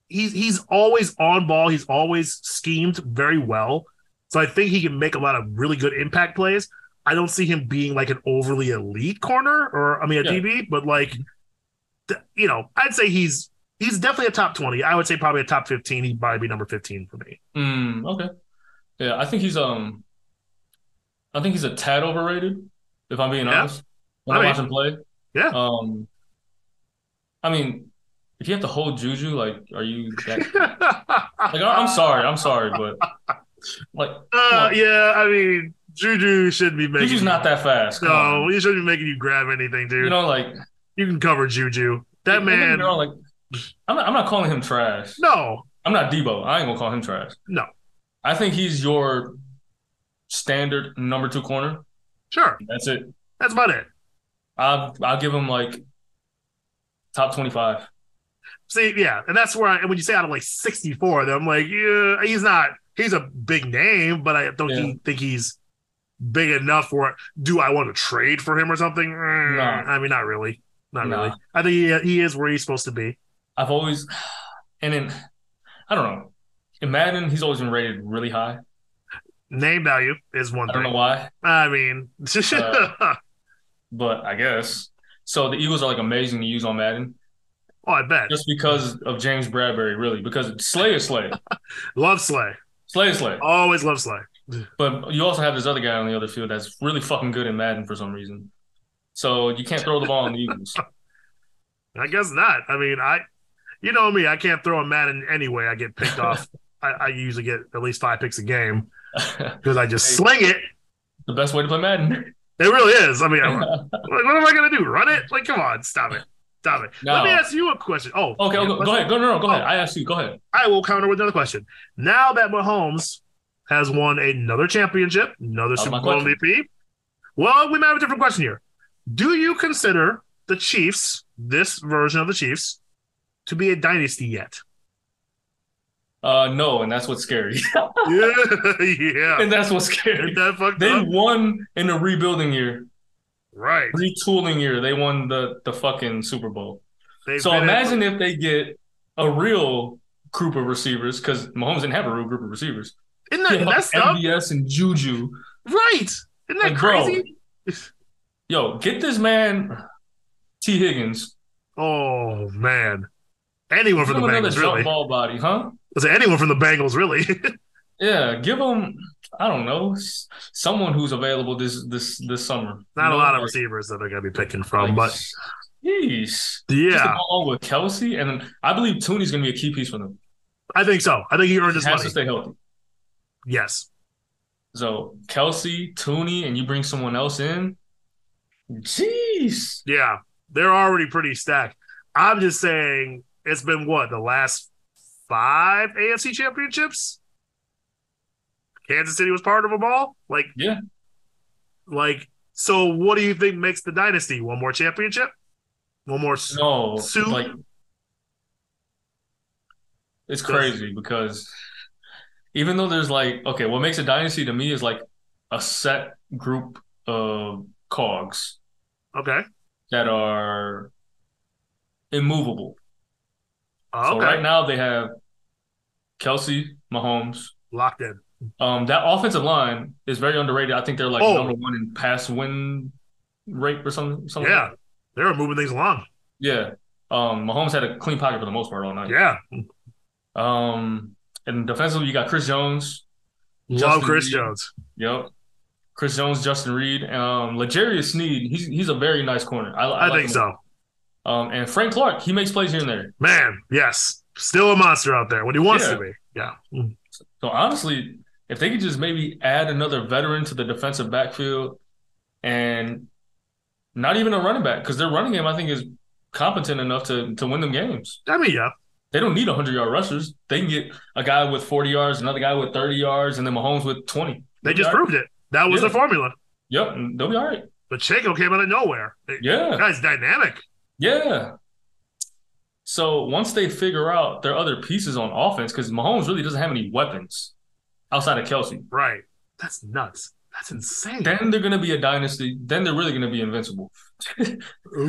[SPEAKER 2] he's he's always on ball. He's always schemed very well, so I think he can make a lot of really good impact plays. I don't see him being like an overly elite corner or I mean a
[SPEAKER 1] Yeah. Mm-hmm.
[SPEAKER 2] DB, but like th- you know, I'd say he's he's definitely a top twenty. I would say probably a top fifteen. He'd probably be number fifteen for me.
[SPEAKER 1] Mm, okay. Yeah, I think he's um I think he's a tad overrated, if I'm being
[SPEAKER 2] Yeah.
[SPEAKER 1] honest. When
[SPEAKER 2] I
[SPEAKER 1] I,
[SPEAKER 2] mean-
[SPEAKER 1] watch him play.
[SPEAKER 2] Yeah.
[SPEAKER 1] Um I mean, if you have to hold Juju, like are you that like I- I'm sorry, I'm sorry, but like
[SPEAKER 2] Uh,
[SPEAKER 1] Well-
[SPEAKER 2] yeah, I mean, Juju should be making.
[SPEAKER 1] Juju's not that fast. come
[SPEAKER 2] No,
[SPEAKER 1] on.
[SPEAKER 2] he shouldn't be making you grab anything, dude.
[SPEAKER 1] You
[SPEAKER 2] You,
[SPEAKER 1] know, like
[SPEAKER 2] can cover Juju. That
[SPEAKER 1] don't get me
[SPEAKER 2] man.
[SPEAKER 1] wrong, like I'm not I'm not calling him trash.
[SPEAKER 2] No,
[SPEAKER 1] I'm not Debo. I ain't gonna call him trash.
[SPEAKER 2] No.
[SPEAKER 1] I think he's your standard number two corner.
[SPEAKER 2] sure,
[SPEAKER 1] That's it.
[SPEAKER 2] that's about it.
[SPEAKER 1] I'll I'll give him like top twenty five.
[SPEAKER 2] See, yeah, and that's where. I, and when you say out of like sixty-four, then I'm like, yeah, he's not. He's a big name, but I don't
[SPEAKER 1] Yeah.
[SPEAKER 2] he- think he's big enough for. it. Do I want to trade for him or something? Mm,
[SPEAKER 1] No.
[SPEAKER 2] I mean, not really. Not
[SPEAKER 1] No.
[SPEAKER 2] really. I think he, he is where he's supposed to be.
[SPEAKER 1] I've always and then I don't know. In Madden, he's always been rated really high.
[SPEAKER 2] Name value is one
[SPEAKER 1] I don't know Uh,
[SPEAKER 2] thing.
[SPEAKER 1] why,
[SPEAKER 2] I mean,
[SPEAKER 1] but I guess. So the Eagles are like amazing to use on Madden
[SPEAKER 2] oh, I bet.
[SPEAKER 1] just because of James Bradbury, really. Because Slay is Slay,
[SPEAKER 2] Love Slay.
[SPEAKER 1] Slay is Slay.
[SPEAKER 2] Always love Slay.
[SPEAKER 1] But you also have this other guy on the other field that's really fucking good in Madden for some reason. So you can't throw the ball on the Eagles.
[SPEAKER 2] I guess not. I mean, I, you know me, I can't throw a Madden anyway. I get picked off. I, I usually get at least five picks a game because I just sling it.
[SPEAKER 1] the best way to play Madden.
[SPEAKER 2] It really is. I mean, I'm, like, what am I gonna do? Run it? Like, come on, stop it, stop it. Let
[SPEAKER 1] No.
[SPEAKER 2] me ask you Oh. a question. Oh,
[SPEAKER 1] Okay,
[SPEAKER 2] yeah,
[SPEAKER 1] okay go
[SPEAKER 2] let's-
[SPEAKER 1] ahead. Go no, no, go ahead. I asked you. Go ahead.
[SPEAKER 2] I will counter with another question. Now that Mahomes has won another championship, another
[SPEAKER 1] That was
[SPEAKER 2] Super
[SPEAKER 1] my
[SPEAKER 2] Bowl
[SPEAKER 1] question.
[SPEAKER 2] MVP, well, we might have a different question here. Do you consider the Chiefs, this version of the Chiefs, to be a dynasty yet?
[SPEAKER 1] Uh, no, and that's what's scary.
[SPEAKER 2] yeah, yeah.
[SPEAKER 1] and that's what's
[SPEAKER 2] Ain't
[SPEAKER 1] scary.
[SPEAKER 2] that fucked
[SPEAKER 1] They
[SPEAKER 2] up?
[SPEAKER 1] won in the rebuilding year,
[SPEAKER 2] Right.
[SPEAKER 1] retooling year. They won the the fucking Super Bowl.
[SPEAKER 2] They've
[SPEAKER 1] So
[SPEAKER 2] been in-
[SPEAKER 1] imagine if they get a real group of receivers because Mahomes didn't have a real group of receivers.
[SPEAKER 2] isn't that
[SPEAKER 1] Yeah,
[SPEAKER 2] messed up?
[SPEAKER 1] MBS and Juju.
[SPEAKER 2] Right. Isn't that
[SPEAKER 1] Like, bro.
[SPEAKER 2] crazy?
[SPEAKER 1] Yo, get this man T Higgins.
[SPEAKER 2] Oh man. Anyone
[SPEAKER 1] Give
[SPEAKER 2] from the
[SPEAKER 1] him another
[SPEAKER 2] Bengals,
[SPEAKER 1] jump
[SPEAKER 2] really?
[SPEAKER 1] ball body, huh?
[SPEAKER 2] Was it anyone from the Bengals, really?
[SPEAKER 1] Yeah, give him. I don't know s- someone who's available this this this summer.
[SPEAKER 2] Not
[SPEAKER 1] You
[SPEAKER 2] a
[SPEAKER 1] know,
[SPEAKER 2] lot of
[SPEAKER 1] like-
[SPEAKER 2] receivers that they're gonna be picking from,
[SPEAKER 1] like,
[SPEAKER 2] but
[SPEAKER 1] jeez. Just
[SPEAKER 2] yeah,
[SPEAKER 1] along with Kelsey, and then I believe Tooney's going to be a key piece for them.
[SPEAKER 2] I think so. I think he earned his
[SPEAKER 1] Has
[SPEAKER 2] money.
[SPEAKER 1] to stay healthy.
[SPEAKER 2] Yes.
[SPEAKER 1] So Kelsey, Tooney, and you bring someone else in. Jeez,
[SPEAKER 2] Yeah. They're already pretty stacked. I'm just saying it's been what, the last five AFC championships? Kansas City was part of them all? Like
[SPEAKER 1] Yeah.
[SPEAKER 2] Like, so what do you think makes the dynasty? One more championship? One more s-
[SPEAKER 1] no,
[SPEAKER 2] Sue-
[SPEAKER 1] like it's crazy because even though there's like okay, what makes a dynasty to me is like a set group of cogs
[SPEAKER 2] Okay.
[SPEAKER 1] that are immovable.
[SPEAKER 2] Okay.
[SPEAKER 1] So right now they have Kelsey, Mahomes.
[SPEAKER 2] Locked in.
[SPEAKER 1] Um, that offensive line is very underrated. I think they're like
[SPEAKER 2] Oh.
[SPEAKER 1] number one in pass win rate or something. something like
[SPEAKER 2] Yeah. They were moving things
[SPEAKER 1] that.
[SPEAKER 2] along.
[SPEAKER 1] yeah. Um, Mahomes had a clean pocket for the most part all night.
[SPEAKER 2] Yeah.
[SPEAKER 1] Um, and defensively, you got Chris Jones.
[SPEAKER 2] Love
[SPEAKER 1] Justin
[SPEAKER 2] Chris
[SPEAKER 1] Reed.
[SPEAKER 2] Jones.
[SPEAKER 1] Yep. Chris Jones, Justin Reed, um, Legarius Sneed. He's he's a very nice corner. I,
[SPEAKER 2] I,
[SPEAKER 1] like
[SPEAKER 2] think
[SPEAKER 1] him.
[SPEAKER 2] so.
[SPEAKER 1] Um, and Frank Clark, he makes plays here and there.
[SPEAKER 2] Man, yes. Still a monster out there when he wants
[SPEAKER 1] Yeah.
[SPEAKER 2] to be. Yeah. Mm.
[SPEAKER 1] So honestly, if they could just maybe add another veteran to the defensive backfield, and not even a running back, because their running game I think is competent enough to to win them games.
[SPEAKER 2] I mean, yeah.
[SPEAKER 1] They don't need 100 yard rushers. They can get a guy with 40 yards, another guy with 30 yards, and then Mahomes with 20.
[SPEAKER 2] They just
[SPEAKER 1] All right.
[SPEAKER 2] proved it. That was
[SPEAKER 1] Yeah.
[SPEAKER 2] the formula.
[SPEAKER 1] Yep, and they'll be all right.
[SPEAKER 2] Pacheco came out of nowhere. That
[SPEAKER 1] Yeah.
[SPEAKER 2] Guy's dynamic.
[SPEAKER 1] Yeah. So once they figure out their other pieces on offense, because Mahomes really doesn't have any weapons outside of Kelsey,
[SPEAKER 2] Right. That's nuts. That's insane.
[SPEAKER 1] then they're going to be a dynasty. Then they're really going to be invincible.
[SPEAKER 2] Oh,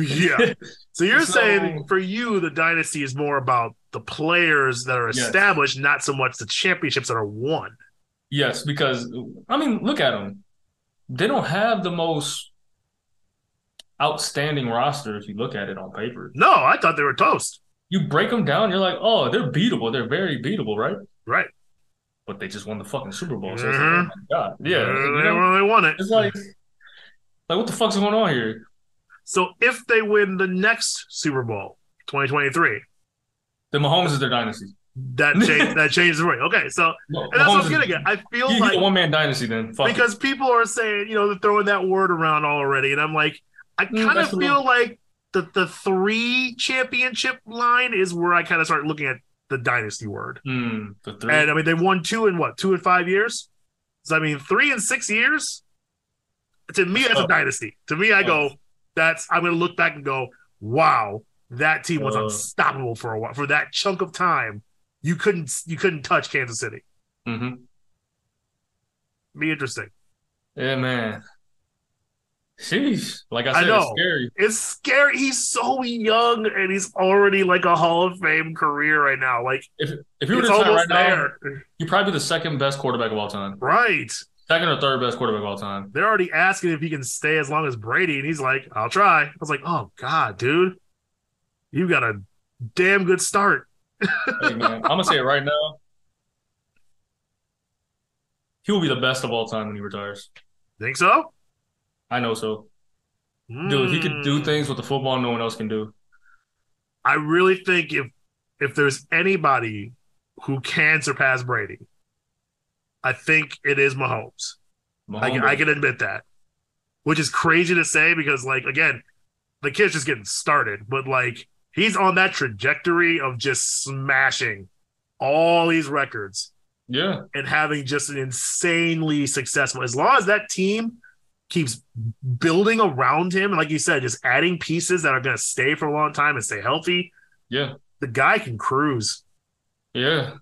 [SPEAKER 2] yeah. So you're
[SPEAKER 1] So-
[SPEAKER 2] saying for you, the dynasty is more about the players that are
[SPEAKER 1] Yes.
[SPEAKER 2] established, not so much the championships that are won.
[SPEAKER 1] Yes, because I mean, look at them. They don't have the most outstanding roster if you look at it on paper.
[SPEAKER 2] No, I thought they were toast.
[SPEAKER 1] You break them down, you're like, oh, they're beatable. They're very beatable, right?
[SPEAKER 2] Right.
[SPEAKER 1] But they just won the fucking Super Bowl. So it's like,
[SPEAKER 2] Mhm.
[SPEAKER 1] oh my God. Yeah.
[SPEAKER 2] They,
[SPEAKER 1] you
[SPEAKER 2] they
[SPEAKER 1] know?
[SPEAKER 2] really won it.
[SPEAKER 1] It's like, like what the fuck's going on here?
[SPEAKER 2] So if they win the next Super Bowl, 2023,
[SPEAKER 1] The Mahomes is their dynasty.
[SPEAKER 2] that changed, that changed the rate. Okay, so
[SPEAKER 1] No,
[SPEAKER 2] and that's
[SPEAKER 1] Mahomes
[SPEAKER 2] what I'm
[SPEAKER 1] is-
[SPEAKER 2] getting at. I feel
[SPEAKER 1] He,
[SPEAKER 2] like
[SPEAKER 1] a one man dynasty then. Fuck it.
[SPEAKER 2] because people are saying, you know, they're throwing that word around already, and I'm like, I
[SPEAKER 1] Mm,
[SPEAKER 2] kind of
[SPEAKER 1] that's a
[SPEAKER 2] feel
[SPEAKER 1] little-
[SPEAKER 2] like the the three championship line is where I kind of start looking at the dynasty word.
[SPEAKER 1] Hmm, the three.
[SPEAKER 2] And I mean, they won two in what two and five years. So I mean, three and six years. To me, that's a
[SPEAKER 1] Oh.
[SPEAKER 2] dynasty. To me, I go,
[SPEAKER 1] Oh.
[SPEAKER 2] that's I'm going to look back and go, wow, that team was
[SPEAKER 1] Uh.
[SPEAKER 2] unstoppable for a while. For that chunk of time, you couldn't you couldn't touch Kansas City.
[SPEAKER 1] Mhm.
[SPEAKER 2] Be interesting.
[SPEAKER 1] Yeah, man. Sheesh. Like I
[SPEAKER 2] I
[SPEAKER 1] said,
[SPEAKER 2] know.
[SPEAKER 1] it's scary.
[SPEAKER 2] It's scary. He's so young and he's already like a Hall of Fame career right now. Like
[SPEAKER 1] If you were
[SPEAKER 2] it's
[SPEAKER 1] to try right
[SPEAKER 2] almost
[SPEAKER 1] now,
[SPEAKER 2] there.
[SPEAKER 1] you're probably the second best quarterback of all time.
[SPEAKER 2] Right.
[SPEAKER 1] Second or third best quarterback of all time.
[SPEAKER 2] They're already asking if he can stay as long as Brady, and he's like, I'll try. I was like, Oh God, dude. You got a damn good start.
[SPEAKER 1] Hey, man, I'm gonna say it right now. He will be the best of all time when he retires.
[SPEAKER 2] Think so?
[SPEAKER 1] I know so. Dude, he could do
[SPEAKER 2] Mm.
[SPEAKER 1] things with the football no one else can do.
[SPEAKER 2] I really think if if there's anybody who can surpass Brady, I think it is Mahomes. I,
[SPEAKER 1] Mahomes.
[SPEAKER 2] can- I can admit that, which is crazy to say because, like, again, the kid's just getting started, but like he's on that trajectory of just smashing all these records
[SPEAKER 1] yeah.
[SPEAKER 2] and having just an insanely successful. As long as that team keeps building around him, and like you said, just adding pieces that are going to stay for a long time and stay healthy,
[SPEAKER 1] Yeah.
[SPEAKER 2] the guy can cruise.
[SPEAKER 1] Yeah.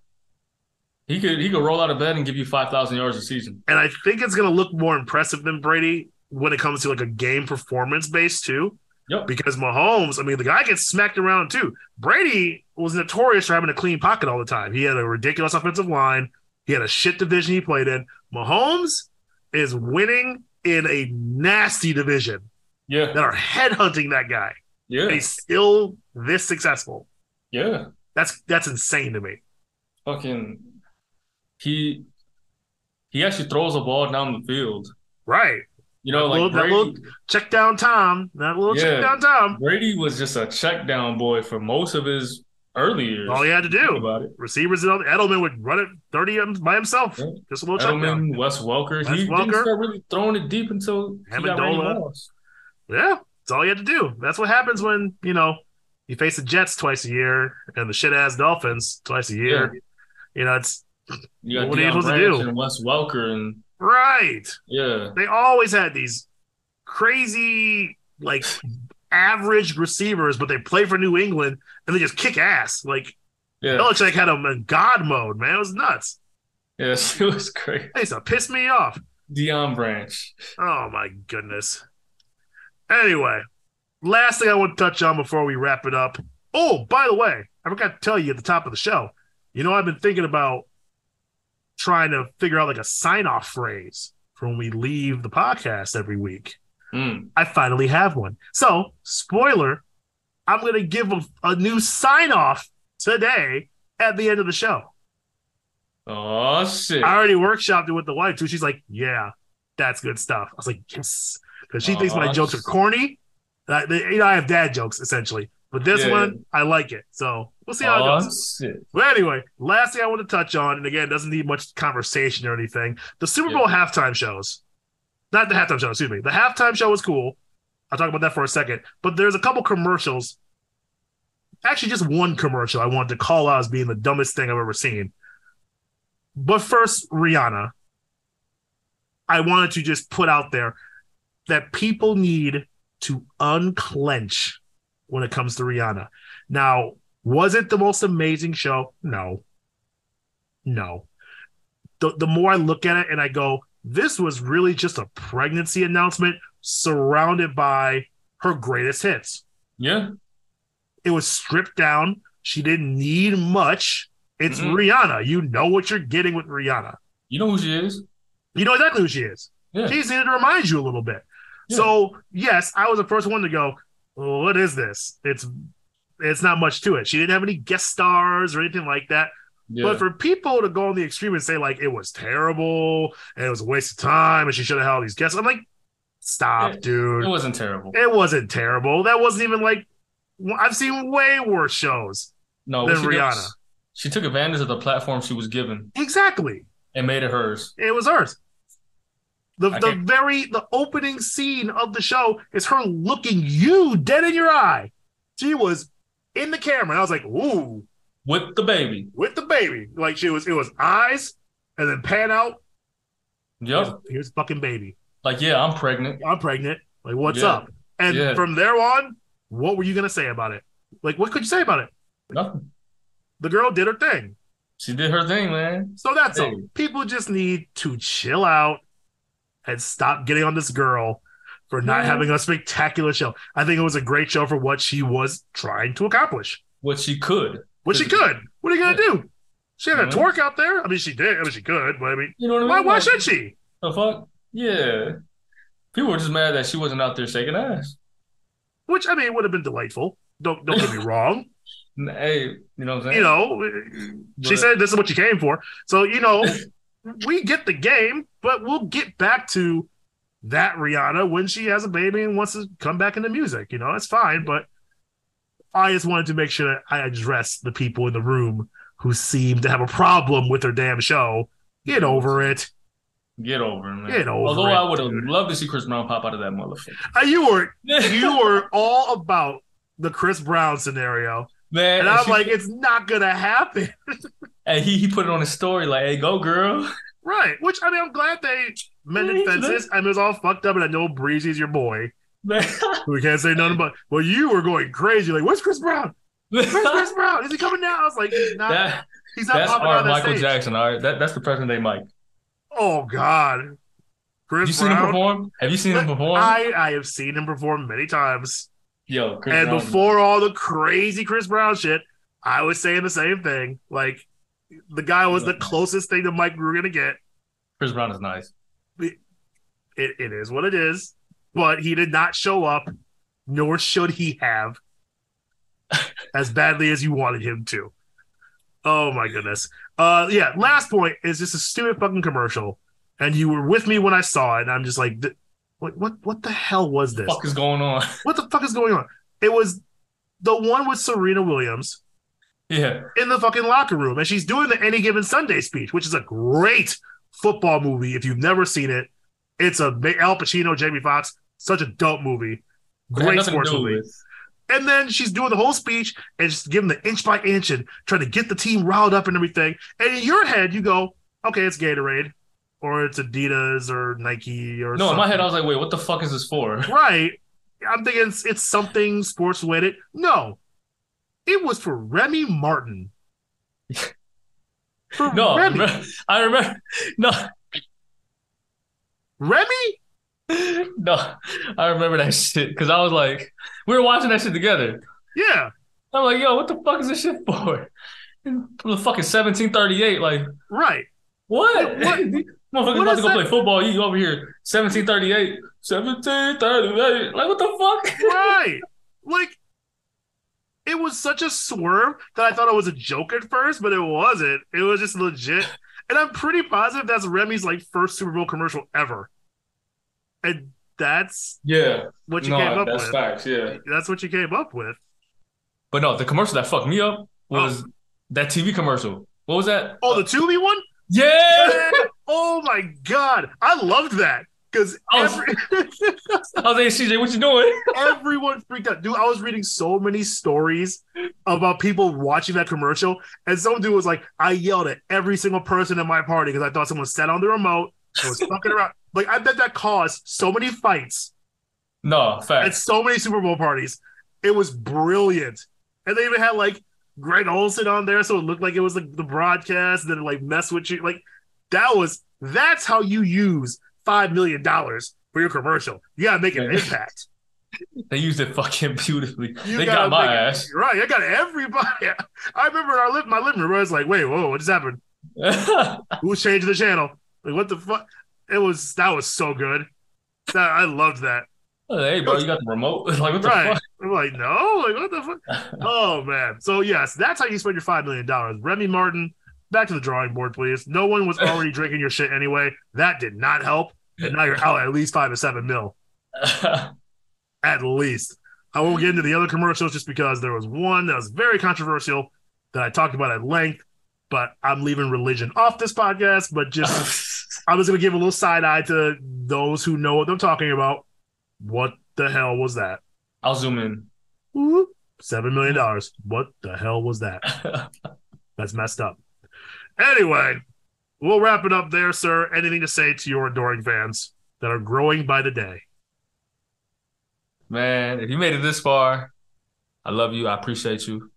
[SPEAKER 1] He could he could roll out of bed and give you five thousand yards a season.
[SPEAKER 2] And I think it's going to look more impressive than Brady when it comes to like a game performance base too.
[SPEAKER 1] Yep.
[SPEAKER 2] Because Mahomes, I mean, the guy gets smacked around too. Brady was notorious for having a clean pocket all the time. He had a ridiculous offensive line. He had a shit division he played in. Mahomes is winning in a nasty division
[SPEAKER 1] Yeah.
[SPEAKER 2] that are headhunting that guy.
[SPEAKER 1] Yeah.
[SPEAKER 2] And he's still this successful.
[SPEAKER 1] Yeah.
[SPEAKER 2] That's that's insane to me.
[SPEAKER 1] Fucking he he actually throws a ball down the field.
[SPEAKER 2] Right.
[SPEAKER 1] You know,
[SPEAKER 2] That
[SPEAKER 1] like
[SPEAKER 2] little- that
[SPEAKER 1] Brady,
[SPEAKER 2] little- Check down Tom. That little
[SPEAKER 1] Yeah.
[SPEAKER 2] check down Tom.
[SPEAKER 1] Brady was just a check down boy for most of his early years.
[SPEAKER 2] All he had to
[SPEAKER 1] Think
[SPEAKER 2] do.
[SPEAKER 1] about it.
[SPEAKER 2] receivers and all, Edelman would run it 30 of them by himself.
[SPEAKER 1] Yeah.
[SPEAKER 2] Just a little check down.
[SPEAKER 1] Edelman, Wes Welker.
[SPEAKER 2] Wes
[SPEAKER 1] he didn't
[SPEAKER 2] Welker.
[SPEAKER 1] start really throwing it deep until he got Randy
[SPEAKER 2] Amendola.
[SPEAKER 1] Moss.
[SPEAKER 2] Yeah, that's all you had to do. That's what happens when, you know, you face the Jets twice a year and the shit ass Dolphins twice a year. You know, it's
[SPEAKER 1] You got
[SPEAKER 2] What are you
[SPEAKER 1] Deion
[SPEAKER 2] supposed to
[SPEAKER 1] Branch
[SPEAKER 2] do?
[SPEAKER 1] and Wes Welker and
[SPEAKER 2] right.
[SPEAKER 1] yeah.
[SPEAKER 2] They always had these crazy, like, average receivers, but they play for New England and they just kick ass. Like,
[SPEAKER 1] Yeah.
[SPEAKER 2] Belichick had them in God mode, man. It was nuts.
[SPEAKER 1] Yes, it was great.
[SPEAKER 2] They used to piss me off.
[SPEAKER 1] Dion Branch.
[SPEAKER 2] Oh my goodness. Anyway, last thing I want to touch on before we wrap it up. Oh, by the way, I forgot to tell you at the top of the show. You know, I've been thinking about trying to figure out like a sign off phrase for when we leave the podcast every week.
[SPEAKER 1] Mm.
[SPEAKER 2] I finally have one. So, spoiler, I'm going to give a, a new sign off today at the end of the show.
[SPEAKER 1] Oh shit.
[SPEAKER 2] I already workshopped it with the wife too. She's like, "Yeah, that's good stuff." I was like, "Yes," because
[SPEAKER 1] Oh,
[SPEAKER 2] she thinks my
[SPEAKER 1] Aw,
[SPEAKER 2] jokes are
[SPEAKER 1] s-
[SPEAKER 2] corny. I, they- you know, I have dad jokes essentially, but this
[SPEAKER 1] Yeah.
[SPEAKER 2] one I like it. So we'll see how it
[SPEAKER 1] Oh
[SPEAKER 2] goes.
[SPEAKER 1] shit.
[SPEAKER 2] But anyway, last thing I want to touch on, and again, doesn't need much conversation or anything. The Super
[SPEAKER 1] Yeah.
[SPEAKER 2] Bowl halftime shows, not the halftime show. Excuse me. The halftime show was cool. I'll talk about that for a second. But there's a couple commercials. Actually, just one commercial I wanted to call out as being the dumbest thing I've ever seen. But first, Rihanna. I wanted to just put out there that people need to unclench when it comes to Rihanna. Now, was it the most amazing show? No. No. The, the more I look at it and I go, this was really just a pregnancy announcement surrounded by her greatest hits
[SPEAKER 1] Yeah.
[SPEAKER 2] it was stripped down. She didn't need much. It's
[SPEAKER 1] Mhm.
[SPEAKER 2] Rihanna. You know what you're getting with Rihanna.
[SPEAKER 1] You know who she is.
[SPEAKER 2] You know exactly who she is.
[SPEAKER 1] Yeah.
[SPEAKER 2] She just needed to remind you a little bit.
[SPEAKER 1] Yeah.
[SPEAKER 2] So yes, I was the first one to go. What is this? It's it's not much to it. She didn't have any guest stars or anything like that.
[SPEAKER 1] Yeah.
[SPEAKER 2] But for people to go on the extreme and say like it was terrible and it was a waste of time and she should have had all these guests, I'm like, stop,
[SPEAKER 1] Yeah.
[SPEAKER 2] dude.
[SPEAKER 1] it wasn't terrible.
[SPEAKER 2] It wasn't terrible. That wasn't even like I've seen way worse shows.
[SPEAKER 1] No,
[SPEAKER 2] than
[SPEAKER 1] what she did was
[SPEAKER 2] Rihanna.
[SPEAKER 1] she took advantage of the platform she was given
[SPEAKER 2] Exactly.
[SPEAKER 1] and made it hers.
[SPEAKER 2] It was hers. The,
[SPEAKER 1] I
[SPEAKER 2] the
[SPEAKER 1] can't-
[SPEAKER 2] very the opening scene of the show is her looking you dead in your eye. She was in the camera. And I was like, ooh,
[SPEAKER 1] With the baby.
[SPEAKER 2] with the baby. Like she was it was eyes and then pan out.
[SPEAKER 1] Yep.
[SPEAKER 2] Here's, here's fucking baby.
[SPEAKER 1] Like, yeah, I'm pregnant.
[SPEAKER 2] I'm pregnant. Like, what's
[SPEAKER 1] Yeah.
[SPEAKER 2] up? And
[SPEAKER 1] Yeah.
[SPEAKER 2] from there on, what were you gonna say about it? Like, what could you say about it?
[SPEAKER 1] Nothing.
[SPEAKER 2] The girl did her thing.
[SPEAKER 1] She did her thing, man.
[SPEAKER 2] So that's
[SPEAKER 1] Hey.
[SPEAKER 2] all. People just need to chill out and stop getting on this girl for not
[SPEAKER 1] Yeah.
[SPEAKER 2] having a spectacular show. I think it was a great show for what she was trying to accomplish,
[SPEAKER 1] What she could.
[SPEAKER 2] which she could. What are you going to do? She had a
[SPEAKER 1] Yeah.
[SPEAKER 2] twerk out there. I mean, she did. I mean, she could, but I mean,
[SPEAKER 1] You know what I mean?
[SPEAKER 2] why, why
[SPEAKER 1] Like,
[SPEAKER 2] should she?
[SPEAKER 1] the fuck? Yeah. People were just mad that she wasn't out there shaking ass.
[SPEAKER 2] Which, I mean, would have been delightful. Don't, don't get me wrong.
[SPEAKER 1] And, Hey, you know what I'm saying?
[SPEAKER 2] You know, she
[SPEAKER 1] But-
[SPEAKER 2] said this is what you came for. So, you know, we get the game, but we'll get back to that Rihanna when she has a baby and wants to come back into music. You know, that's fine. But I just wanted to make sure that I address the people in the room who seem to have a problem with her damn show. Get over it.
[SPEAKER 1] Get over it, man.
[SPEAKER 2] Get over
[SPEAKER 1] Although
[SPEAKER 2] it,
[SPEAKER 1] I would have
[SPEAKER 2] dude.
[SPEAKER 1] loved to see Chris Brown pop out of that motherfucker.
[SPEAKER 2] Uh, You were you were all about the Chris Brown scenario.
[SPEAKER 1] man,
[SPEAKER 2] And I'm
[SPEAKER 1] she-
[SPEAKER 2] like, it's not gonna happen.
[SPEAKER 1] and he, he put it on his story like, hey, go, girl.
[SPEAKER 2] Right. Which I mean I'm glad they mended
[SPEAKER 1] Yeah, he's
[SPEAKER 2] fences. I mean it was all fucked up and I know Breezy's your boy.
[SPEAKER 1] Man.
[SPEAKER 2] We can't say nothing but well, you were going crazy. Like, where's Chris Brown? Where's Chris Brown? Is he coming now? I was like, he's not.
[SPEAKER 1] that,
[SPEAKER 2] he's not
[SPEAKER 1] that's
[SPEAKER 2] popping out
[SPEAKER 1] our
[SPEAKER 2] of that
[SPEAKER 1] Michael
[SPEAKER 2] stage.
[SPEAKER 1] Jackson, all right? That, that's the present day Mike.
[SPEAKER 2] Oh God, Chris
[SPEAKER 1] you seen him
[SPEAKER 2] Brown.
[SPEAKER 1] perform? Have you seen him perform?
[SPEAKER 2] I I have seen him perform many times,
[SPEAKER 1] Yo, Chris
[SPEAKER 2] and
[SPEAKER 1] Brown.
[SPEAKER 2] before all the crazy Chris Brown shit, I was saying the same thing. Like, the guy was the
[SPEAKER 1] Yeah.
[SPEAKER 2] closest thing to Mike we were gonna get.
[SPEAKER 1] Chris Brown is nice.
[SPEAKER 2] It, it is what it is, but he did not show up, nor should he have, as badly as you wanted him to. Oh my goodness. Uh, yeah. Last point is just a stupid fucking commercial, and you were with me when I saw it, and I'm just like, th- what, what, what the hell was this?
[SPEAKER 1] fuck is going on?
[SPEAKER 2] What the fuck is going on? It was the one with Serena Williams
[SPEAKER 1] yeah.
[SPEAKER 2] in the fucking locker room, and she's doing the Any Given Sunday speech, which is a great football movie. If you've never seen it, it's a ma- Al Pacino, Jamie Foxx, such a dope movie,
[SPEAKER 1] It had
[SPEAKER 2] great
[SPEAKER 1] nothing to
[SPEAKER 2] sports
[SPEAKER 1] do
[SPEAKER 2] movie.
[SPEAKER 1] with-
[SPEAKER 2] And then she's doing the whole speech and just giving the inch by inch and trying to get the team riled up and everything. And in your head, you go, okay, it's Gatorade, or it's Adidas, or Nike, or
[SPEAKER 1] No, in my head, I
[SPEAKER 2] something. Oh,
[SPEAKER 1] was like, wait, what the fuck is this for?
[SPEAKER 2] right. I'm thinking it's, it's something sports related. No, it was for Remy Martin. For
[SPEAKER 1] No,
[SPEAKER 2] Remy.
[SPEAKER 1] I remember. No,
[SPEAKER 2] Remy?
[SPEAKER 1] no, I remember that shit because I was like, we were watching that shit together.
[SPEAKER 2] Yeah.
[SPEAKER 1] I'm like, yo, what the fuck is this shit for? The fucking 1738, like
[SPEAKER 2] Right.
[SPEAKER 1] what?
[SPEAKER 2] What-
[SPEAKER 1] Motherfuckers
[SPEAKER 2] what
[SPEAKER 1] about
[SPEAKER 2] is
[SPEAKER 1] to go
[SPEAKER 2] that?
[SPEAKER 1] play football. You over here 1738, 1738. Like what the fuck?
[SPEAKER 2] Right. like it was such a swerve that I thought it was a joke at first, but it wasn't. It was just legit. And I'm pretty positive that's Remy's like first Super Bowl commercial ever. And that's
[SPEAKER 1] Yeah,
[SPEAKER 2] what you
[SPEAKER 1] no,
[SPEAKER 2] came up
[SPEAKER 1] that's
[SPEAKER 2] with.
[SPEAKER 1] facts. Yeah,
[SPEAKER 2] That's what you came up with.
[SPEAKER 1] but no, the commercial that fucked me up was that TV commercial. What was that?
[SPEAKER 2] Oh, the Tubi one?
[SPEAKER 1] yeah,
[SPEAKER 2] oh my god. I loved that. Because
[SPEAKER 1] I was- I was like, CJ, what you doing?
[SPEAKER 2] everyone freaked out. Dude, I was reading so many stories about people watching that commercial, and some dude was like, I yelled at every single person in my party because I thought someone sat on the remote and was fucking around. Like, I bet that caused so many fights
[SPEAKER 1] No,
[SPEAKER 2] at
[SPEAKER 1] facts.
[SPEAKER 2] so many Super Bowl parties. It was brilliant. And they even had like Greg Olson on there, so it looked like it was like the broadcast, then it, like mess with you. Like, that was that's how you use five million dollars for your commercial. You gotta make an
[SPEAKER 1] Yeah.
[SPEAKER 2] impact.
[SPEAKER 1] They used it fucking beautifully.
[SPEAKER 2] You
[SPEAKER 1] they got
[SPEAKER 2] gotta
[SPEAKER 1] my
[SPEAKER 2] make it-
[SPEAKER 1] ass.
[SPEAKER 2] You're right. I got everybody. I remember in our live, my living room. I was like, "Wait, whoa, what just happened? Who changed the channel? Like, what the fuck?" It was that was so good. That I loved that.
[SPEAKER 1] hey, bro, you got the remote? Like, what the
[SPEAKER 2] Right?
[SPEAKER 1] fuck?
[SPEAKER 2] I'm like, no, like what the fuck? oh man. So yes, that's how you spend your five million dollars. Remy Martin, back to the drawing board, please. No one was already drinking your shit anyway. That did not help. And now you're out at least five to seven mil, at least. I won't get into the other commercials just because there was one that was very controversial that I talked about at length. But I'm leaving religion off this podcast. But just I was going to give a little side eye to those who know what I'm talking about. What the hell was that?
[SPEAKER 1] I'll zoom in.
[SPEAKER 2] Ooh, Seven million dollars. What the hell was that? That's messed up. Anyway, we'll wrap it up there, sir. Anything to say to your adoring fans that are growing by the day?
[SPEAKER 1] Man, if you made it this far, I love you. I appreciate you.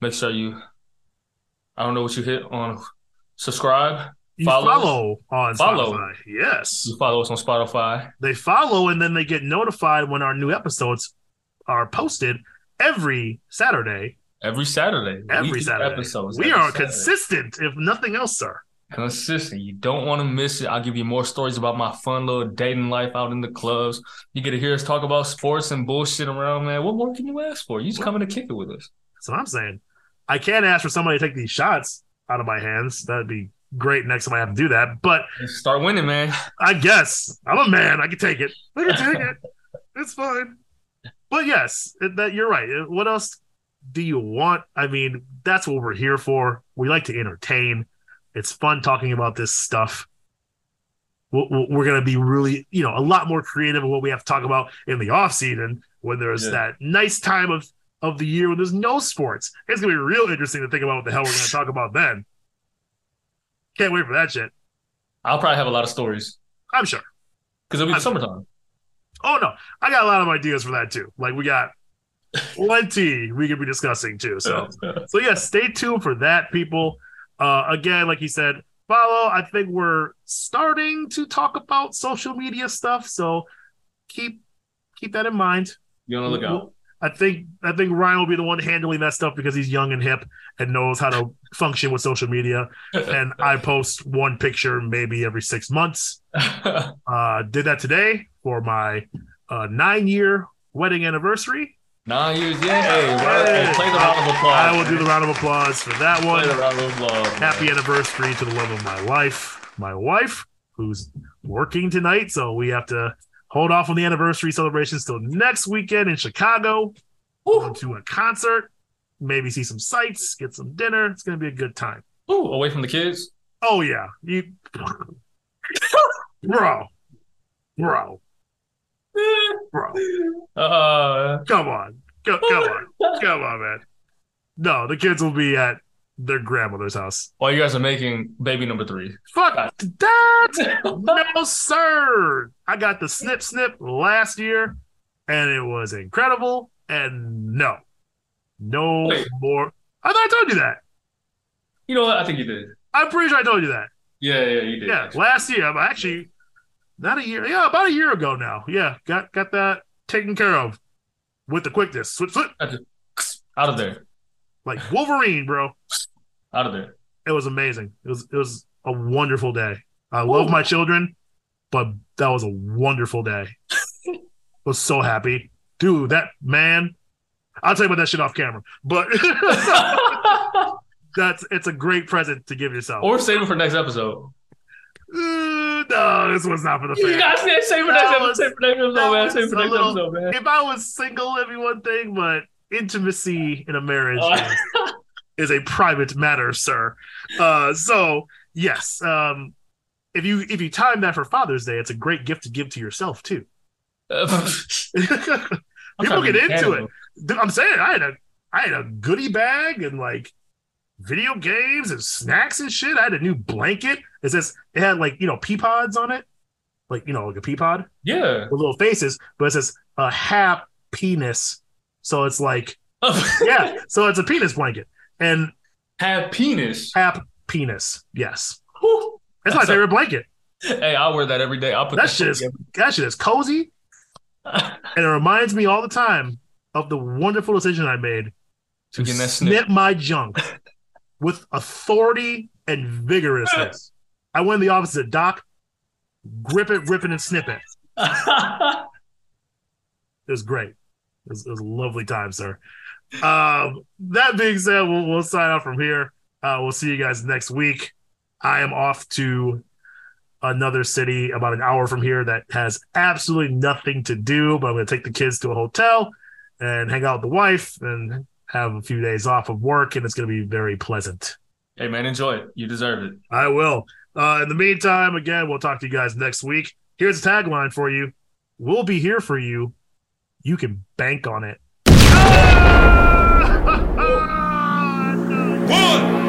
[SPEAKER 1] Make sure you, I don't know what you hit on subscribe.
[SPEAKER 2] You
[SPEAKER 1] Follow us.
[SPEAKER 2] follow on
[SPEAKER 1] Follow.
[SPEAKER 2] Spotify. Yes.
[SPEAKER 1] You follow us on Spotify.
[SPEAKER 2] they follow and then they get notified when our new episodes are posted every Saturday.
[SPEAKER 1] Every Saturday,
[SPEAKER 2] Every
[SPEAKER 1] weekly
[SPEAKER 2] Saturday.
[SPEAKER 1] episodes.
[SPEAKER 2] we
[SPEAKER 1] every
[SPEAKER 2] are
[SPEAKER 1] Saturday.
[SPEAKER 2] consistent, if nothing else, sir.
[SPEAKER 1] consistent. You don't want to miss it. I'll give you more stories about my fun little dating life out in the clubs. You get to hear us talk about sports and bullshit around, man. What more can you ask for? You just coming to kick it with us.
[SPEAKER 2] That's what I'm saying. I can't ask for somebody to take these shots out of my hands. That'd be great next time I have to do that. But
[SPEAKER 1] Let's start winning, man.
[SPEAKER 2] I guess I'm a man. I can take it. I can take it. It's fine. But yes, it- that you're right. It- What else do you want? I mean, that's what we're here for. We like to entertain. It's fun talking about this stuff. We're- We're we're gonna be really, you know, a lot more creative in what we have to talk about in the off season when there's
[SPEAKER 1] Yeah.
[SPEAKER 2] that nice time of of the year when there's no sports. It's gonna be real interesting to think about what the hell we're gonna talk about then. Can't wait for that shit.
[SPEAKER 1] I'll probably have a lot of stories
[SPEAKER 2] I'm sure.
[SPEAKER 1] because it'll be
[SPEAKER 2] I'm-
[SPEAKER 1] the summertime.
[SPEAKER 2] Oh no, I got a lot of ideas for that too. Like we got plenty we could be discussing too. So
[SPEAKER 1] Oh,
[SPEAKER 2] so yeah, stay tuned for that, people. Uh, again, like you said, follow. I think we're starting to talk about social media stuff. So keep keep that in mind.
[SPEAKER 1] you on the lookout.
[SPEAKER 2] I think I think Ryan will be the one handling that stuff because he's young and hip and knows how to function with social media. And I post one picture maybe every six months uh, did that today for my uh, nine year wedding anniversary.
[SPEAKER 1] Nine years, yeah. Hey, right.
[SPEAKER 2] Hey.
[SPEAKER 1] Hey, play the round of applause.
[SPEAKER 2] I will do the round of applause for that
[SPEAKER 1] play
[SPEAKER 2] one.
[SPEAKER 1] the round of applause.
[SPEAKER 2] Happy anniversary to the love of my life, my wife, who's working tonight. So we have to hold off on the anniversary celebrations till next weekend in Chicago. Go to a concert, maybe see some sights, get some dinner. It's going to be a good time.
[SPEAKER 1] Ooh, away from the kids.
[SPEAKER 2] Oh yeah, you, bro, bro, bro.
[SPEAKER 1] Eh. Uh,
[SPEAKER 2] Come on. Go, come on. Come on, man. No, the kids will be at their grandmother's house.
[SPEAKER 1] while you guys are making baby number three.
[SPEAKER 2] Fuck that. No, sir. I got the snip snip last year and it was incredible. And no, no
[SPEAKER 1] Wait.
[SPEAKER 2] more. I thought I told you that.
[SPEAKER 1] You know what? I think you did.
[SPEAKER 2] I'm pretty sure I told you that.
[SPEAKER 1] Yeah, yeah, you did.
[SPEAKER 2] Yeah, last year. I'm actually, not a year, yeah, about a year ago now. Yeah, got got that taken care of with the quickness. Swip, swip.
[SPEAKER 1] Out of there.
[SPEAKER 2] Like Wolverine, bro.
[SPEAKER 1] Out of there.
[SPEAKER 2] It was amazing. It was it was a wonderful day. I love my children, but that was a wonderful day. was so happy. Dude, that man. I'll tell you about that shit off camera. But that's it's a great present to give yourself.
[SPEAKER 1] or save it for next episode.
[SPEAKER 2] Uh, no, this was not for the
[SPEAKER 1] You
[SPEAKER 2] fans.
[SPEAKER 1] guys said save it for next
[SPEAKER 2] That
[SPEAKER 1] episode.
[SPEAKER 2] was-
[SPEAKER 1] Save it for next
[SPEAKER 2] that
[SPEAKER 1] episode, man.
[SPEAKER 2] was
[SPEAKER 1] Save it for
[SPEAKER 2] a
[SPEAKER 1] next
[SPEAKER 2] little-
[SPEAKER 1] episode, man.
[SPEAKER 2] If I was single, it'd be one thing, but intimacy in a marriage
[SPEAKER 1] Uh,
[SPEAKER 2] is a private matter, sir. Uh, so yes, um, if you if you time that for Father's Day, it's a great gift to give to yourself too. Dude,
[SPEAKER 1] I'm
[SPEAKER 2] People
[SPEAKER 1] trying to
[SPEAKER 2] get
[SPEAKER 1] be
[SPEAKER 2] into
[SPEAKER 1] casual.
[SPEAKER 2] I'm saying I had a I had a goodie bag and like video games and snacks and shit. I had a new blanket. It says it had like you know pea pods on it, like you know like a pea pod
[SPEAKER 1] Yeah.
[SPEAKER 2] with little faces, but it says a half penis. So it's like yeah, so it's a penis blanket and
[SPEAKER 1] Have penis.
[SPEAKER 2] half penis. Yes.
[SPEAKER 1] Whew.
[SPEAKER 2] That's my
[SPEAKER 1] That's a-
[SPEAKER 2] favorite blanket.
[SPEAKER 1] Hey, I wear that every day. I'll put
[SPEAKER 2] That shit is that shit is cozy, and it reminds me all the time of the wonderful decision I made
[SPEAKER 1] to get that snip.
[SPEAKER 2] snip my junk with authority and vigorousness. I went in the office to Doc, grip it, rip it, and snip it. It was great. It was, it was a lovely time, sir. Um, that being said, we'll, we'll sign off from here. Uh, we'll see you guys next week. I am off to another city about an hour from here that has absolutely nothing to do, but I'm going to take the kids to a hotel and hang out with the wife and have a few days off of work, and it's going to be very pleasant.
[SPEAKER 1] hey man, enjoy it. You deserve it.
[SPEAKER 2] I will. Uh, in the meantime, again, we'll talk to you guys next week. Here's a tagline for you We'll be here for you. You can bank on it.
[SPEAKER 3] One.